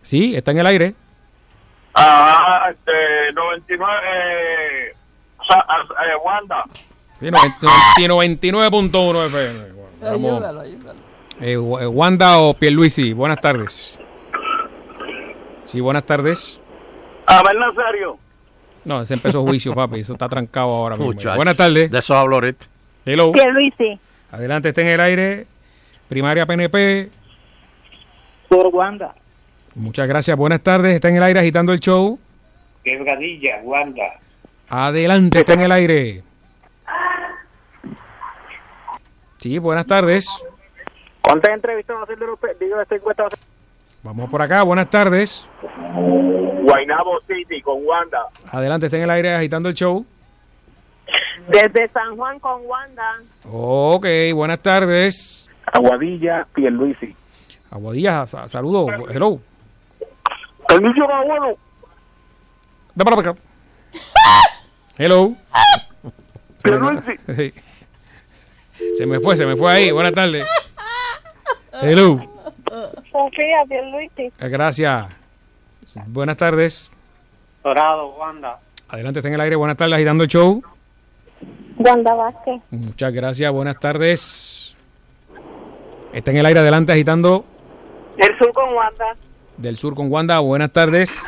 Speaker 4: Sí, está en el aire.
Speaker 2: Ah, este, 99, eh, o sea, ah, eh, Wanda.
Speaker 4: Sí, 90 99.1 FM. Vamos. Eh, Wa- eh, Wanda o Pierluisi, buenas tardes. Sí, buenas tardes.
Speaker 10: A ver, Nazario.
Speaker 4: No, se empezó juicio, papi. Eso está trancado ahora mismo.
Speaker 5: Muchacho,
Speaker 4: Buenas tardes.
Speaker 5: De esos hablo ahorita.
Speaker 4: Hello.
Speaker 14: Pierluisi.
Speaker 4: Adelante, está en el aire. Primaria PNP.
Speaker 10: Por Wanda.
Speaker 4: Muchas gracias. Buenas tardes. Está en el aire agitando el show.
Speaker 10: Quebradilla, Wanda.
Speaker 4: Adelante, está en el aire. Sí, buenas tardes.
Speaker 10: ¿Cuántas entrevistas va a hacer de los pe- digo, esta encuesta? va a ser?
Speaker 4: Vamos por acá. Buenas tardes.
Speaker 2: Guaynabo City con Wanda.
Speaker 4: Adelante, está en el aire agitando el show.
Speaker 14: Desde San Juan con Wanda.
Speaker 4: Ok, buenas tardes.
Speaker 10: Aguadilla, Pierluisi.
Speaker 4: Aguadillas, sa- saludos. Hello.
Speaker 10: Carlillo Abuelo.
Speaker 4: Da para acá. Hello. Se me, (laughs) Sí. Se me fue, se me fue ahí. Buenas tardes. Hello.
Speaker 14: Confía, Pierluisi.
Speaker 4: Eh, Gracias. Buenas tardes.
Speaker 10: Dorado, Wanda.
Speaker 4: Adelante, está en el aire. Buenas tardes, agitando el show.
Speaker 14: Wanda Vázquez.
Speaker 4: Muchas gracias. Buenas tardes. Está en el aire, adelante, agitando
Speaker 14: El sur con Wanda.
Speaker 4: del sur con Wanda. Buenas tardes.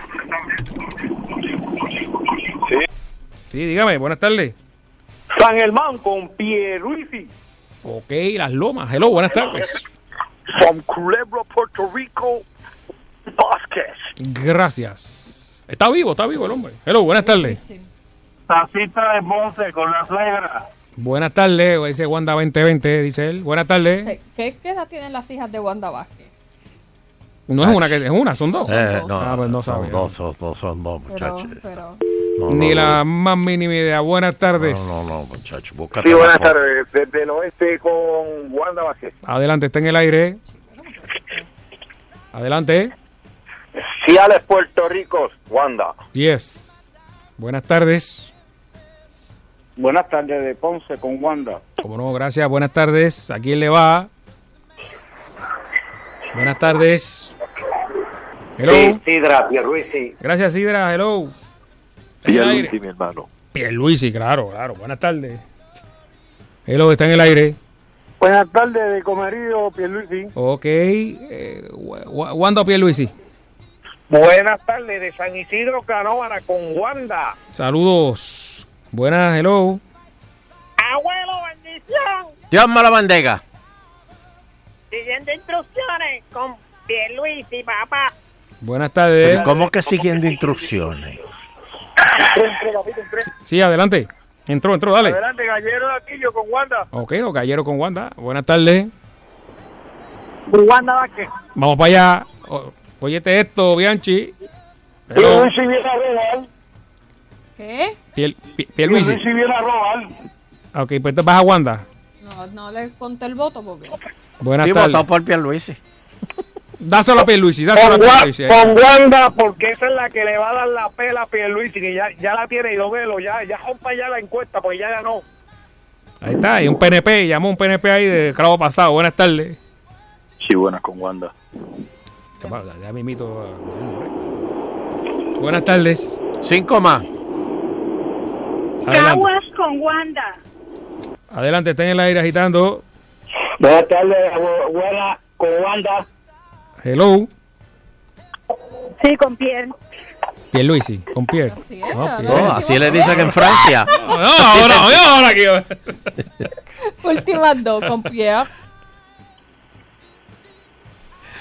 Speaker 4: Sí. Sí, dígame. Buenas tardes.
Speaker 10: San Germán con Pierluisi.
Speaker 4: Ok, las lomas. Hello, buenas tardes.
Speaker 10: From Culebra, Puerto Rico, Vázquez.
Speaker 4: Gracias. Está vivo, está vivo el hombre. Hello, buenas tardes.
Speaker 10: Tacita de Ponce con la suegra.
Speaker 4: Buenas tardes, dice Wanda 2020, dice él. Buenas tardes.
Speaker 6: ¿Qué, qué edad tienen las hijas de Wanda Vázquez?
Speaker 4: No es una, que es una, son dos.
Speaker 5: Eh, no,
Speaker 4: Ah, pues no
Speaker 5: son
Speaker 4: sabía.
Speaker 5: dos, son dos, son dos,
Speaker 6: Pero,
Speaker 5: muchachos.
Speaker 6: pero.
Speaker 5: No,
Speaker 4: Ni
Speaker 5: no,
Speaker 4: la más mínima idea. Buenas tardes.
Speaker 5: No, no, no, muchachos. búscate
Speaker 10: Sí, buenas
Speaker 5: otra cosa.
Speaker 10: tardes. Desde el oeste con Wanda Vázquez.
Speaker 4: Adelante, está en el aire. Adelante.
Speaker 10: Ciales, Puerto Rico, Wanda.
Speaker 4: 10. Buenas tardes.
Speaker 3: Buenas tardes de Ponce con Wanda.
Speaker 4: Como no, gracias. Buenas tardes. ¿A quién le va? Buenas tardes. Hello.
Speaker 8: Sí, Sidra, Pierluisi.
Speaker 4: Gracias, Sidra. Hello.
Speaker 8: Pierluisi, mi hermano.
Speaker 4: Pierluisi, claro, claro. Buenas tardes. Hello, está en el aire.
Speaker 3: Buenas tardes de Comerío, Pierluisi.
Speaker 4: Ok. eh, Wa- Wa- Wanda o Pierluisi.
Speaker 14: Buenas tardes de San Isidro Canóvara con Wanda.
Speaker 4: Saludos. Buenas, hello.
Speaker 14: Abuelo, bendición.
Speaker 5: Llama la bandega.
Speaker 14: Siguiendo instrucciones con Pierluisi, papá.
Speaker 4: Buenas tardes.
Speaker 5: ¿Cómo que siguiendo instrucciones?
Speaker 4: Sí, adelante. Entró, entró, dale.
Speaker 3: Adelante, Gallero de Aquillo con Wanda.
Speaker 4: Ok, los galleros con Wanda. Buenas tardes.
Speaker 14: Wanda Vázquez.
Speaker 4: Vamos para allá. O- Óyete esto, Bianchi. Hello.
Speaker 14: Pierluisi viene a robar.
Speaker 6: ¿Qué?
Speaker 4: Piel, Pie- Pierluisi.
Speaker 14: Pierluisi viene a robar.
Speaker 4: Ok, pues entonces vas a Wanda.
Speaker 6: No, no le conté el voto porque. (laughs)
Speaker 4: Buenas
Speaker 5: Sí,
Speaker 4: tardes.
Speaker 5: votó por Pierluisi.
Speaker 4: Dáselo a Pierluisi, dáselo a
Speaker 14: Con, Wa-
Speaker 4: Pierluisi.
Speaker 14: con Wanda, porque esa es la que le va a dar la pela a Pierluisi, que ya, ya la tiene y lo velo, ya, ya rompa ya la encuesta, porque ya ganó.
Speaker 4: Ahí está, hay un PNP, llamó un PNP ahí de clavo pasado. Buenas tardes.
Speaker 13: Sí, buenas con Wanda.
Speaker 4: ¿Qué pasa? Ya ah, mimito. Buenas tardes. Cinco más. Adelante,
Speaker 15: Caguas con Wanda.
Speaker 4: adelante, está en el aire agitando.
Speaker 14: Buenas tardes,
Speaker 21: eh,
Speaker 14: abuela, con Wanda.
Speaker 4: Hello,
Speaker 15: Sí, con Pierre.
Speaker 4: Pierluisi, con Pierre.
Speaker 5: Oh, así le dicen en Francia.
Speaker 4: No, ahora,
Speaker 5: (laughs)
Speaker 4: ahora, ahora que-
Speaker 6: Últimas dos con Pierre.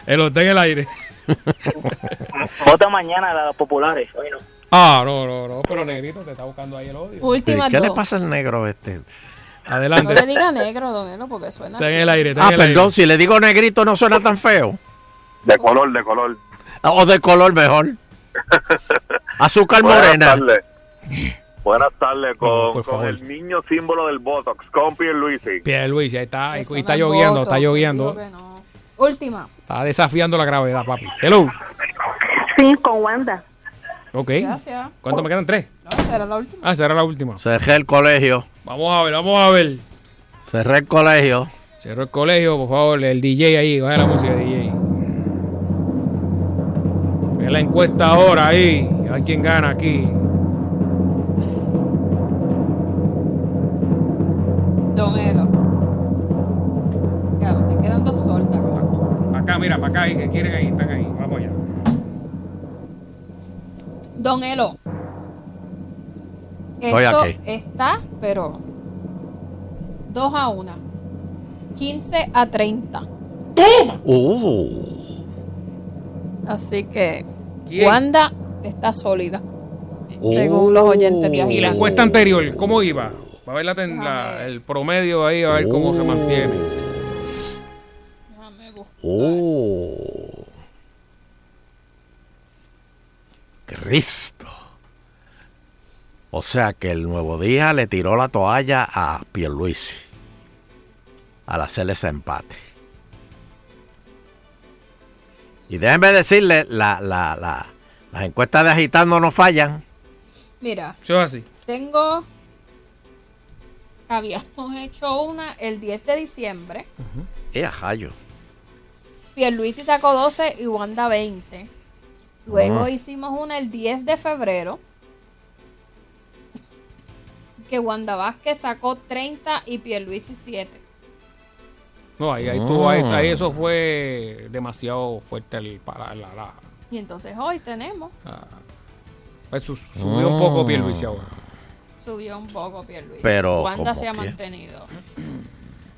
Speaker 4: El está en el
Speaker 5: (laughs)
Speaker 4: aire.
Speaker 14: Vota mañana a los populares. Hoy no.
Speaker 4: Ah, no, no, no, pero negrito te está buscando ahí el odio.
Speaker 6: Últimas
Speaker 5: ¿Qué le
Speaker 6: dos.
Speaker 5: pasa al negro este?
Speaker 6: No le
Speaker 4: Adelante.
Speaker 6: diga negro, don Elo, porque suena.
Speaker 4: Está en el aire, está
Speaker 5: Ah,
Speaker 4: en el aire.
Speaker 5: perdón, si le digo negrito no suena tan feo.
Speaker 13: De color, de color.
Speaker 5: Ah, O de color mejor. Azúcar
Speaker 13: Buenas
Speaker 5: morena.
Speaker 13: tardes. Buenas tardes con,
Speaker 4: por
Speaker 13: con
Speaker 4: favor.
Speaker 13: el niño símbolo del Botox, con Pierluisi.
Speaker 4: Pierluisi, ahí está, y
Speaker 6: Eso
Speaker 4: está
Speaker 6: no es
Speaker 4: lloviendo,
Speaker 6: voto,
Speaker 4: está
Speaker 6: digo
Speaker 4: lloviendo.
Speaker 6: que no. Última.
Speaker 4: Está desafiando la gravedad, papi. Hello.
Speaker 15: Sí, con Wanda.
Speaker 4: Ok.
Speaker 6: Gracias.
Speaker 4: ¿Cuánto me quedan? ¿Tres?
Speaker 6: No, esa era la última.
Speaker 4: Ah, será la última.
Speaker 5: Cerré el colegio.
Speaker 4: Vamos a ver, vamos a ver.
Speaker 5: Cerré el colegio.
Speaker 4: Cerró el colegio, por favor, el DJ ahí, baja la música, DJ. Ve la encuesta ahora ahí, a ver quién gana aquí.
Speaker 6: Don Elo. Claro, te quedan dos soldas.
Speaker 4: Pa' acá, mira, para acá ahí, que quieren ahí, están ahí, vamos allá.
Speaker 6: Don Elo.
Speaker 5: Estoy
Speaker 6: Esto
Speaker 5: aquí.
Speaker 6: está, pero 2 a 1. 15 a 30.
Speaker 5: Uh,
Speaker 6: Así que
Speaker 4: ¿Quién?
Speaker 6: Wanda está sólida.
Speaker 5: Oh.
Speaker 6: Según los oyentes de
Speaker 4: Y la
Speaker 6: Agitando.
Speaker 4: encuesta anterior, ¿cómo iba? Va a ver la ten- la- el promedio ahí, a ver cómo se mantiene.
Speaker 5: oh. Cristo. O sea que el nuevo día le tiró la toalla a Pierluisi al hacerle ese empate. Y déjenme decirle, la, la- la- las encuestas de agitando no fallan.
Speaker 6: Mira,
Speaker 4: Eso es así.
Speaker 6: tengo. Habíamos hecho una el 10 de diciembre.
Speaker 5: ¡Eh, ajayo!
Speaker 6: Pierluisi sacó 12 y Wanda 20. Luego
Speaker 5: Ah.
Speaker 6: hicimos una el 10 de febrero. Que Wanda Vázquez sacó 30 y Pierluisi 7.
Speaker 4: No, ahí, ahí
Speaker 5: Ah.
Speaker 4: tuvo, ahí, ahí eso fue demasiado fuerte el, para la, la-
Speaker 6: Y entonces hoy tenemos.
Speaker 4: pues, su- subió un poco Pierluisi ahora.
Speaker 6: Subió un poco Pierluisi.
Speaker 5: Pero,
Speaker 6: Wanda
Speaker 5: ¿cómo
Speaker 6: se ha
Speaker 5: que?
Speaker 6: mantenido.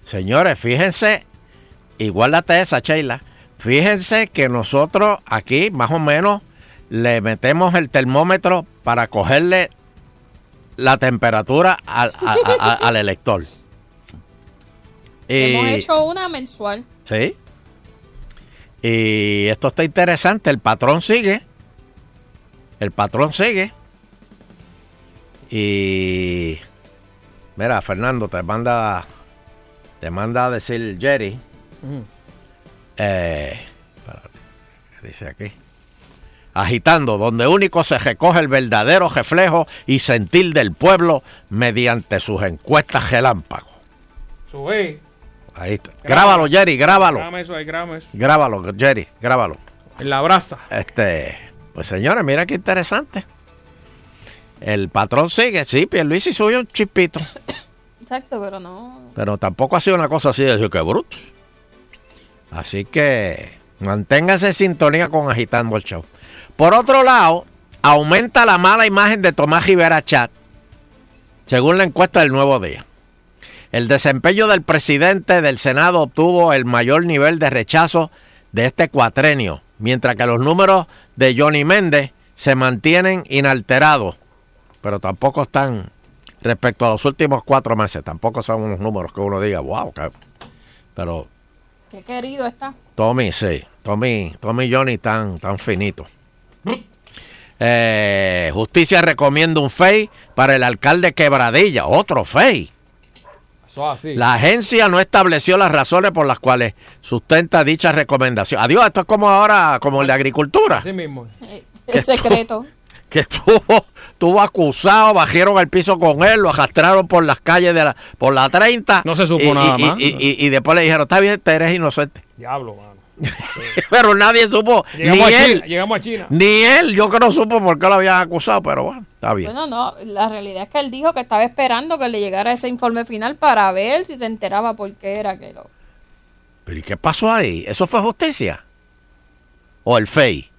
Speaker 5: Señores, fíjense, igualate esa, Sheila. Fíjense que nosotros aquí, más o menos, le metemos el termómetro para cogerle la temperatura al, a- a- a- al elector.
Speaker 6: Hemos
Speaker 5: Y-
Speaker 6: hecho una mensual.
Speaker 5: Sí. Y esto está interesante. El patrón sigue. El patrón sigue. Y. Mira, Fernando, te manda. Te manda a decir Jerry.
Speaker 4: Mm,
Speaker 5: Eh, espérate, ¿qué dice aquí. agitando, donde único se recoge el verdadero reflejo y sentir del pueblo mediante sus encuestas relámpago.
Speaker 4: Sube.
Speaker 5: Ahí está. Grábalo, Jerry, grábalo.
Speaker 4: Grábame eso ahí, grábame eso.
Speaker 5: Grábalo, Jerry, grábalo.
Speaker 4: En la brasa.
Speaker 5: Este, pues señores, mira qué interesante. El patrón sigue, sí, Pierluisi subió un chispito,
Speaker 6: Exacto, pero no.
Speaker 5: pero tampoco ha sido una cosa así de decir que bruto. Así que manténgase en sintonía con Agitando el Show. Por otro lado, aumenta la mala imagen de Tomás Rivera Chat, según la encuesta del Nuevo Día. El desempeño del presidente del Senado obtuvo el mayor nivel de rechazo de este cuatrenio, mientras que los números de Johnny Méndez se mantienen inalterados, pero tampoco están respecto a los últimos cuatro meses, tampoco son unos números que uno diga, wow, que-". pero
Speaker 6: Qué querido está.
Speaker 5: Tommy, sí. Tommy, Tommy y Johnny tan, tan finito. Eh, justicia recomienda un FEI para el alcalde Quebradilla. Otro FEI.
Speaker 4: Eso así.
Speaker 5: La agencia no estableció las razones por las cuales sustenta dicha recomendación. Adiós, esto es como ahora, como el de agricultura.
Speaker 4: Así mismo.
Speaker 6: Eh, Es secreto.
Speaker 5: Que estuvo, (laughs) estuvo acusado, bajaron al piso con él, lo arrastraron por las calles de la, por la 30.
Speaker 4: No se supo
Speaker 5: y-
Speaker 4: nada
Speaker 5: y-
Speaker 4: más.
Speaker 5: Y, y- y después le dijeron, está bien, te eres inocente.
Speaker 4: Diablo, mano.
Speaker 5: (laughs) Pero nadie supo, ni
Speaker 4: Llegamos, a
Speaker 5: él,
Speaker 4: China, llegamos a China.
Speaker 5: Ni él, yo que no supo por qué lo habían acusado, pero bueno, está bien.
Speaker 6: Bueno, no, la realidad es que él dijo que estaba esperando que le llegara ese informe final para ver si se enteraba por qué era que lo...
Speaker 5: ¿Pero y qué pasó ahí? ¿Eso fue justicia? ¿O el FEI?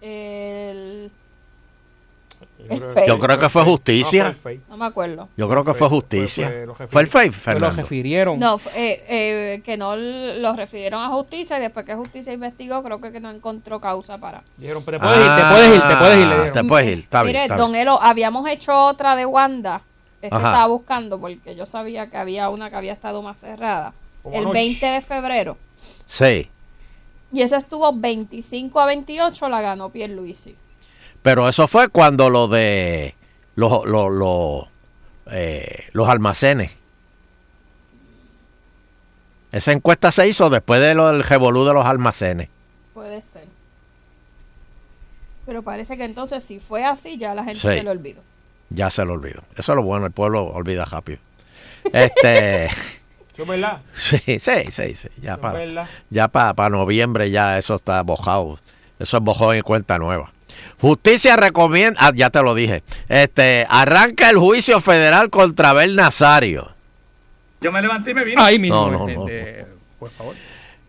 Speaker 6: el-
Speaker 4: Yo
Speaker 6: fake.
Speaker 5: Yo creo que fue justicia.
Speaker 6: No me acuerdo.
Speaker 5: Yo creo que fue
Speaker 4: Pues,
Speaker 5: justicia. ¿Fue el FEI, Fernando?
Speaker 4: refirieron.
Speaker 6: No, fue- eh, eh, que no lo refirieron a justicia y después que justicia investigó, creo que, que no encontró causa para...
Speaker 4: Dijeron, pero te puedes ir, te puedes ir, te puedes ir, le
Speaker 5: Ah,
Speaker 4: dieron.
Speaker 5: Te puedes ir, está bien.
Speaker 6: Mire,
Speaker 5: está
Speaker 6: don
Speaker 5: bien.
Speaker 6: Elo, habíamos hecho otra de Wanda. Esta
Speaker 5: Ajá.
Speaker 6: estaba buscando porque yo sabía que había una que había estado más cerrada.
Speaker 4: Como
Speaker 6: El
Speaker 4: anoche.
Speaker 6: 20 de febrero.
Speaker 5: Sí,
Speaker 6: Y esa estuvo 25 a 28, la ganó Pierluisi.
Speaker 5: pero eso fue cuando lo de los, los, los, eh, los almacenes. Esa encuesta se hizo después de lo del revolú de los almacenes.
Speaker 6: Puede ser. Pero parece que entonces, si fue así, ya la gente
Speaker 5: Sí.
Speaker 6: se lo olvidó.
Speaker 5: Ya se lo olvidó. Eso es lo bueno, el pueblo olvida rápido. Este. (laughs)
Speaker 4: Eso es verdad.
Speaker 5: Sí, sí, sí, sí. Ya
Speaker 4: Eso es
Speaker 5: para,
Speaker 4: verdad.
Speaker 5: ya para, noviembre ya eso está bojado. Eso es bojado en cuenta nueva. Justicia recomienda, ah, ya te lo dije, este, arranca el juicio federal contra Abel Nazario.
Speaker 14: Yo me levanté y me vine.
Speaker 4: Ahí mismo.
Speaker 5: No, no, no.
Speaker 4: este, por favor.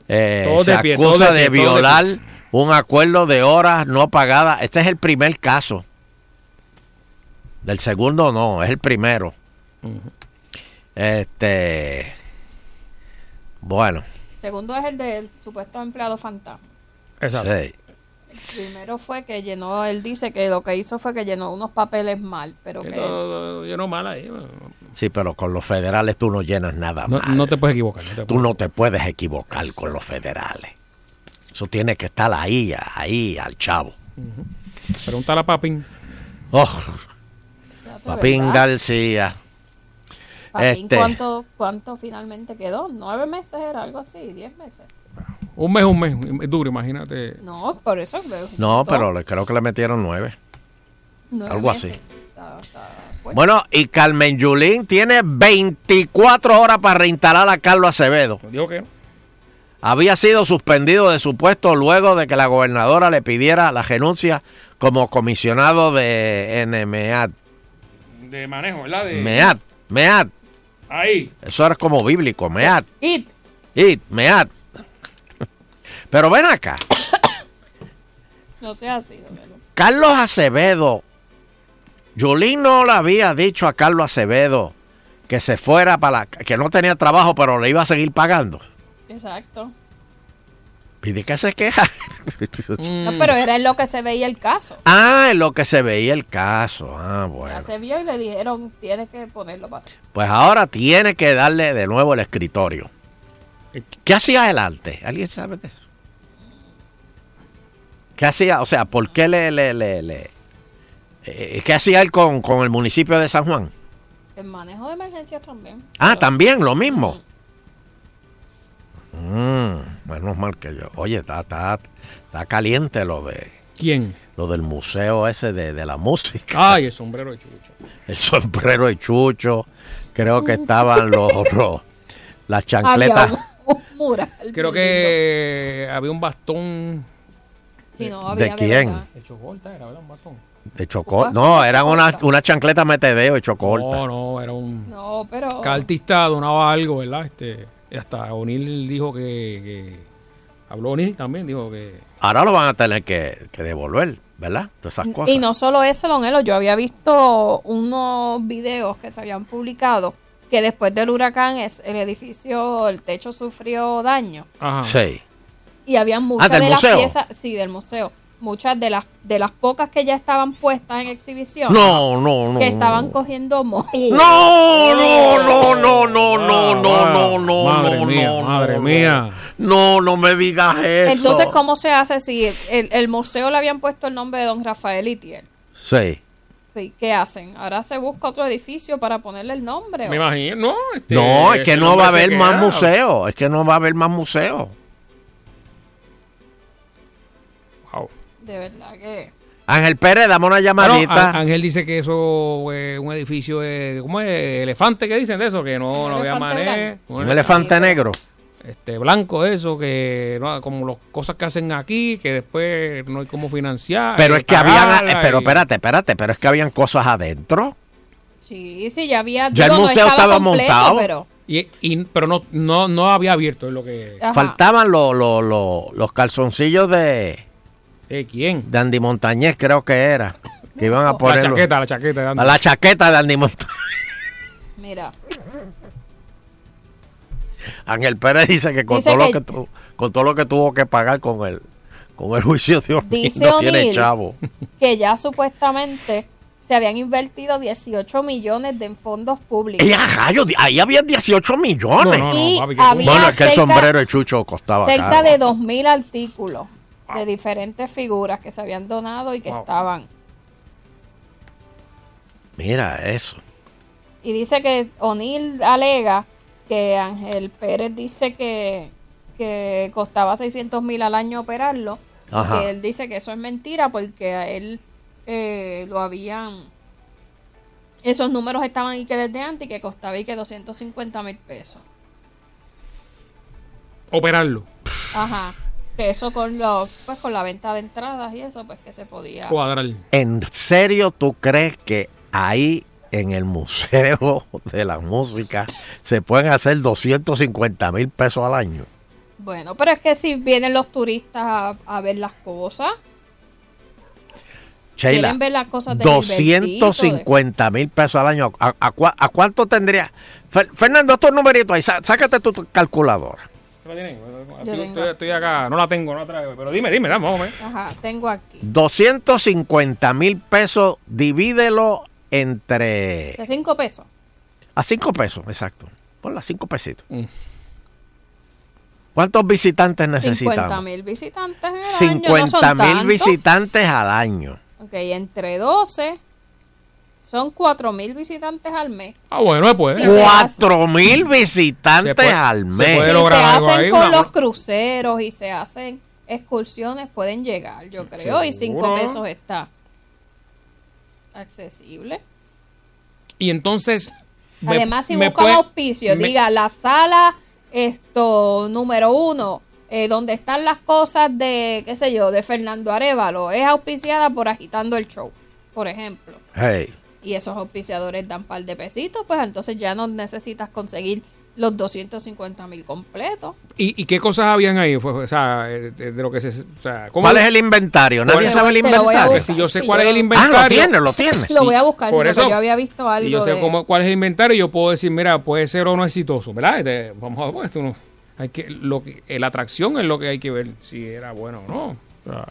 Speaker 5: Eh,
Speaker 4: Todo
Speaker 5: se
Speaker 4: de pie,
Speaker 5: acusa
Speaker 4: todo de
Speaker 5: de,
Speaker 4: pie, todo de
Speaker 5: violar un acuerdo de horas no pagadas. Este es el primer caso. Del segundo no, es el primero. Este, bueno,
Speaker 6: Segundo es el del supuesto empleado fantasma.
Speaker 4: Exacto.
Speaker 5: sí.
Speaker 6: Primero fue que llenó, él dice que lo que hizo fue que llenó unos papeles mal, pero que...
Speaker 4: Esto, Yo no mal ahí. bueno.
Speaker 5: Sí, pero con los federales tú no llenas nada
Speaker 4: No,
Speaker 5: más.
Speaker 4: no te puedes equivocar. No te
Speaker 5: Tú
Speaker 4: puedes.
Speaker 5: no te puedes equivocar con los federales. Eso tiene que estar ahí, ahí, al chavo.
Speaker 4: Pregúntale a Papín.
Speaker 5: Oh,
Speaker 6: Ya tú
Speaker 5: Papín
Speaker 6: verás.
Speaker 5: García.
Speaker 6: Papín,
Speaker 5: Este.
Speaker 6: ¿cuánto, ¿Cuánto finalmente quedó? ¿Nueve meses era algo así? ¿Diez meses?
Speaker 4: Un mes, un mes. Es duro, imagínate.
Speaker 6: No, por eso. me
Speaker 5: No,
Speaker 6: gustó.
Speaker 5: pero le- creo que le metieron nueve.
Speaker 6: Nueve
Speaker 5: algo
Speaker 6: meses.
Speaker 5: así.
Speaker 6: Está- está fuerte.
Speaker 5: Bueno, y Carmen Yulín tiene 24 horas para reinstalar a Carlos Acevedo.
Speaker 4: Digo que no.
Speaker 5: Había sido suspendido de su puesto luego de que la gobernadora le pidiera la renuncia como comisionado de NMEAT.
Speaker 4: De manejo, ¿verdad? De...
Speaker 5: MEAT, MEAT.
Speaker 4: Ahí.
Speaker 5: Eso era como bíblico, MEAT.
Speaker 6: It,
Speaker 5: It, meat. Pero ven acá.
Speaker 6: no sea así. don Elo.
Speaker 5: Carlos Acevedo. Yulín no le había dicho a Carlos Acevedo que se fuera para la- que no tenía trabajo, pero le iba a seguir pagando.
Speaker 6: Exacto.
Speaker 5: ¿Y de qué se queja?
Speaker 6: No, pero era en lo que se veía el caso.
Speaker 5: ah, en lo que se veía el caso. Ah, bueno.
Speaker 6: Ya se vio y le dijeron, tienes que ponerlo para atrás.
Speaker 5: Pues ahora tiene que darle de nuevo el escritorio. ¿Qué hacía él antes? ¿Alguien sabe de eso? ¿Qué hacía? O sea, ¿por qué le... le, le, le- eh, ¿Qué hacía él con, con el municipio de San Juan?
Speaker 6: El manejo de emergencias también.
Speaker 5: Ah, también, lo mismo. Mm, menos mal que yo. Oye, está, está, está caliente lo de...
Speaker 4: ¿Quién?
Speaker 5: Lo del museo ese de, de la música.
Speaker 4: Ay, el sombrero de Chucho.
Speaker 5: (laughs) El sombrero de Chucho. Creo que estaban los, los- las chancletas.
Speaker 6: Había un, un mural. (laughs)
Speaker 4: Creo que había un bastón.
Speaker 6: Sí, no,
Speaker 5: ¿De
Speaker 6: había
Speaker 5: quién?
Speaker 6: verdad.
Speaker 4: De Chocolta era, ¿verdad? Un bastón.
Speaker 5: De chocol. No, eran unas una chancletas metedeo y
Speaker 4: No,
Speaker 5: chocolta.
Speaker 4: Oh, no, eh. era un.
Speaker 6: No, pero.
Speaker 4: Cada artista donaba algo, ¿verdad? Este, y hasta O'Neill dijo que, que- Habló O'Neill también, dijo que.
Speaker 5: Ahora lo van a tener que, que devolver, ¿verdad? Todas esas cosas.
Speaker 6: Y no solo eso, Don Elo, yo había visto unos videos que se habían publicado que después del huracán es, el edificio, el techo sufrió daño
Speaker 4: Ajá.
Speaker 5: Sí.
Speaker 6: y habían muchas
Speaker 5: Ah, ¿del
Speaker 6: de las
Speaker 5: museo?
Speaker 6: piezas, sí, del museo, muchas de las de las pocas que ya estaban puestas en exhibición,
Speaker 5: No, no, no.
Speaker 6: que estaban cogiendo moho.
Speaker 5: No, no, no, no, no, no, no, no, no.
Speaker 4: Ah, Madre
Speaker 5: no,
Speaker 4: mía,
Speaker 5: no,
Speaker 4: madre
Speaker 5: no.
Speaker 4: mía.
Speaker 5: No, no me digas eso.
Speaker 6: Entonces, ¿cómo se hace si el, el museo le habían puesto el nombre de Don Rafael Itier?
Speaker 5: Sí.
Speaker 6: Sí, ¿Qué hacen? Ahora se busca otro edificio para ponerle el nombre.
Speaker 4: Me
Speaker 6: ¿o?
Speaker 4: imagino, no. Este,
Speaker 5: No, es que
Speaker 4: el
Speaker 5: no
Speaker 4: hombre
Speaker 5: va a
Speaker 4: se
Speaker 5: haber más
Speaker 4: queda.
Speaker 5: museo. Es que no va a haber más museo.
Speaker 6: De verdad que.
Speaker 5: Ángel Pérez, dame una
Speaker 4: Bueno,
Speaker 5: llamadita.
Speaker 4: Á- Ángel dice que eso es un edificio, eh, ¿cómo es? Elefante, ¿qué dicen de eso? Que no, no había
Speaker 6: elefante
Speaker 4: mané.
Speaker 6: blanco.
Speaker 5: un elefante negro.
Speaker 4: Este, blanco, eso, que no, como las cosas que hacen aquí, que después no hay cómo financiar.
Speaker 5: Pero
Speaker 4: eh,
Speaker 5: es que habían,
Speaker 4: pagarla
Speaker 5: pero
Speaker 4: y-
Speaker 5: espérate, espérate, pero es que habían cosas adentro.
Speaker 6: Sí, sí, ya había.
Speaker 5: Ya el
Speaker 6: digo, no
Speaker 5: museo estaba
Speaker 6: completo,
Speaker 5: montado.
Speaker 6: Pero,
Speaker 4: Y, y- pero no, no, no había abierto, es lo que...
Speaker 6: ajá.
Speaker 5: Faltaban lo- lo- lo- los calzoncillos de,
Speaker 4: ¿De quién?
Speaker 5: de Andy Montañez, creo que era. Que iban a
Speaker 4: La
Speaker 5: poner los-
Speaker 4: chaqueta, la chaqueta. de Andy.
Speaker 5: a la chaqueta de Andy Montañez.
Speaker 6: Mira,
Speaker 5: Ángel Pérez dice que con,
Speaker 6: Dice
Speaker 5: todo,
Speaker 6: que-
Speaker 5: Lo que tu- con todo lo que tuvo que pagar con el, con el juicio de O'Neill,
Speaker 6: Dice
Speaker 5: no tiene
Speaker 6: O'Neill.
Speaker 5: chavo.
Speaker 6: que ya supuestamente se habían invertido 18 millones de en fondos públicos.
Speaker 5: ¡Ey, a rayos! Ahí habían 18 millones.
Speaker 4: No, no,
Speaker 6: y
Speaker 4: papi, que-
Speaker 6: había
Speaker 5: bueno, es que el
Speaker 6: cerca-
Speaker 5: sombrero de Chucho costaba
Speaker 6: cerca
Speaker 5: caro.
Speaker 6: de 2.000 artículos de diferentes figuras que se habían donado y que
Speaker 4: Wow.
Speaker 6: estaban.
Speaker 5: Mira eso.
Speaker 6: Y dice que O'Neill alega que Ángel Pérez dice que, que costaba 600 mil al año operarlo.
Speaker 5: Ajá.
Speaker 6: Que él dice que eso es mentira porque a él eh, lo habían... Esos números estaban y que desde antes y que costaba y que 250 mil pesos.
Speaker 4: Operarlo.
Speaker 6: Ajá. Que eso con los, pues con la venta de entradas y eso, pues que se podía.
Speaker 4: Cuadrar.
Speaker 5: ¿En serio tú crees que ahí en el Museo de la Música se pueden hacer 250 mil pesos al año?
Speaker 6: Bueno, pero es que si vienen los turistas a, a ver las cosas,
Speaker 5: Sheila,
Speaker 6: quieren ver las cosas de
Speaker 5: 250 mil pesos al año. ¿A, a cua- a cuánto tendría? Fer- Fernando, estos numeritos ahí, sá- sácate tu tu calculadora.
Speaker 4: ¿La tienen?
Speaker 6: Yo
Speaker 4: Estoy,
Speaker 6: tengo.
Speaker 4: estoy- estoy acá, no la tengo, no la traigo. Pero dime, dime, dame, vamos, eh.
Speaker 6: Ajá, tengo aquí.
Speaker 5: 250 mil pesos, divídelo entre...
Speaker 6: De 5 pesos.
Speaker 5: A 5 pesos, exacto. Ponla 5 pesitos.
Speaker 4: Mm.
Speaker 5: ¿Cuántos visitantes
Speaker 6: 50
Speaker 5: necesitamos?
Speaker 6: mil visitantes en el año. No
Speaker 5: 50
Speaker 6: son
Speaker 5: mil
Speaker 6: tantos.
Speaker 5: visitantes al año.
Speaker 6: Ok, entre 12 son 4 mil visitantes al mes.
Speaker 4: Ah, bueno, pues puede.
Speaker 6: Sí, se hace.
Speaker 5: 4 mil visitantes
Speaker 4: Se puede-
Speaker 5: al mes.
Speaker 4: se puede
Speaker 6: Si
Speaker 4: lograr
Speaker 6: se
Speaker 4: algo
Speaker 6: hacen
Speaker 4: ahí,
Speaker 6: con
Speaker 4: una-
Speaker 6: los cruceros y se hacen excursiones, pueden llegar, yo creo. Y 5
Speaker 4: Seguro.
Speaker 6: pesos está accesible.
Speaker 4: Y entonces. me-
Speaker 6: Además, si
Speaker 4: me
Speaker 6: busca un
Speaker 4: puede-
Speaker 6: auspicio,
Speaker 4: me-
Speaker 6: diga la sala esto número uno, eh, donde están las cosas de, qué sé yo, de Fernando Arevalo, es auspiciada por Agitando el Show, por ejemplo.
Speaker 5: Hey,
Speaker 6: Y esos auspiciadores dan par de pesitos, pues entonces ya no necesitas conseguir los 250 mil completos.
Speaker 4: ¿Y, y qué cosas habían ahí? Fue- fue- o sea, eh, de, de lo que se. O sea, ¿cómo-
Speaker 5: ¿Cuál es el inventario?
Speaker 4: Por
Speaker 5: Nadie
Speaker 4: eso-
Speaker 5: sabe el
Speaker 6: Te lo voy a
Speaker 5: inventario.
Speaker 6: buscar.
Speaker 4: Si yo sé
Speaker 6: Sí,
Speaker 4: cuál
Speaker 6: yo
Speaker 4: es el
Speaker 6: lo-
Speaker 4: inventario.
Speaker 5: Ah, lo tiene, lo tiene.
Speaker 6: Lo voy a buscar, sí,
Speaker 4: Pues por
Speaker 6: porque
Speaker 4: eso-
Speaker 6: yo había visto algo.
Speaker 4: Si yo sé
Speaker 6: de-
Speaker 4: cómo- cuál es el inventario, yo puedo decir, mira, puede ser o no exitoso, ¿verdad? Este, vamos a ver, pues, esto no- hay que, lo que, eh, la atracción es lo que hay que ver si era bueno o no. O sea,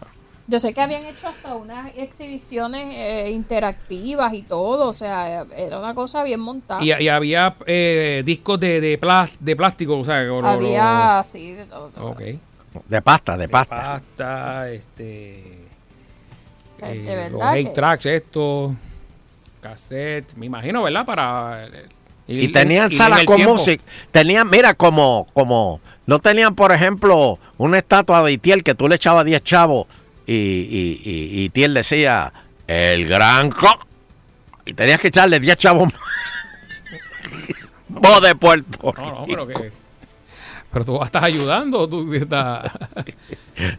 Speaker 6: Yo sé que habían hecho hasta unas exhibiciones eh, interactivas y todo, o sea, eh, era una cosa bien montada.
Speaker 4: y, y había eh, discos de, de, plas- de plástico, o sea, o lo-
Speaker 6: Había así de todo.
Speaker 4: lo- ok.
Speaker 5: De pasta, de pasta.
Speaker 4: Pasta, este.
Speaker 6: Ay,
Speaker 4: eh,
Speaker 6: de verdad
Speaker 4: los eight
Speaker 6: que-
Speaker 4: tracks, esto. Cassette, me imagino, ¿verdad? Para. eh,
Speaker 5: Y
Speaker 4: ir-
Speaker 5: tenían
Speaker 4: ir en
Speaker 5: salas
Speaker 4: el
Speaker 5: con
Speaker 4: tiempo.
Speaker 5: música. Tenían, mira, como, como, no tenían, por ejemplo, una estatua de Itiel que tú le echabas 10 chavos y, y, y, y, y Tiel decía, el gran co... Y tenías que echarle 10 chavos (laughs) más. Voz de Puerto
Speaker 4: No, no, pero que. Pero tú estás ayudando, o tú estás.
Speaker 5: (laughs)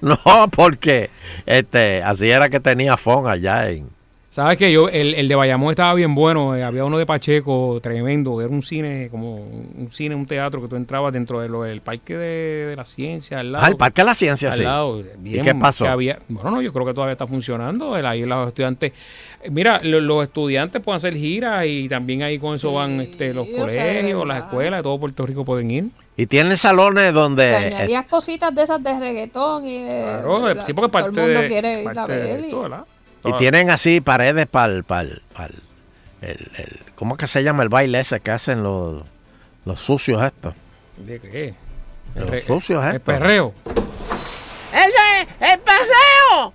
Speaker 5: No, porque este, así era que tenía Fon allá en...
Speaker 4: Sabes que yo, el, el de Bayamón estaba bien bueno, eh, había uno de Pacheco tremendo, era un cine, como un cine, un teatro que tú entrabas dentro de lo- del Parque de, de la Ciencia, al lado.
Speaker 5: Ah, el Parque de la Ciencia,
Speaker 4: al
Speaker 5: sí.
Speaker 4: lado,
Speaker 5: ¿Y
Speaker 4: bien,
Speaker 5: qué pasó?
Speaker 4: que había- bueno, no, yo creo que todavía está funcionando, el, ahí los estudiantes, eh, mira, lo- los estudiantes pueden hacer giras y también ahí con eso van este, los
Speaker 6: o sea, de
Speaker 4: colegios, las escuelas, de todo Puerto Rico pueden ir.
Speaker 5: Y tiene salones
Speaker 6: Te
Speaker 5: donde... eh,
Speaker 6: añadías cositas de esas de reggaetón y de.
Speaker 4: Claro,
Speaker 6: ¿verdad?
Speaker 4: sí, porque parte
Speaker 6: Todo el mundo
Speaker 4: de-
Speaker 6: quiere ir a
Speaker 4: parte de
Speaker 6: ver. y-
Speaker 4: esto, ¿verdad?
Speaker 5: Y tienen así paredes para el, para el, para el, el- el- ¿cómo es que se llama el baile ese que hacen los, los sucios estos?
Speaker 4: ¿De qué?
Speaker 5: Los
Speaker 4: re-
Speaker 5: sucios estos.
Speaker 4: el perreo.
Speaker 2: ¡El de el paseo!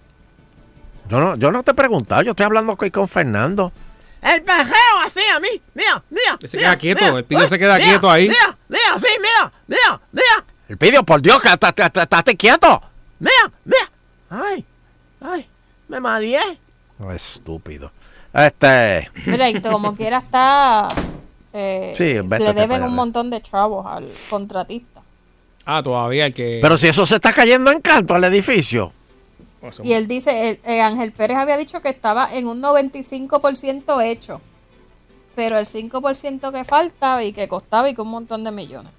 Speaker 5: Yo no, yo no te he preguntado, yo estoy hablando aquí con Fernando.
Speaker 2: ¡El paseo así a mí! ¡Mira, mira!
Speaker 4: Se queda quieto, el pillo se queda quieto ahí.
Speaker 2: ¡Mira, mira, sí, mira! ¡Mira, mira!
Speaker 5: El pidio, por Dios, que está- está- está- estate quieto.
Speaker 2: ¡Mira, mira! ¡Ay, ay! ¡Me madié!
Speaker 5: No, Oh, Estúpido.
Speaker 4: Eh.
Speaker 5: Este,
Speaker 6: Mira, y como
Speaker 2: (laughs)
Speaker 6: quiera está. eh,
Speaker 5: Sí,
Speaker 6: le
Speaker 5: vétete para
Speaker 6: deben
Speaker 5: allá.
Speaker 6: un montón de chavos al contratista.
Speaker 4: Ah, todavía el que...
Speaker 5: pero si eso se está cayendo en canto al edificio.
Speaker 6: Y él dice: el- eh, Ángel Pérez había dicho que estaba en un 95% hecho. Pero el 5% que falta y que costaba y que un montón de millones.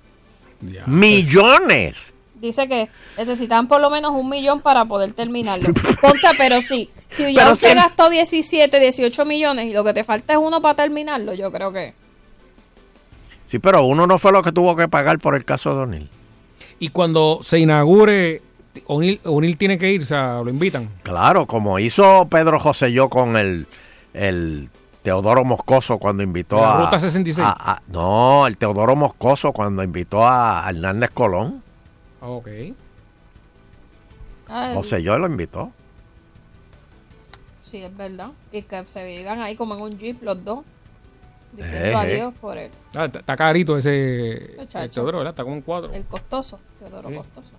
Speaker 5: Millones.
Speaker 6: Dice que necesitan por lo menos un millón para poder
Speaker 5: (laughs)
Speaker 6: terminarlo. Contra, pero sí. Si ya
Speaker 5: Pero
Speaker 6: usted
Speaker 5: si-
Speaker 6: gastó 17, 18 millones y lo que te falta es uno para terminarlo, yo creo que.
Speaker 5: Sí, pero uno no fue lo que tuvo que pagar por el caso de O'Neill.
Speaker 4: Y cuando se inaugure, O'Neill O'Neill tiene que ir, o sea, lo invitan.
Speaker 5: Claro, como hizo Pedro José yo con el, el Teodoro Moscoso cuando invitó
Speaker 4: La
Speaker 5: a.
Speaker 4: Ruta 66.
Speaker 5: a- a- no, el Teodoro Moscoso cuando invitó a Hernández Colón.
Speaker 4: Ah, Ok.
Speaker 6: Ay,
Speaker 5: José yo lo invitó.
Speaker 6: Sí, es verdad. Y que se iban ahí como en un jeep los dos. Diciendo
Speaker 4: Eh, eh.
Speaker 6: adiós por él.
Speaker 4: Ah, Está está carito ese
Speaker 6: Muchacho.
Speaker 4: el Teodoro, ¿verdad? Está como un cuadro.
Speaker 6: El costoso. Teodoro
Speaker 4: Sí.
Speaker 6: costoso.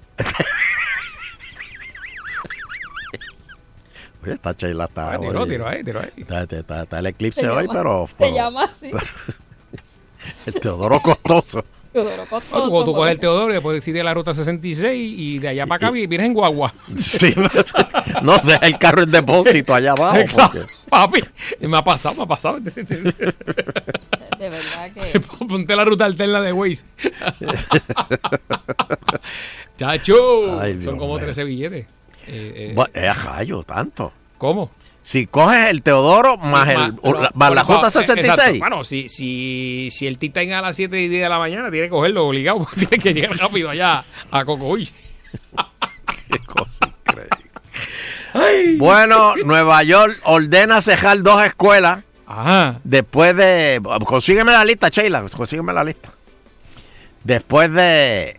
Speaker 5: Oye, está Sheila, está.
Speaker 4: Ah, tiró,
Speaker 5: oye,
Speaker 4: tiró ahí, tiró ahí.
Speaker 5: Está, está- está- está el
Speaker 6: Se
Speaker 5: eclipse
Speaker 6: llama-
Speaker 5: hoy, pero.
Speaker 6: Se
Speaker 5: pero-
Speaker 6: llama así.
Speaker 5: El (laughs) Teodoro Costoso.
Speaker 6: Teodoro
Speaker 4: Ah,
Speaker 6: costoso.
Speaker 4: tú, tú coges el
Speaker 6: porque-
Speaker 4: Teodoro y después decides la ruta 66 y de allá para acá vi- vienes en guagua.
Speaker 5: (laughs) Sí, no, deja el carro en depósito
Speaker 4: (laughs)
Speaker 5: allá abajo. porque-
Speaker 4: Papi, me ha pasado, me ha pasado. (laughs) De
Speaker 6: verdad que-
Speaker 4: Ponte la ruta alterna de Waze. (laughs) Chacho,
Speaker 5: Ay, Dios
Speaker 4: son como
Speaker 5: mío.
Speaker 4: 13 billetes. (laughs) Eh, eh,
Speaker 5: Bu- eh, a rayo, tanto.
Speaker 4: ¿Cómo?
Speaker 5: Si coges el Teodoro más,
Speaker 4: Eh, Ma-
Speaker 5: el,
Speaker 4: no,
Speaker 5: la- más la
Speaker 4: bueno,
Speaker 5: Ruta
Speaker 4: eh, exacto.
Speaker 5: 66.
Speaker 4: Bueno, si, si, si el Tita a las 7 y 10 de la mañana, tiene que cogerlo obligado, (laughs) porque tiene que llegar rápido allá a Cocoy.
Speaker 5: Qué cosa increíble. Bueno, Nueva York ordena cejar dos escuelas. Después de. Consígueme la lista, Sheila. Consígueme la lista. Después de.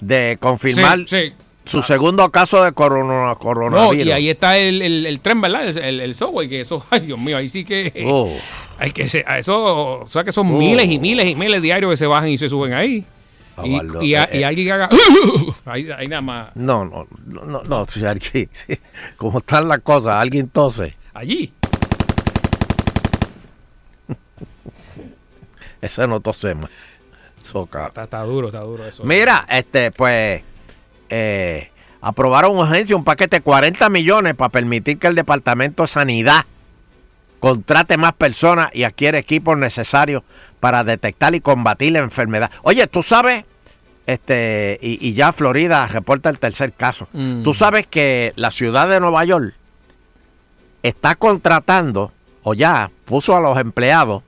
Speaker 5: De confirmar
Speaker 4: Sí, sí.
Speaker 5: su segundo caso de corona-
Speaker 4: No,
Speaker 5: coronavirus.
Speaker 4: y ahí está el, el, el tren, ¿verdad? El, el, el subway, que eso, (laughs) ay Dios mío, ahí sí que...
Speaker 5: Oh.
Speaker 4: Hay que se- a eso, o sea que son
Speaker 5: Oh.
Speaker 4: miles y miles y miles diarios que se bajan y se suben ahí. Y,
Speaker 5: Pablo,
Speaker 4: y, a-
Speaker 5: eh,
Speaker 4: y
Speaker 5: eh.
Speaker 4: alguien que haga... (laughs) ahí, ahí nada más.
Speaker 5: No, no, no, no, no, si (laughs) alguien- como están las cosas, alguien tose. (laughs)
Speaker 4: Allí.
Speaker 5: Ese no tose más. Soca.
Speaker 4: Está, está duro, está duro eso.
Speaker 5: Mira, este, pues, eh, aprobaron urgencia un paquete de 40 millones para permitir que el Departamento de Sanidad contrate más personas y adquiere equipos necesarios para detectar y combatir la enfermedad. Oye, tú sabes, este, y, y ya Florida reporta el tercer caso.
Speaker 4: Mm.
Speaker 5: Tú sabes que la ciudad de Nueva York está contratando, o ya puso a los empleados,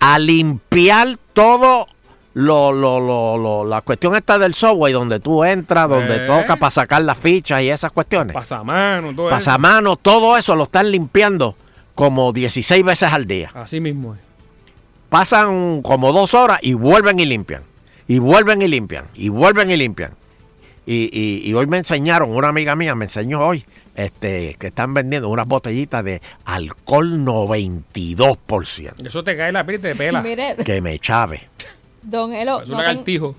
Speaker 5: a limpiar todo lo, lo, lo, lo- la cuestión está del software, donde tú entras, donde
Speaker 4: Eh.
Speaker 5: toca para sacar las fichas y esas cuestiones.
Speaker 4: Pasamano, todo eso.
Speaker 5: Pasamanos, todo eso lo están limpiando como 16 veces al día.
Speaker 4: Así mismo es.
Speaker 5: Pasan como dos horas y vuelven y limpian. Y vuelven y limpian. Y vuelven y limpian. Y, y- y hoy me enseñaron, una amiga mía me enseñó hoy, este, que están vendiendo unas botellitas de alcohol 92%.
Speaker 6: (laughs)
Speaker 4: Eso te cae la piel y te pela.
Speaker 6: Mire,
Speaker 5: Que me chave.
Speaker 6: don Elo,
Speaker 4: es un
Speaker 6: no, ten-
Speaker 4: lagartijo.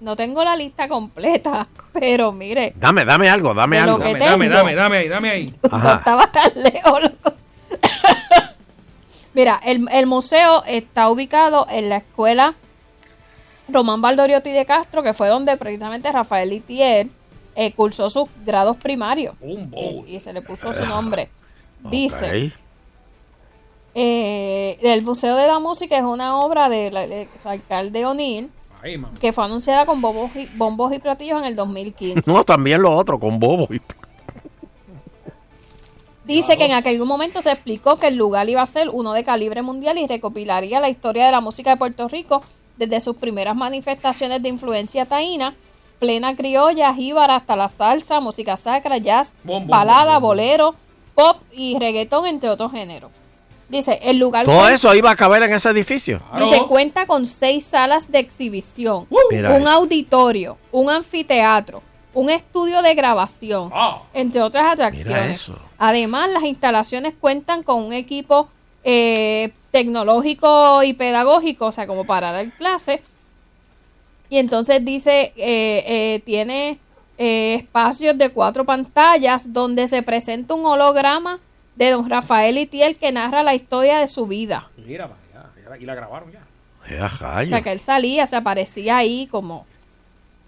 Speaker 6: No tengo la lista completa, (laughs) pero mire,
Speaker 5: Dame, dame algo, dame
Speaker 6: De lo
Speaker 5: algo.
Speaker 6: que Dame, tengo. dame,
Speaker 4: ahí, dame ahí.
Speaker 6: no
Speaker 5: Ajá.
Speaker 6: estaba tan lejos. (laughs) loco. Mira, el, el museo está ubicado en la escuela Román Valdoriotti de Castro, que fue donde precisamente Rafael Itier eh, cursó sus grados primarios. Eh, Y, y se le puso su nombre. Dice. Eh, el Museo de la Música es una obra del ex alcalde O'Neill
Speaker 4: Ahí, mamá.
Speaker 6: que fue anunciada con bobos y- bombos y platillos en el 2015.
Speaker 5: (laughs) No, también lo otro, con bobo. y-
Speaker 6: Dice que en aquel momento se explicó que el lugar iba a ser uno de calibre mundial y recopilaría la historia de la música de Puerto Rico desde sus primeras manifestaciones de influencia taína, plena criolla, jíbara hasta la salsa, música sacra, jazz,
Speaker 4: Bom, bom,
Speaker 6: balada,
Speaker 4: bom, bom.
Speaker 6: bolero, pop y reggaetón, entre otros géneros. Dice, el lugar
Speaker 5: Todo
Speaker 6: cuenta-
Speaker 5: eso iba a caber en ese edificio.
Speaker 6: Dice, cuenta con seis salas de exhibición,
Speaker 5: Mira
Speaker 6: un
Speaker 5: eso.
Speaker 6: auditorio, un anfiteatro, un estudio de grabación,
Speaker 4: Ah.
Speaker 6: entre otras
Speaker 5: Mira
Speaker 6: atracciones.
Speaker 5: eso.
Speaker 6: Además, las instalaciones cuentan con un equipo eh, tecnológico y pedagógico, o sea, como para dar clases. Y entonces dice, eh, eh, tiene eh, espacios de cuatro pantallas donde se presenta un holograma de don Rafael Itiel que narra la historia de su vida.
Speaker 4: Mira, pa, ya, ya la- y la grabaron ya.
Speaker 5: Ea,
Speaker 6: O
Speaker 5: rayo.
Speaker 6: sea, que él salía, se aparecía ahí como...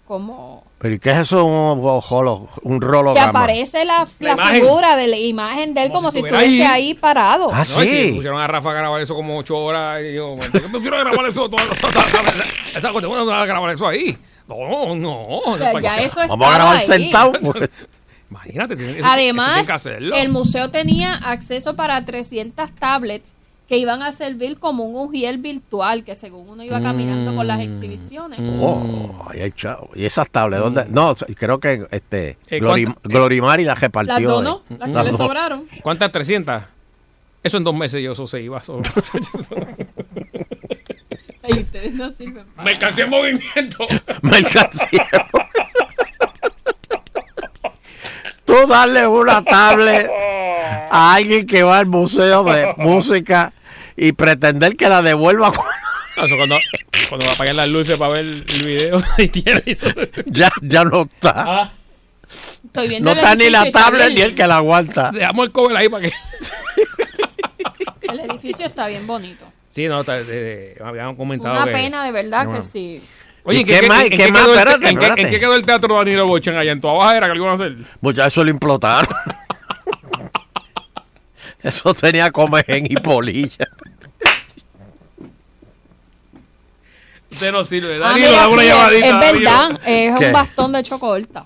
Speaker 6: como
Speaker 5: ¿Pero y qué es eso? Un, holo- un rolo
Speaker 6: que aparece la, la
Speaker 4: imagen.
Speaker 6: figura de la imagen de él como, si
Speaker 4: estuviera
Speaker 6: estuviese
Speaker 4: ahí.
Speaker 6: ahí parado.
Speaker 5: Ah,
Speaker 4: No, y
Speaker 5: sí.
Speaker 4: si pusieron a Rafa a grabar eso como ocho horas. Y yo, ¿por qué me pusieron a grabar eso? Toda, esa- (laughs) esa- esa- esa cosa, bueno, a grabar eso ahí. No, no.
Speaker 6: O sea, ya eso
Speaker 5: Vamos a grabar
Speaker 6: estaba ahí.
Speaker 5: sentado. pues.
Speaker 4: (laughs) Imagínate, tienen- eso- eso tienen que
Speaker 6: Además,
Speaker 4: hacerlo.
Speaker 6: el museo tenía acceso para 300 tablets que iban a servir como un ujiel virtual que según uno iba caminando con las exhibiciones.
Speaker 5: Mm. Oh, ay, ay, chao. Y esas tablas, ¿dónde? No, creo que este
Speaker 4: Eh,
Speaker 5: Glori-
Speaker 4: ¿cuánta-
Speaker 5: Glorimari las repartió.
Speaker 6: Mm. Las
Speaker 5: de-
Speaker 6: donó, las que
Speaker 5: las
Speaker 6: le
Speaker 5: donó.
Speaker 6: sobraron.
Speaker 4: ¿Cuántas? 300. Eso en dos meses yo eso se iba
Speaker 5: (laughs)
Speaker 4: solo.
Speaker 6: Y ustedes no sirven. para
Speaker 4: Mercancía en movimiento.
Speaker 5: (laughs) Mercancía. Tú darle una tablet a alguien que va al
Speaker 6: (laughs)
Speaker 5: museo de música y pretender que la devuelva cuando-
Speaker 4: Eso cuando, cuando va a apagar las luces para ver el video. (laughs) y tiene eso.
Speaker 5: ya, ya no está.
Speaker 4: Ah,
Speaker 6: Estoy viendo
Speaker 5: No
Speaker 6: el
Speaker 5: está ni
Speaker 6: edificio y
Speaker 5: la
Speaker 6: está
Speaker 5: tablet
Speaker 6: bien-
Speaker 5: ni el que la aguanta.
Speaker 4: dejamos el cover ahí para que.
Speaker 6: El edificio está bien bonito.
Speaker 4: Sí, no, está- eh, eh, habían comentado.
Speaker 6: Una
Speaker 4: que-
Speaker 6: pena de verdad
Speaker 4: No,
Speaker 6: que
Speaker 4: no.
Speaker 6: sí.
Speaker 4: Oye,
Speaker 5: ¿Y
Speaker 4: ¿en qué,
Speaker 5: qué
Speaker 4: qué-
Speaker 5: más?
Speaker 4: en
Speaker 5: ¿Qué
Speaker 4: qué
Speaker 5: más?
Speaker 4: quedó, el-
Speaker 5: Espérate,
Speaker 4: en qué-
Speaker 5: espérate.
Speaker 4: en qué quedó el teatro de Danilo Bochen allá en tu abajera que lo iban a hacer?
Speaker 5: Muchachos lo implotaron. (laughs) Eso tenía comején y polilla.
Speaker 4: Usted no sirve.
Speaker 6: Ah,
Speaker 4: Danilo,
Speaker 6: mira,
Speaker 4: dame una
Speaker 6: sí, es-
Speaker 4: llamadita.
Speaker 6: es
Speaker 4: Danilo.
Speaker 6: verdad, es
Speaker 5: ¿Qué?
Speaker 6: un bastón de chocolta.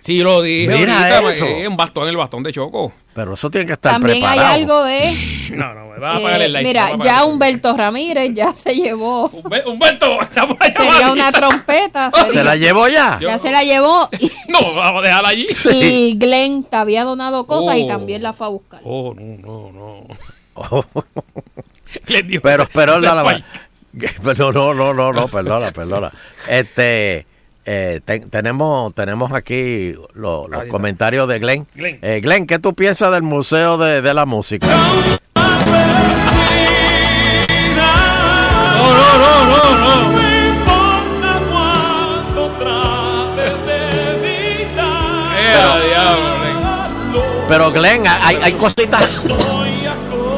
Speaker 4: Sí, lo dije.
Speaker 5: Mira
Speaker 4: ahorita,
Speaker 5: eso.
Speaker 4: eh, un bastón, el bastón de Choco.
Speaker 5: Pero eso tiene que estar
Speaker 6: También hay
Speaker 5: preparado.
Speaker 6: algo de...
Speaker 4: No, no, me va a apagar Ah, el
Speaker 6: eh,
Speaker 4: light.
Speaker 6: mira,
Speaker 4: me va a
Speaker 6: ya
Speaker 4: apagar.
Speaker 6: Humberto Ramírez ya se llevó...
Speaker 4: (laughs) Humbe- Humberto, está por ahí.
Speaker 6: Sería una trompeta.
Speaker 5: ¿Se
Speaker 6: sería-
Speaker 5: la llevó ya?
Speaker 6: ya se la llevó y,
Speaker 5: (laughs)
Speaker 4: No, vamos a dejarla allí.
Speaker 6: y Glenn te había donado cosas
Speaker 4: Oh.
Speaker 6: y también la fue a buscar.
Speaker 4: Oh, no, no, no. (laughs) Le dio
Speaker 5: pero,
Speaker 4: ese-
Speaker 5: pero,
Speaker 4: ese
Speaker 5: la- la-
Speaker 4: spike.
Speaker 5: pero (laughs) no, no, no, no, perdona, perdona. Este, eh, ten- tenemos, tenemos aquí lo- los comentarios de Glenn.
Speaker 4: Glenn.
Speaker 5: Eh, Glenn, ¿qué tú piensas del Museo de, de la Música?
Speaker 4: No, no, no, no, no. Eh, a diablo,
Speaker 5: Pero Glenn, hay, eh, hay cositas.
Speaker 4: Glenn.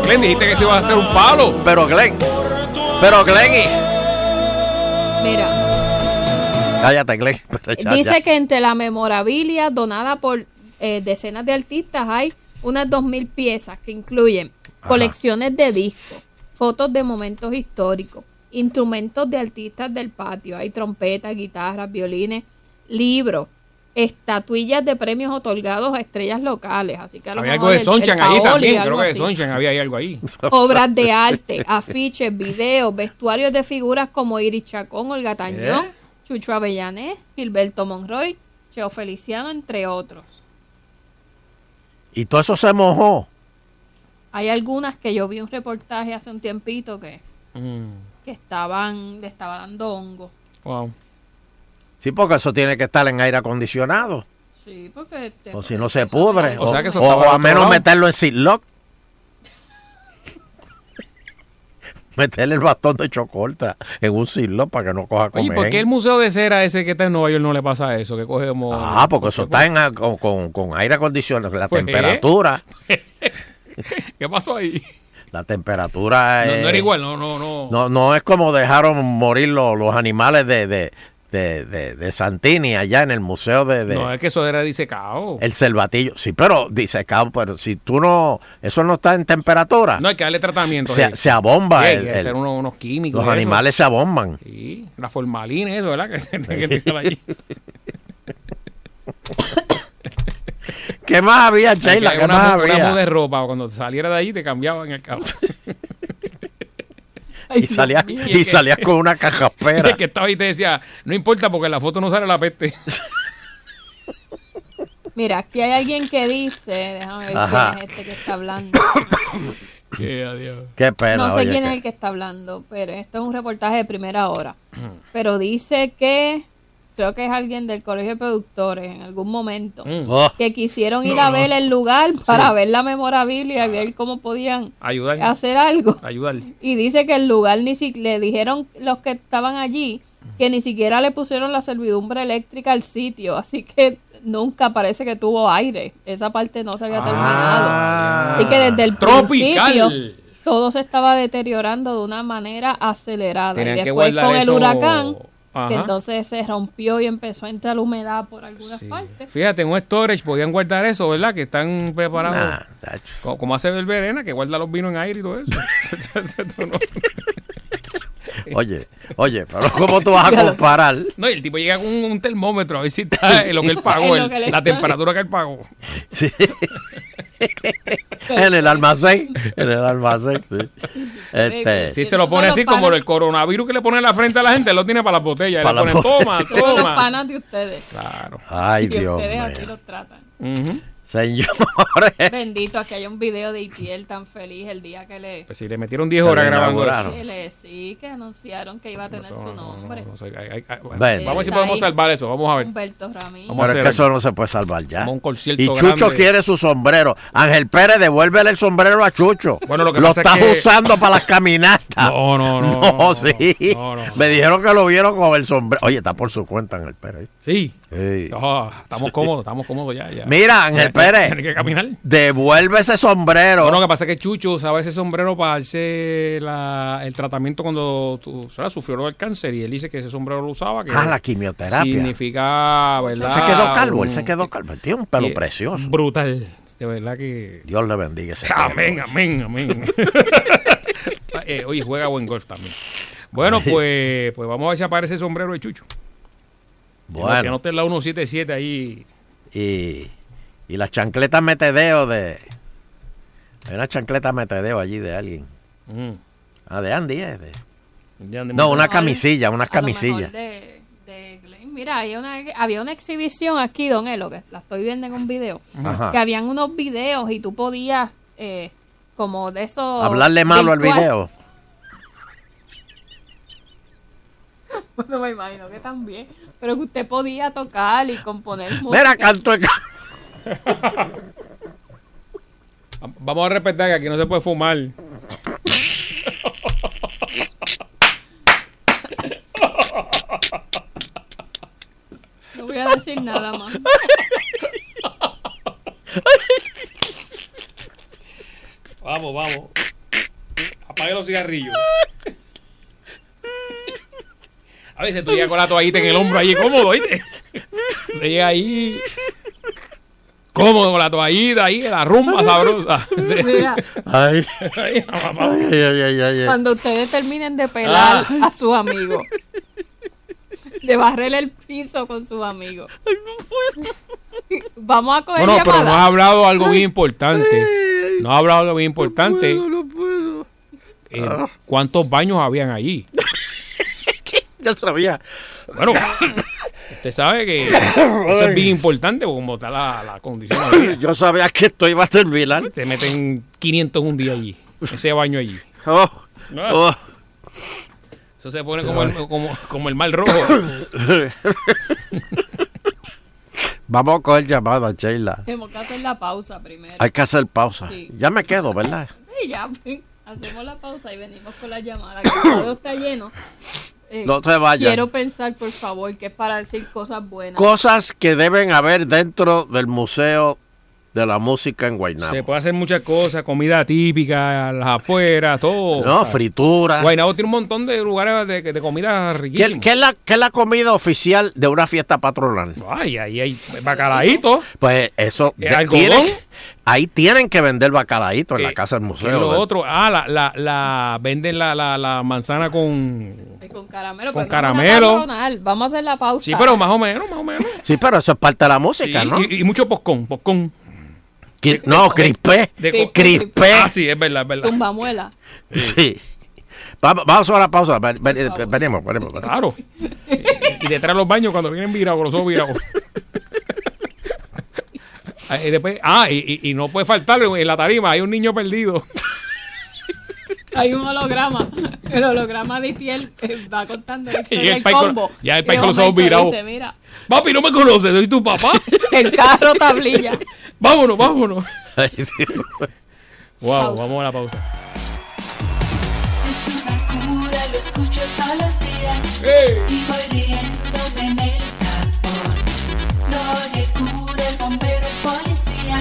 Speaker 4: Glenn, dijiste que se iba a hacer un palo.
Speaker 5: Pero Glenn, pero Glenn, y-
Speaker 6: Mira,
Speaker 5: cállate Glenn. (laughs) Pero ya,
Speaker 6: dice
Speaker 5: ya.
Speaker 6: que entre la memorabilia donada por eh, decenas de artistas hay unas 2.000 piezas que incluyen
Speaker 5: Ajá.
Speaker 6: colecciones de discos, fotos de momentos históricos, instrumentos de artistas del patio, hay trompetas, guitarras, violines, libros, estatuillas de premios otorgados a estrellas locales. Así que a lo
Speaker 4: Había algo
Speaker 6: mejor
Speaker 4: de
Speaker 6: el- el
Speaker 4: Sonchan allí
Speaker 6: Paoli,
Speaker 4: también.
Speaker 6: algo
Speaker 4: Creo que de
Speaker 6: así.
Speaker 4: Sonchan había ahí algo ahí.
Speaker 5: (laughs)
Speaker 6: obras
Speaker 4: (laughs)
Speaker 6: de arte, afiches, videos, vestuarios de figuras como Iris Chacón, Olga Tañón,
Speaker 4: ¿Eh?
Speaker 6: Chucho Avellanés, Gilberto Monroy, Cheo Feliciano, entre otros.
Speaker 5: Y todo eso se mojó.
Speaker 6: Hay algunas que yo vi un reportaje hace un tiempito que, que estaban, le estaba dando hongo.
Speaker 4: Mm, Wow.
Speaker 5: Sí, porque eso tiene que estar en aire acondicionado.
Speaker 6: Sí, pues, porque... te-
Speaker 5: O Pues si no se pudre.
Speaker 6: eso
Speaker 5: O,
Speaker 4: O sea que eso
Speaker 5: o
Speaker 4: estaba
Speaker 5: a
Speaker 4: al otro
Speaker 5: menos
Speaker 4: lado.
Speaker 5: meterlo en Ziploc. (laughs) meterle el bastón de chocolta en un silo para que no coja
Speaker 4: Oye,
Speaker 5: comer.
Speaker 4: ¿por qué el museo de cera ese que está en Nueva York no le pasa eso? Que coge como-
Speaker 5: Ah, porque eso está en a- con, con- con aire acondicionado, la
Speaker 4: Pues, ¿eh?
Speaker 5: temperatura.
Speaker 4: (laughs) ¿Qué pasó ahí?
Speaker 5: La temperatura
Speaker 4: No,
Speaker 5: es-
Speaker 4: no era igual, no, no, no.
Speaker 5: No, no es como dejaron morir lo- los animales de, de, de- de- de Santini allá en el museo de, de-
Speaker 4: No, es que eso era disecado.
Speaker 5: el Cervatillo. Sí, pero dice, cabrón, pero si tú no, eso no está en temperatura.
Speaker 4: No, hay que darle tratamiento.
Speaker 5: Se-
Speaker 4: sí.
Speaker 5: se abomba
Speaker 4: Sí, hay
Speaker 5: el-
Speaker 4: que
Speaker 5: el-
Speaker 4: hacer unos, unos químicos.
Speaker 5: los
Speaker 4: y eso.
Speaker 5: animales se abomban.
Speaker 4: Sí, la formalina, eso, ¿verdad? Que (laughs) se tiene que tirar allí.
Speaker 5: ¿Qué más había, (laughs) Sheila?
Speaker 4: Hay
Speaker 5: ¿Qué
Speaker 4: una,
Speaker 5: más
Speaker 4: mu- una
Speaker 5: había?
Speaker 4: muda de ropa. Cuando te saliera de allí, te cambiaban el
Speaker 5: (laughs)
Speaker 4: carro.
Speaker 5: y salías,
Speaker 4: mío,
Speaker 5: y
Speaker 4: es que-
Speaker 5: salías con
Speaker 4: (laughs)
Speaker 5: una cajapera.
Speaker 4: El que estaba ahí te decía, no importa porque en la foto no sale la
Speaker 5: (laughs)
Speaker 4: peste.
Speaker 6: Mira, aquí hay alguien que dice, déjame ver
Speaker 5: Ajá.
Speaker 6: quién es este que está
Speaker 5: (coughs)
Speaker 6: hablando.
Speaker 5: Qué pena.
Speaker 6: no sé
Speaker 5: oye,
Speaker 6: quién
Speaker 5: que-
Speaker 6: es el que está hablando, pero esto es un reportaje de primera hora. Pero dice que creo que es alguien del colegio de productores en algún momento
Speaker 4: Mm. (laughs)
Speaker 5: Oh.
Speaker 6: que quisieron ir
Speaker 4: No,
Speaker 6: a
Speaker 4: no.
Speaker 6: ver el lugar para
Speaker 4: Sí.
Speaker 6: ver la memorabilia y ver cómo podían
Speaker 4: Ayudarle.
Speaker 6: hacer algo.
Speaker 4: Ayudarle.
Speaker 6: Y dice que el lugar ni siquiera le dijeron los que estaban allí que ni siquiera le pusieron la servidumbre eléctrica al sitio, así que nunca parece que tuvo aire. Esa parte no se
Speaker 4: Ah.
Speaker 6: había
Speaker 5: Ah.
Speaker 6: terminado. Así que desde el
Speaker 4: Tropical. (laughs)
Speaker 6: principio todo se estaba deteriorando de una manera acelerada.
Speaker 4: Tenían
Speaker 6: y
Speaker 4: que
Speaker 6: después
Speaker 4: guardar
Speaker 6: con el
Speaker 4: eso-
Speaker 6: huracán,
Speaker 4: Ajá.
Speaker 6: que entonces se rompió y empezó a entrar humedad por algunas partes.
Speaker 4: Fíjate, en un storage podían guardar eso, ¿verdad? Que están preparados.
Speaker 5: Nah,
Speaker 4: Co- como hace el Verena, que guarda los vinos en aire y todo eso. (laughs) Esto no.
Speaker 5: Oye, oye, (laughs) pero ¿cómo
Speaker 4: (laughs)
Speaker 6: (laughs)
Speaker 5: tú vas a comparar?
Speaker 4: No, y el tipo llega con un, un termómetro a ver si
Speaker 5: (laughs)
Speaker 4: está en lo que él pagó,
Speaker 6: En lo
Speaker 4: el-
Speaker 6: que le
Speaker 4: la
Speaker 6: está.
Speaker 4: temperatura que él pagó.
Speaker 5: Sí. en el almacén, en el almacén, sí. Este,
Speaker 4: Si se lo
Speaker 6: Esos son
Speaker 4: pone
Speaker 6: los
Speaker 4: así como
Speaker 6: panas.
Speaker 4: el coronavirus que le pone en la frente a la gente, él lo tiene para las botellas.
Speaker 5: Para
Speaker 4: Para le
Speaker 5: las
Speaker 4: ponen, toma,
Speaker 6: (laughs)
Speaker 5: botellas.
Speaker 6: Esos son los
Speaker 4: toma.
Speaker 6: panas de ustedes.
Speaker 4: Claro.
Speaker 5: ay,
Speaker 6: y
Speaker 5: Dios
Speaker 6: ustedes así
Speaker 5: mío.
Speaker 6: los tratan.
Speaker 4: Ujú.
Speaker 5: (laughs)
Speaker 4: (laughs)
Speaker 5: Señores,
Speaker 6: Bendito, aquí hay un video de Itiel tan feliz el día que le...
Speaker 4: Pues si le metieron 10 horas
Speaker 5: Se lo
Speaker 4: grabando eso.
Speaker 5: enamoraron.
Speaker 6: que le- sí, que anunciaron que iba a tener su nombre.
Speaker 4: No sé, ay, ay, ay, bueno,
Speaker 5: Ven.
Speaker 4: Vamos a ver si podemos
Speaker 6: Está ahí.
Speaker 4: salvar eso. Vamos a ver.
Speaker 6: Humberto (laughs) Ramírez.
Speaker 4: Vamos a
Speaker 5: pero es
Speaker 4: hacer
Speaker 5: que
Speaker 4: algo.
Speaker 5: eso no se puede salvar ya.
Speaker 4: Vamos a un concierto
Speaker 5: Y Chucho
Speaker 4: grande.
Speaker 5: quiere su sombrero. Ángel Pérez, devuélvele el sombrero a Chucho.
Speaker 4: Bueno, lo que pasa es
Speaker 5: estás
Speaker 4: que-
Speaker 5: usando para las caminatas.
Speaker 4: (laughs) No, no, no,
Speaker 5: No,
Speaker 4: no, no,
Speaker 5: sí.
Speaker 4: no, no, no.
Speaker 5: Me dijeron que lo vieron con el sombrero. Oye, está por su cuenta Ángel Pérez.
Speaker 4: Sí.
Speaker 5: Sí.
Speaker 4: Ah, estamos cómodos, estamos cómodos ya. ya.
Speaker 5: Mira, Ángel Pérez.
Speaker 4: Tiene que caminar.
Speaker 5: Devuelve ese sombrero.
Speaker 4: No, lo que pasa es que Chucho usaba ese sombrero para darse la- el tratamiento cuando tu- o sea, sufrió el cáncer y él dice que ese sombrero lo usaba. Que
Speaker 5: Ah, la quimioterapia.
Speaker 4: Significa, ¿verdad?
Speaker 5: Se quedó calvo, él
Speaker 4: Un-
Speaker 5: se quedó calvo. Él Tiene un pelo
Speaker 4: y-
Speaker 5: precioso.
Speaker 4: Brutal. De verdad que.
Speaker 5: Dios le bendiga ese
Speaker 4: Amén,
Speaker 5: pelo.
Speaker 4: amén, amén. (laughs) Eh, oye, juega buen golf también. Bueno, pues, pues vamos a ver si aparece ese sombrero de Chucho. Que no
Speaker 5: Bueno,
Speaker 4: esté en la 177 ahí.
Speaker 5: y, y las chancletas metedeo de... Hay una chancleta metedeo allí de alguien.
Speaker 4: Mm.
Speaker 5: Ah, de Andy, es de-
Speaker 4: Ya andemos-
Speaker 5: No, una
Speaker 6: mejor-
Speaker 5: camisilla, unas
Speaker 6: A lo mejor
Speaker 5: camisillas.
Speaker 6: de- de Glenn. Mira, hay una, había una exhibición aquí, Don Elo, que la estoy viendo en un video,
Speaker 5: Ajá.
Speaker 6: que habían unos videos y tú podías, eh, como de esos...
Speaker 5: Hablarle malo al
Speaker 6: virtual-
Speaker 5: video.
Speaker 6: (laughs) No me imagino que también, pero que usted podía tocar y componer música.
Speaker 5: Mira,
Speaker 6: (laughs)
Speaker 5: canto de... ca-
Speaker 4: Vamos a respetar que aquí no se puede fumar.
Speaker 6: No voy a decir nada
Speaker 5: (laughs)
Speaker 6: más.
Speaker 4: (laughs) Vamos, vamos. Apague los cigarrillos. A veces tú llegas con la toallita en el hombro ahí cómodo, ¿oíste? Te llega ahí cómodo con la toallita ahí, la rumba sabrosa.
Speaker 6: Mira,
Speaker 5: Ay,
Speaker 4: Ay, mamá.
Speaker 5: ay, ay, ay, ay, ay.
Speaker 6: cuando ustedes terminen de pelar
Speaker 4: Ah.
Speaker 6: a
Speaker 4: (laughs)
Speaker 6: sus amigos, de barrer el piso con sus amigos. Vamos a coger
Speaker 4: Bueno, pero
Speaker 6: llamadas.
Speaker 4: nos ha hablado algo bien importante. Nos ha hablado algo bien importante. Eh,
Speaker 5: Ah.
Speaker 4: ¿Cuántos baños habían allí?
Speaker 5: Yo sabía.
Speaker 4: Bueno, usted sabe
Speaker 5: (laughs)
Speaker 4: que eso es bien importante, porque como está la, la condición. de la vida.
Speaker 5: (laughs) Yo sabía que esto iba a terminar.
Speaker 4: Te meten 500 un día allí, ese baño allí.
Speaker 5: (laughs)
Speaker 4: Ah.
Speaker 5: Oh, oh.
Speaker 4: Eso se pone como el, como, como el mal
Speaker 5: (laughs)
Speaker 4: rojo.
Speaker 5: (coughs) Vamos a coger llamada, Sheila.
Speaker 6: Tenemos que hacer la pausa primero.
Speaker 5: Hay que hacer pausa.
Speaker 6: Sí.
Speaker 5: Ya me quedo, ¿verdad?
Speaker 6: Sí, ya. pues. Hacemos la pausa y venimos con la llamada. Que el radio está lleno. Eh,
Speaker 5: No se vayan.
Speaker 6: Quiero pensar, por favor, que es para decir cosas buenas.
Speaker 5: Cosas que deben haber dentro del Museo de la Música en Guaynabo.
Speaker 4: Se puede hacer muchas cosas, comida típica, las afueras, todo.
Speaker 5: No,
Speaker 4: ¿sabes?
Speaker 5: frituras.
Speaker 4: Guaynabo tiene un montón de lugares de, de comida
Speaker 5: ¿Qué,
Speaker 4: riquísima.
Speaker 5: qué es la, qué es la comida oficial de una fiesta patronal?
Speaker 4: Ay, ahí hay bacalaíto.
Speaker 5: Pues eso.
Speaker 4: ¿El
Speaker 5: de-
Speaker 4: ¿Eh, algodón?
Speaker 5: tienen- ahí tienen que vender bacalaíto en la casa del
Speaker 4: ¿Qué es lo
Speaker 5: museo.
Speaker 4: otro? Ah, la, la, la venden la, la, la manzana con...
Speaker 6: Eh, Con caramelo.
Speaker 4: Con
Speaker 6: pero no es una
Speaker 4: caramelo.
Speaker 6: patronal. Vamos a hacer la pausa.
Speaker 4: Sí, pero más o menos, más o menos.
Speaker 5: Sí, pero eso es parte de la música,
Speaker 4: Sí,
Speaker 5: ¿no?
Speaker 4: y, y mucho poscón, poscón.
Speaker 5: Qui- no, crispé.
Speaker 4: De co-
Speaker 5: Crispé.
Speaker 4: Ah, sí, es verdad, es verdad.
Speaker 6: Tumbamuela.
Speaker 5: (laughs) Sí. Vamos, vamos a la pausa. Ven- ven- Venimos, venimos. venimos.
Speaker 4: Claro. Y detrás de los baños cuando vienen virados, con los ojos virados. Ah, y después- ah, y, y- y no puede faltar en la tarima, hay un niño perdido.
Speaker 6: Hay un holograma. El holograma de Itiel eh, va contando
Speaker 4: (laughs)
Speaker 6: la historia
Speaker 4: el
Speaker 6: del
Speaker 4: Pai con-
Speaker 6: combo.
Speaker 4: ya el
Speaker 6: Y
Speaker 4: Pai
Speaker 6: de
Speaker 4: con los ojos
Speaker 6: momento
Speaker 4: virados.
Speaker 6: dice, mira,
Speaker 4: Papi, no me conoces, soy tu papá.
Speaker 6: (laughs) el carro tablilla.
Speaker 4: Vámonos, vámonos.
Speaker 5: Ay, Dios.
Speaker 4: Wow,
Speaker 6: Pausa.
Speaker 4: vamos a la pausa.
Speaker 9: Es una cura, lo escucho todos los días y voy riéndome en el tapón. Lo de cura, el bombero, el policía,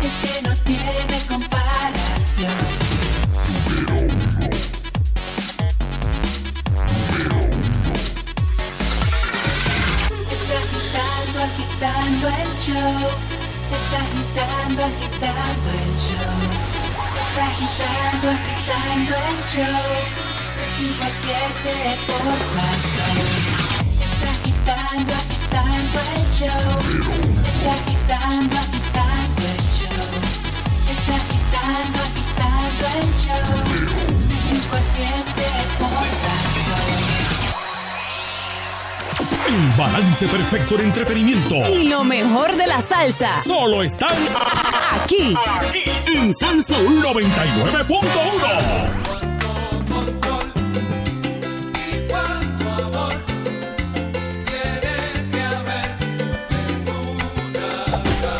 Speaker 9: es que no tiene comparación. Es agitando, agitando el show. Es agitando, agitando el show. Es agitando, agitando el show. Recibo siete por razón. Es agitando, agitando el show. Es agitando, agitando el show. Es agitando, agitando el show. Recibo siete por razón.
Speaker 1: El balance perfecto de entretenimiento.
Speaker 17: Y lo mejor de la salsa.
Speaker 1: Solo están
Speaker 17: Aquí.
Speaker 1: aquí en Salsa 99.1.
Speaker 2: Cuánto amor tiene que haber en una casa.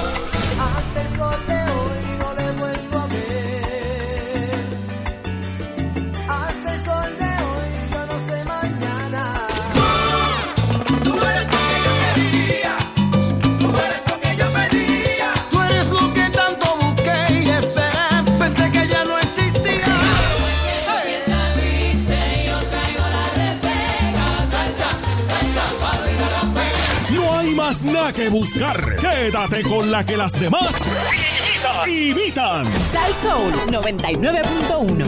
Speaker 2: Hasta el sol de hoy no le vuelvo a ver. Hasta el sol de hoy yo no sé mañana. Tú eres lo que yo quería. Tú eres lo que yo pedía. Tú eres lo que tanto busqué y esperé. Pensé que ya no existía.
Speaker 1: No hay más nada que buscar. Quédate con la que las demás imitan.
Speaker 17: Sal Soul 99.1.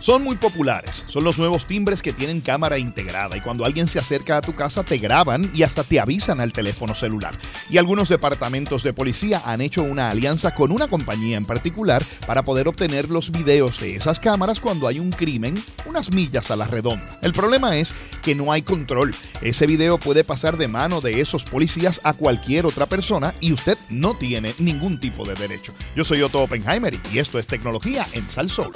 Speaker 18: Son muy populares, son los nuevos timbres que tienen cámara integrada y cuando alguien se acerca a tu casa te graban y hasta te avisan al teléfono celular. Y algunos departamentos de policía han hecho una alianza con una compañía en particular para poder obtener los videos de esas cámaras cuando hay un crimen unas millas a la redonda. El problema es que no hay control. Ese video puede pasar de mano de esos policías a cualquier otra persona y usted no tiene ningún tipo de derecho. Yo soy Otto Oppenheimer y esto es tecnología en Salsol.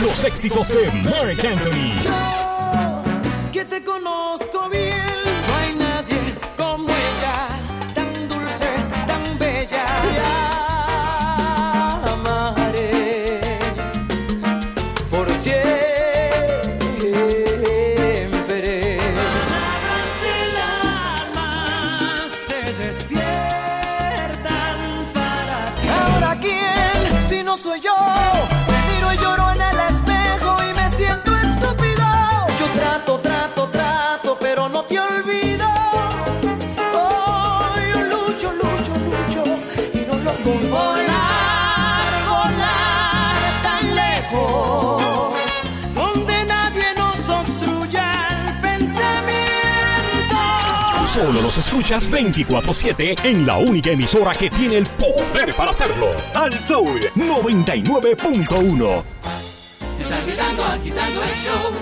Speaker 1: Los éxitos de Mark Anthony.
Speaker 2: que te conozco bien. No hay nadie como ella, tan dulce, tan bella. Te amaré por siempre. Palabras del alma se despiertan para ti. Ahora quién, si no soy yo, me miro y lloro en el espejo y me siento estúpido. Yo trato, trato, trato, pero no te olvido. Oh, yo lucho, lucho, lucho y no lo consigo. Volar, volar tan lejos, donde nadie nos obstruya el pensamiento.
Speaker 1: Solo los escuchas 24-7 en la única emisora que tiene el poder para hacerlo. Al Soul 99.1.
Speaker 2: Están quitando, ah, quitando el show.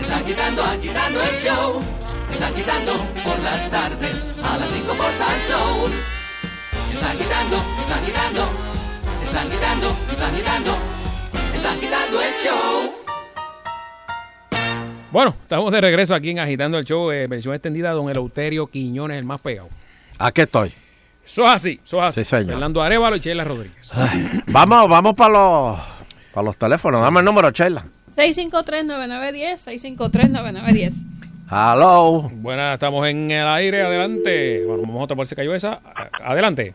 Speaker 2: Están quitando, ah, quitando el show. Están quitando por las tardes a las 5 por Salsoul. Están quitando, están quitando. Están quitando, están quitando. Están quitando el show.
Speaker 4: Bueno, estamos de regreso aquí en Agitando el Show, eh, versión extendida, don Eleuterio Quiñones, el más pegado.
Speaker 5: Aquí estoy.
Speaker 4: Eso es así, eso es así.
Speaker 5: Sí, señor.
Speaker 4: Fernando Arevalo y Sheila Rodríguez.
Speaker 5: Vamos, vamos para los, para los teléfonos. Dame el número, Chela.
Speaker 6: 653-9910, 653-9910.
Speaker 5: Hello.
Speaker 4: Buenas, estamos en el aire, adelante. Bueno, vamos a otra, por si cayó esa. A- Adelante.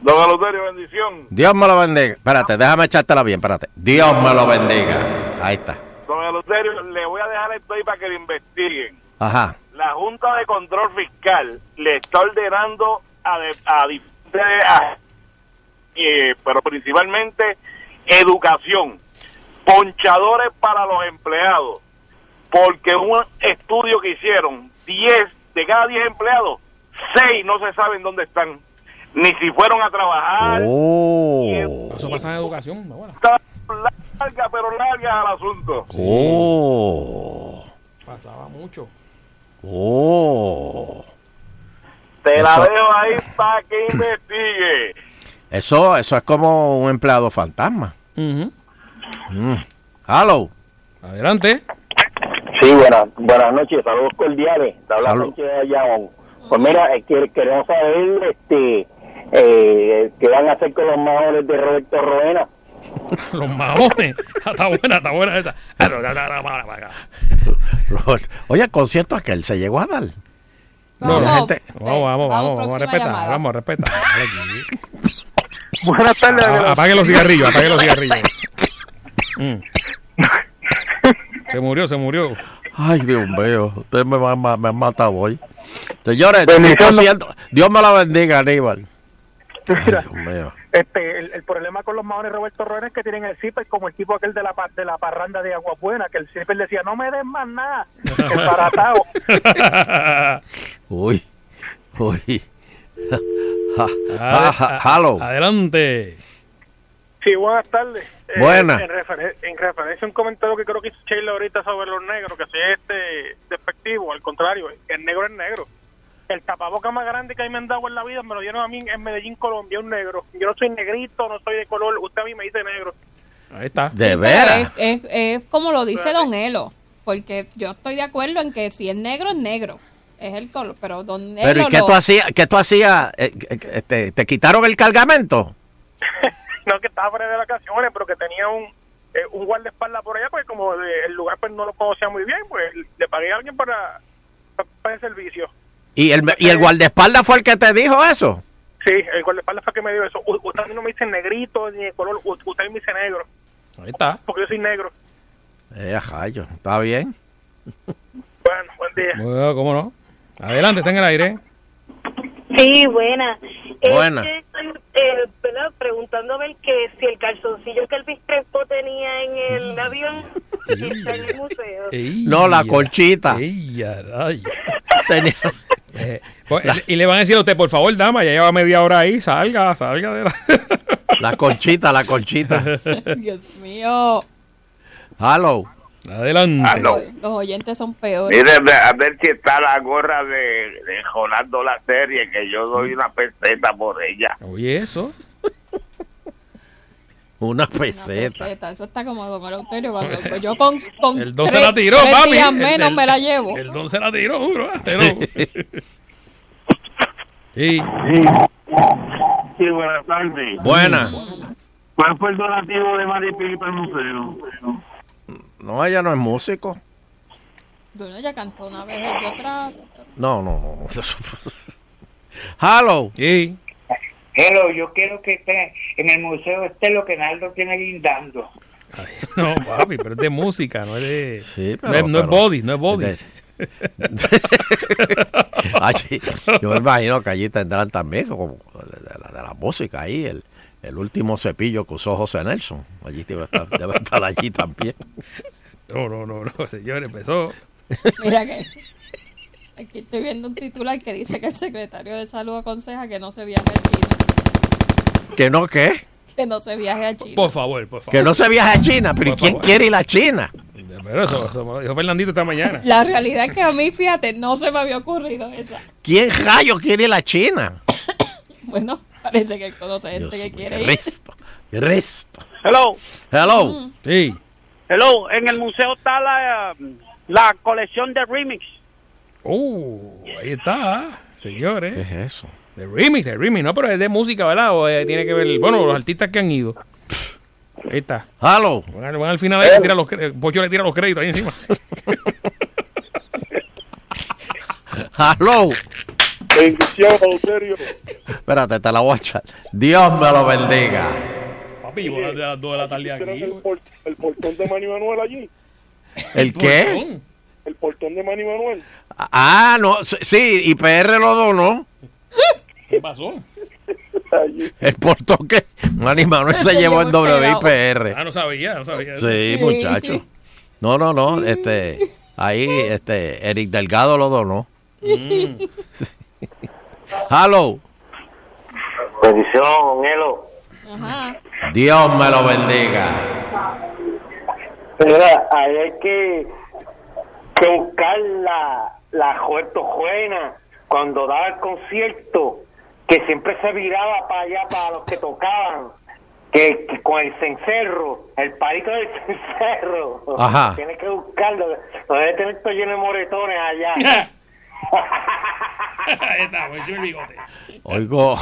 Speaker 13: Don Eleuterio, bendición.
Speaker 5: Dios me lo bendiga. Espérate, déjame echártela bien, espérate. Dios me lo bendiga. Ahí está.
Speaker 13: Don Eleuterio, le voy a dejar esto ahí para que lo investiguen.
Speaker 5: Ajá.
Speaker 13: La Junta de Control Fiscal le está ordenando a, de- a diferentes a- eh, pero principalmente educación, ponchadores para los empleados, porque un estudio que hicieron, 10 de cada 10 empleados, 6 no se saben dónde están, ni si fueron a trabajar,
Speaker 5: Oh.
Speaker 4: Eso pasa en educación, mi abuela.
Speaker 13: larga, pero larga al asunto.
Speaker 5: Oh.
Speaker 4: Pasaba mucho.
Speaker 5: Oh. (laughs)
Speaker 13: Te la
Speaker 5: Eso-
Speaker 13: dejo ahí para que investigue.
Speaker 5: Eso, eso es como un empleado fantasma. Mm. Hello. (laughs)
Speaker 4: Adelante.
Speaker 19: Sí, buenas, buenas noches, saludos cordiales. Te habla
Speaker 5: Salud.
Speaker 19: Sánchez de Bayamón. Pues mira, eh, que- queremos saber este, eh, qué van a hacer con los mahones de Roberto Roena.
Speaker 4: (laughs) Los mahones. (laughs) está buena, está buena esa. Ah,
Speaker 5: Robert, Oye, el concierto aquel se llegó a dar.
Speaker 4: No,
Speaker 5: la
Speaker 4: no.
Speaker 5: gente-
Speaker 4: Vamos, vamos, vamos, vamos a
Speaker 5: próxima
Speaker 4: respetar,
Speaker 5: llamada.
Speaker 4: vamos a respetar.
Speaker 19: Buenas tardes.
Speaker 4: A- Apague los cigarrillos, apague los cigarrillos. Mm. Se murió, se murió.
Speaker 5: Ay, Dios mío, ustedes me, van- me, me han matado hoy. Señores,
Speaker 4: Bendición.
Speaker 5: estoy haciendo- Dios me la bendiga, Aníbal. Ay, Dios mío.
Speaker 11: Este, el, el problema con los maones Roberto Rueda es que tienen el zipper como el tipo aquel de la pa- de la parranda de Agua Buena, que el zipper decía, no me des más
Speaker 5: (laughs)
Speaker 11: nada, el baratao.
Speaker 5: Uy, uy. (laughs)
Speaker 4: Ade-
Speaker 5: Ah, Hello.
Speaker 4: Adelante.
Speaker 10: Sí, buenas tardes. Eh,
Speaker 5: Buena.
Speaker 10: en, referen- en referencia a un comentario que creo que hizo Sheila ahorita sobre los negros, que si es este despectivo, al contrario, eh, el negro es negro. El tapaboca más grande que a mí me han dado en la vida me lo dieron a mí en Medellín, Colombia, un negro. Yo no soy negrito, no soy de color, usted a mí me dice negro.
Speaker 4: Ahí está.
Speaker 5: De veras.
Speaker 6: Es, es- es como lo dice Don Elo, porque yo estoy de acuerdo en que si es negro, es negro. Es el color, pero Don Elo.
Speaker 5: Pero ¿y qué
Speaker 6: lo-
Speaker 5: tú hacías? ¿Qué tú hacías? Eh, eh, eh, te- ¿Te quitaron el cargamento?
Speaker 10: No, que estaba fuera de vacaciones, pero que tenía un, eh, un guardaespaldas por allá, porque como de- el lugar pues no lo conocía muy bien, pues le pagué a alguien para, para, para el servicio.
Speaker 5: ¿Y el, ¿Y el guardaespaldas fue el que te dijo eso?
Speaker 10: Sí, el guardaespaldas fue que me dio eso. U- Usted a mí no me dice negrito ni de color, u- usted me dice negro,
Speaker 4: Ahí está.
Speaker 10: porque yo soy negro.
Speaker 5: Eh, ajá, yo, ¿está bien?
Speaker 10: Bueno, buen día.
Speaker 4: Bueno, ¿Cómo no? Adelante, está en el aire.
Speaker 15: Sí, buena. Es
Speaker 4: Buena.
Speaker 15: que estoy, eh, ¿verdad? preguntando a ver que si el calzoncillo que Elvis Crespo tenía en el avión está en el museo.
Speaker 5: No, la colchita.
Speaker 4: Ella, ay.
Speaker 5: Tenía-
Speaker 4: Eh, pues, Y le van a decir a usted, por favor, dama, ya lleva media hora ahí, salga, salga de la...
Speaker 5: (laughs) La colchita, la colchita.
Speaker 6: Dios mío,
Speaker 5: Hello.
Speaker 4: Adelante.
Speaker 6: los oyentes son peores.
Speaker 20: Mire, ve- a ver si está la gorra de, de Jolando la serie, que yo doy una peseta por ella.
Speaker 4: Oye, eso.
Speaker 5: (laughs) Una
Speaker 6: Una
Speaker 5: peseta.
Speaker 6: peseta, Eso está como Don
Speaker 4: (laughs)
Speaker 6: Eleuterio. cuando Pues Yo con, con
Speaker 4: El don se
Speaker 6: tres-
Speaker 4: la tiró,
Speaker 6: tres
Speaker 4: papi.
Speaker 6: días
Speaker 4: El-
Speaker 6: menos
Speaker 4: el-
Speaker 6: me la llevo.
Speaker 4: El don se la tiró, juro. te lo- Sí.
Speaker 20: Sí, buenas tardes.
Speaker 5: Buena.
Speaker 20: ¿Cuál fue el donativo de Mari Pili para el museo?
Speaker 5: No, ella no es músico.
Speaker 6: Bueno, ya cantó una vez y otra.
Speaker 5: No, no, no. (laughs) Hello.
Speaker 4: Sí.
Speaker 21: Pero yo quiero que esté en el museo esté lo que Naldo tiene guindando.
Speaker 4: (laughs) No, papi, pero es de música, no es de...
Speaker 5: pero-
Speaker 4: no es, no es
Speaker 5: pero-
Speaker 4: bodies, no es
Speaker 5: (laughs)
Speaker 4: bodies.
Speaker 5: Allí- yo me imagino que allí tendrán también como de, de la, de la música ahí, el, el último cepillo que usó José Nelson. Allí debe estar, debe estar allí también.
Speaker 4: No, no, no, no, señor, empezó.
Speaker 6: Mira que. Aquí estoy viendo un titular que dice que el secretario de salud aconseja que no se viaje a China.
Speaker 5: ¿Que no qué?
Speaker 6: Que no se viaje a China.
Speaker 4: Por favor, por favor.
Speaker 5: Que no se viaja a China, pero ¿y
Speaker 4: Por
Speaker 5: ¿quién
Speaker 4: favor.
Speaker 5: quiere ir a China?
Speaker 4: Pero eso, eso me lo dijo Fernandito esta mañana.
Speaker 6: La realidad es que a mí, fíjate, no se me había ocurrido esa.
Speaker 5: ¿Quién rayos quiere ir a China?
Speaker 6: (laughs) Bueno, parece que conoce gente que quiere ir.
Speaker 5: Resto, resto.
Speaker 10: Hello. Mm.
Speaker 5: Hello.
Speaker 4: Sí.
Speaker 10: Hello, en el museo está la, Ah, la colección de remix.
Speaker 4: Uh, ahí Oh, está, señores.
Speaker 5: ¿Qué es eso?
Speaker 4: The remix, the remix, no, pero es de música, ¿verdad? O eh, tiene que ver, bueno, los artistas que han ido. Ahí está.
Speaker 5: Halo.
Speaker 4: Van al- van al final ahí le tira los cre- Pocho le tira los créditos ahí
Speaker 5: (laughs)
Speaker 4: encima.
Speaker 5: Hello.
Speaker 14: Bendición, Euterio.
Speaker 5: Espérate, te la voy a echar. Dios me lo bendiga.
Speaker 4: Papi, vos de las 2 de la tarde aquí.
Speaker 14: El, por- el portón de Manny Manuel allí.
Speaker 5: ¿El
Speaker 4: Pues, oh,
Speaker 5: qué?
Speaker 14: El portón de Manny Manuel.
Speaker 5: Ah, no, s- sí, IPR lo donó.
Speaker 4: ¿Qué pasó?
Speaker 5: El portón que Manny (laughs) Manuel se llevó en
Speaker 4: Ah,
Speaker 5: WIPR.
Speaker 4: no sabía, no sabía.
Speaker 5: Sí, muchacho. No, no, no, este, ahí, este, Eric Delgado lo donó. Hello.
Speaker 19: Bendición, Elo.
Speaker 5: Dios me lo bendiga.
Speaker 19: Mira, ahí hay que, que buscar la, la Juerto Juena cuando daba el concierto, que siempre se viraba para allá, para los que tocaban, que, que con el cencerro, el palito del (laughs) cencerro.
Speaker 5: Ajá.
Speaker 19: Tienes que buscarlo, lo debe tener todo lleno de moretones allá.
Speaker 4: (laughs)
Speaker 19: (laughs)
Speaker 4: Ahí está, pues el bigote.
Speaker 5: Oigo,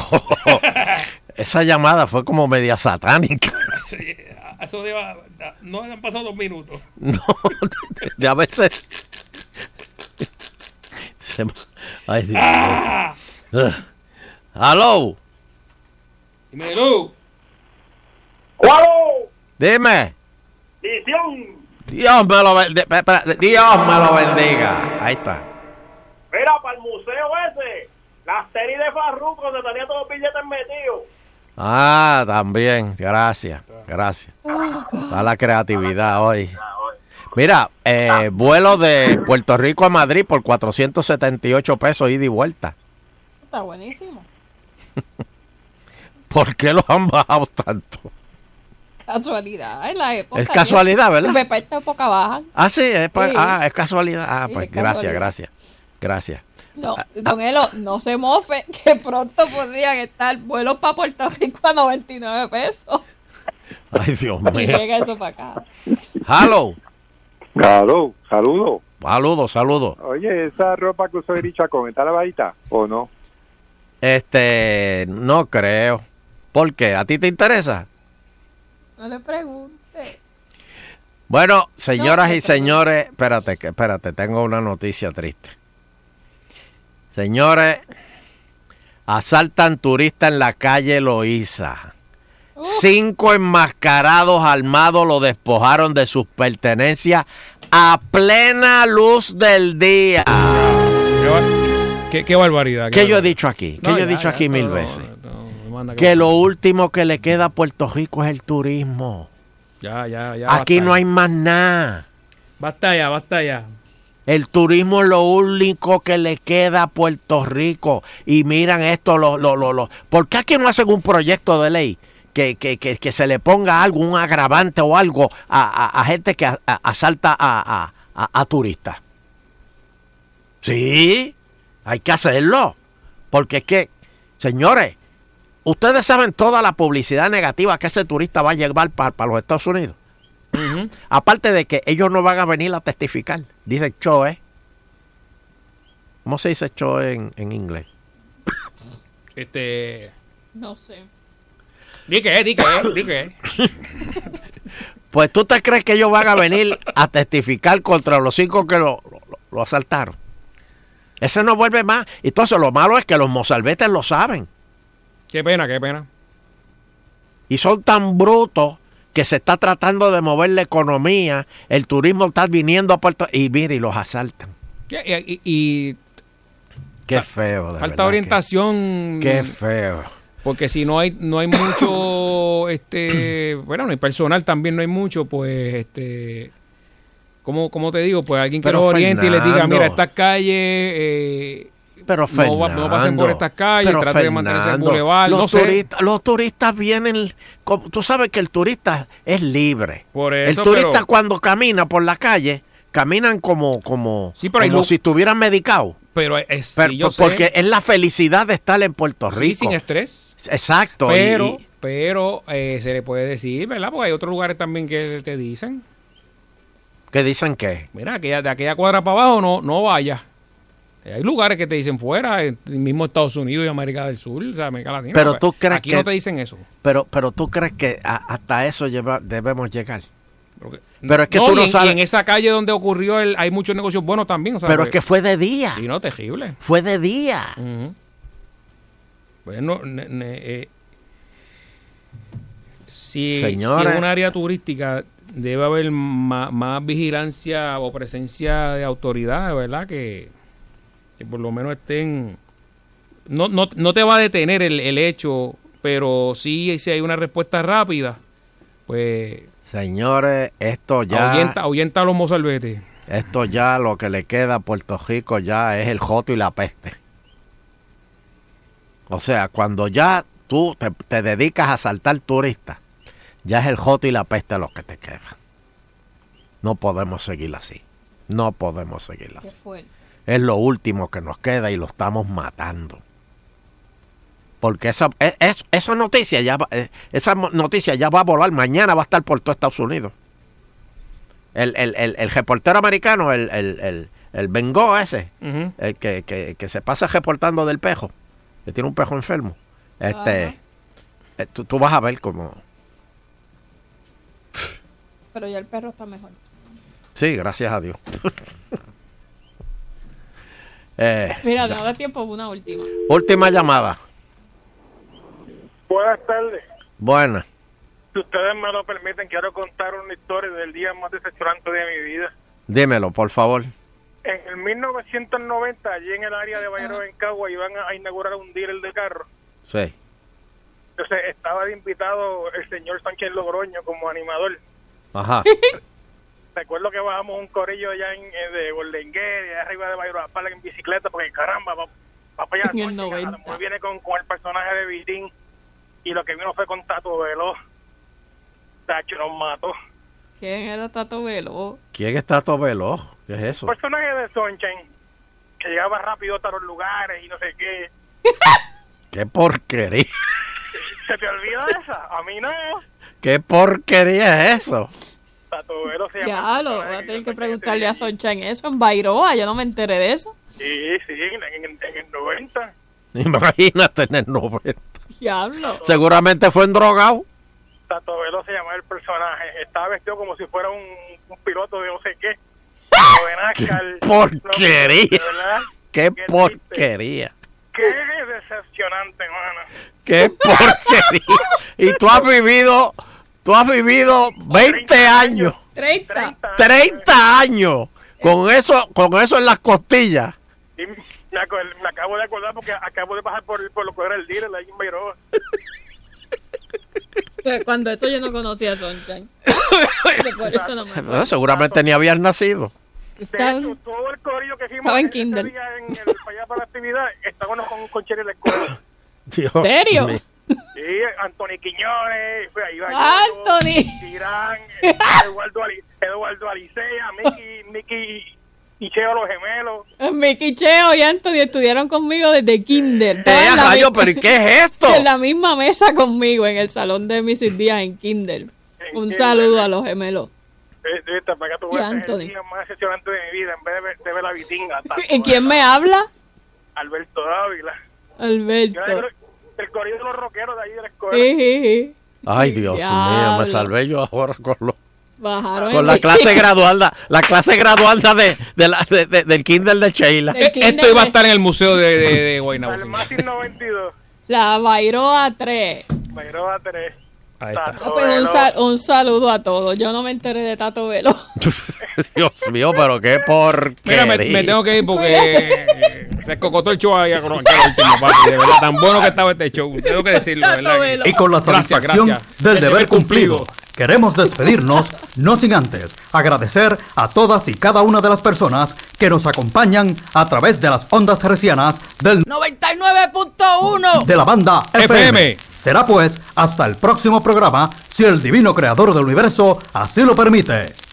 Speaker 5: (laughs) esa llamada fue como media satánica. (laughs)
Speaker 4: Sí, a- eso lleva, a- no han pasado dos minutos.
Speaker 5: No, ya a veces. (laughs) Se me- Ay, Dios mío. Ah. Aló,
Speaker 4: Dímelo.
Speaker 5: dime.
Speaker 14: Bendición.
Speaker 5: Dios me lo bendiga. Dios me lo bendiga. Ahí está.
Speaker 14: Mira, para el museo ese, la serie de Farruko donde tenía todos los billetes metidos.
Speaker 5: Ah, también. Gracias. Gracias. Está la creatividad hoy. Mira, eh, vuelo de Puerto Rico a Madrid por 478 pesos ida y vuelta.
Speaker 6: Está buenísimo.
Speaker 5: ¿Por qué los han bajado tanto?
Speaker 6: Casualidad, en la época.
Speaker 5: Es casualidad, ¿verdad?
Speaker 6: Pues para esta época baja.
Speaker 5: Ah, sí, es, pa-
Speaker 6: Sí.
Speaker 5: Ah, es casualidad. Ah,
Speaker 6: Sí,
Speaker 5: pues
Speaker 6: es
Speaker 5: gracias,
Speaker 6: casualidad.
Speaker 5: gracias. Gracias.
Speaker 6: No,
Speaker 5: Ah,
Speaker 6: don Elo, no se mofe, (laughs) que pronto podrían estar vuelos para Puerto Rico a 99 pesos.
Speaker 5: Ay, Dios
Speaker 6: Si (laughs)
Speaker 5: mío.
Speaker 6: llega eso para acá.
Speaker 5: Hello.
Speaker 16: Claro, saludo.
Speaker 5: Saludos, saludos.
Speaker 16: Oye, esa ropa que usó Iricha, ¿está la bajita o no?
Speaker 5: Este, no creo. ¿Por qué? ¿A ti te interesa?
Speaker 6: No le pregunte.
Speaker 5: Bueno, señoras y señores, espérate, que- espérate, tengo una noticia triste. Señores, asaltan turista en la calle Loíza. Cinco enmascarados armados lo despojaron de sus pertenencias a plena luz del día.
Speaker 4: Qué, qué barbaridad.
Speaker 5: ¿Qué yo he
Speaker 4: barbaridad.
Speaker 5: dicho aquí? ¿Qué
Speaker 4: No,
Speaker 5: yo he
Speaker 4: ya,
Speaker 5: dicho
Speaker 4: ya,
Speaker 5: aquí
Speaker 4: no,
Speaker 5: mil
Speaker 4: no,
Speaker 5: veces?
Speaker 4: no, manda
Speaker 5: que lo último que le queda a Puerto Rico es el turismo.
Speaker 4: Ya, ya, ya.
Speaker 5: Aquí
Speaker 4: basta
Speaker 5: no
Speaker 4: ya.
Speaker 5: hay más nada.
Speaker 4: Basta ya, basta ya.
Speaker 5: El turismo es lo único que le queda a Puerto Rico. Y miran esto, lo, lo, lo, lo- ¿por qué aquí no hacen un proyecto de ley? Que, que, que, que se le ponga algo, un agravante o algo a, a- a gente que a- a- asalta a, a- a- a turistas. Sí, hay que hacerlo. Porque es que, señores, ustedes saben toda la publicidad negativa que ese turista va a llevar para, para los Estados Unidos. Aparte de que ellos no van a venir a testificar. Dice Choe. ¿Cómo se dice Choe en, en inglés?
Speaker 4: Este.
Speaker 6: No sé.
Speaker 4: Di que, di que, di que.
Speaker 5: Pues tú te crees que ellos van a venir a testificar contra los cinco que lo, lo- lo asaltaron. Ese no vuelve más. Entonces lo malo es que los mozalbetes lo saben.
Speaker 4: Qué pena, qué pena.
Speaker 5: y son tan brutos que se está tratando de mover la economía, el turismo está viniendo a Puerto y mira y los asaltan.
Speaker 4: Y, y- y- y
Speaker 5: Qué feo, de
Speaker 4: falta
Speaker 5: verdad,
Speaker 4: orientación.
Speaker 5: Qué, qué feo.
Speaker 4: Porque si no hay, no hay mucho, (coughs) este, bueno, no hay personal también no hay mucho, pues, este, ¿cómo, cómo te digo? Pues alguien que
Speaker 5: Pero,
Speaker 4: los oriente y les diga,
Speaker 5: Fernando.
Speaker 4: mira, estas calles, eh,
Speaker 5: Pero
Speaker 4: no, va- no pasen por
Speaker 5: Fernando,
Speaker 4: estas calles,
Speaker 5: pero
Speaker 4: traten de mantenerse en el
Speaker 5: Fernando,
Speaker 4: bulevar,
Speaker 5: Los,
Speaker 4: no sé.
Speaker 5: turistas, los turistas vienen, como- tú sabes que el turista es libre.
Speaker 4: Por eso,
Speaker 5: el turista
Speaker 4: pero-
Speaker 5: cuando camina por la calle, caminan como, como,
Speaker 4: Sí, pero hay
Speaker 5: como
Speaker 4: lu-
Speaker 5: si estuvieran medicados.
Speaker 4: Pero es,
Speaker 5: Pero-
Speaker 4: sí, yo sé.
Speaker 5: porque es la felicidad de estar en Puerto
Speaker 4: Sí,
Speaker 5: Rico.
Speaker 4: sin estrés.
Speaker 5: Exacto. y-
Speaker 4: Pero,
Speaker 5: y-
Speaker 4: pero eh, se le puede decir, ¿verdad? Porque hay otros lugares también que te dicen,
Speaker 5: ¿Qué dicen que?
Speaker 4: mira, aquella, de aquella cuadra para abajo no, no vaya. Hay lugares que te dicen fuera, en el mismo Estados Unidos y América del Sur, o sea, América Latina. pues,
Speaker 5: Pero tú crees
Speaker 4: aquí
Speaker 5: que-
Speaker 4: no te dicen eso.
Speaker 5: Pero, pero tú crees que a- hasta eso lleva- debemos llegar.
Speaker 4: Porque-
Speaker 5: Pero es que tú
Speaker 4: y
Speaker 5: no
Speaker 4: en,
Speaker 5: sabes-
Speaker 4: y en esa calle donde ocurrió el, hay muchos negocios buenos también. o sea, pues,
Speaker 5: Pero es que fue de día.
Speaker 4: Y no, terrible.
Speaker 5: Fue de día.
Speaker 4: Ujú. Bueno, ne- ne- eh, si, si es
Speaker 5: Señores.
Speaker 4: un área turística debe haber ma- más, vigilancia o presencia de autoridades, ¿verdad? Que, que por lo menos estén... No, no, no te va a detener el, el hecho, pero sí si hay una respuesta rápida, pues
Speaker 5: Señores, esto ya.
Speaker 4: ahuyenta, ahuyenta a los mozalbetes.
Speaker 5: Esto ya lo que le queda a Puerto Rico ya es el joto y la peste. O sea, cuando ya tú te, te dedicas a saltar turistas, ya es el joto y la peste lo que te queda. No podemos seguir así. No podemos seguir así. Es lo último que nos queda y lo estamos matando. Porque esa, e- es- esa noticia ya va, eh, esa mo- noticia ya va a volar, mañana va a estar por todo Estados Unidos. El, el- el- el reportero americano, el, el, el- el Bengó ese,
Speaker 4: Ujú.
Speaker 5: el que, que- que se pasa reportando del pejo, que tiene un pejo enfermo.
Speaker 6: Ajá.
Speaker 5: Este, eh, tú, tú vas a ver como...
Speaker 6: Pero ya el perro está mejor.
Speaker 5: Sí, gracias
Speaker 6: (laughs)
Speaker 5: a Dios. Eh,
Speaker 6: Mira, no da tiempo una última.
Speaker 5: última llamada.
Speaker 10: Buenas tardes.
Speaker 5: Buena.
Speaker 10: Si ustedes me lo permiten, quiero contar una historia del día más decepcionante de mi vida.
Speaker 5: Dímelo, por favor.
Speaker 10: En el 1990, allí en el área de Bayero en Cagua, iban a a inaugurar un dealer de carro.
Speaker 5: Sí.
Speaker 10: Entonces estaba de invitado el señor Sánchez Logroño como animador. (laughs)
Speaker 6: Ah.
Speaker 5: Ajá.
Speaker 10: Recuerdo que bajamos un corillo allá en, eh, de Goldenguer, de arriba de Bayro Apala en bicicleta, porque caramba, va, va para allá.
Speaker 6: (laughs) En el
Speaker 10: coño, a lo
Speaker 6: 90.
Speaker 10: mejor viene con, con el personaje de Vitín y lo que vino fue con Tato Veloz. Tacho nos mató.
Speaker 6: ¿Quién era Tato Velo?
Speaker 5: ¿Quién está todo veloz? ¿Qué es eso?
Speaker 10: Personaje de Sunshine, que llegaba rápido hasta los lugares y no sé qué.
Speaker 5: ¡Qué porquería! (laughs)
Speaker 10: ¿Se te olvida esa? A mí no.
Speaker 5: ¿Qué porquería es eso? (laughs)
Speaker 10: Tato Veloz se llama.
Speaker 6: Ya, lo voy a tener que preguntarle a Sonchan eso en Bairoa. Yo no me enteré de eso.
Speaker 10: Sí, sí, en, en- en el 90.
Speaker 5: Imagínate en el 90.
Speaker 6: Diablo.
Speaker 5: Seguramente fue en drogado.
Speaker 10: Tato Velo se llamaba el personaje. Estaba vestido como si fuera un, un piloto de no sé qué. Lo de NASCAR.
Speaker 5: ¡Ah! ¡Qué porquería!
Speaker 10: No, de verdad,
Speaker 5: ¡Qué
Speaker 10: triste.
Speaker 5: porquería!
Speaker 10: ¡Qué decepcionante, mano! (laughs)
Speaker 5: ¡Qué porquería! Y tú has vivido, tú has vivido 20 años,
Speaker 6: 30.
Speaker 5: 30 años, con eso, con eso en las costillas.
Speaker 10: Y me, acu- me acabo de acordar porque acabo de pasar por, por lo que era el dealer ahí en Beiroa.
Speaker 6: Cuando eso yo no conocía
Speaker 10: (coughs)
Speaker 6: a Sonchan. Por eso no me acuerdo.
Speaker 5: Bueno, seguramente ni habías nacido.
Speaker 6: Estaba en-
Speaker 10: Todo el corillo que hicimos
Speaker 6: Estaba en
Speaker 10: ese
Speaker 6: Kindle.
Speaker 10: día en el para allá para la actividad, estábamos con un cochero en la escuela.
Speaker 5: Dios
Speaker 6: serio?
Speaker 5: mío.
Speaker 10: Sí, Anthony Quiñones, fue ahí
Speaker 6: Anthony.
Speaker 10: Tirán, Eduardo, Ali- Eduardo Alicea, Mickey, Mickey y Cheo los gemelos.
Speaker 6: Pues Mi quicheo y Anthony estudiaron conmigo desde
Speaker 10: Eh,
Speaker 6: kinder. Estaban en la
Speaker 5: rayo,
Speaker 6: misma-
Speaker 5: pero ¿y qué es
Speaker 6: (laughs)
Speaker 5: esto?
Speaker 6: En la misma mesa conmigo en el salón de Mrs. Díaz en kinder. Un saludo a los gemelos.
Speaker 10: Eh, eh, te- para que tú
Speaker 6: Y
Speaker 10: veas, es el
Speaker 6: Anthony.
Speaker 10: día más decepcionante de mi vida, en vez de ver, de ver la vitinga. tanto,
Speaker 6: (laughs) ¿Y quién me habla?
Speaker 10: Alberto Dávila. Yo era
Speaker 6: Alberto.
Speaker 10: el, el corillo de los rockeros de ahí de la escuela.
Speaker 6: Ejiji.
Speaker 5: Ay, Dios mío,
Speaker 6: Diablo.
Speaker 5: me salvé yo ahora con, lo-
Speaker 6: Bajaron
Speaker 5: con
Speaker 6: en
Speaker 5: la clase
Speaker 6: bicicleta.
Speaker 5: gradual, la, la clase gradual de, de la- de- de- del kinder de Sheila.
Speaker 6: Del kinder
Speaker 4: Esto iba a
Speaker 6: de-
Speaker 4: estar en el museo de, de, de Guaynabo, señor.
Speaker 10: Mati 92,
Speaker 6: La Bairoa 3.
Speaker 10: Beiroa 3.
Speaker 4: Ahí
Speaker 6: Ah, pues un, sal- un saludo a todos. Yo no me enteré de Tato Velo.
Speaker 5: Dios mío, pero qué porquería.
Speaker 4: Mira, me, me tengo que ir porque (laughs) se cocotó el show ahí a Corobanca el último, papi, de verdad, tan bueno que estaba este show. Tengo que decirlo, de ¿verdad? que-
Speaker 22: Y con la
Speaker 4: Gracias,
Speaker 22: satisfacción
Speaker 4: gracias.
Speaker 22: del
Speaker 4: El
Speaker 22: deber cumplido. Queremos
Speaker 4: (laughs)
Speaker 22: despedirnos, no sin antes agradecer a todas y cada una de las personas que nos acompañan a través de las ondas hercianas del
Speaker 17: 99.1
Speaker 22: de la banda FM.
Speaker 4: FM.
Speaker 22: Será pues hasta el próximo programa, si el divino creador del universo así lo permite.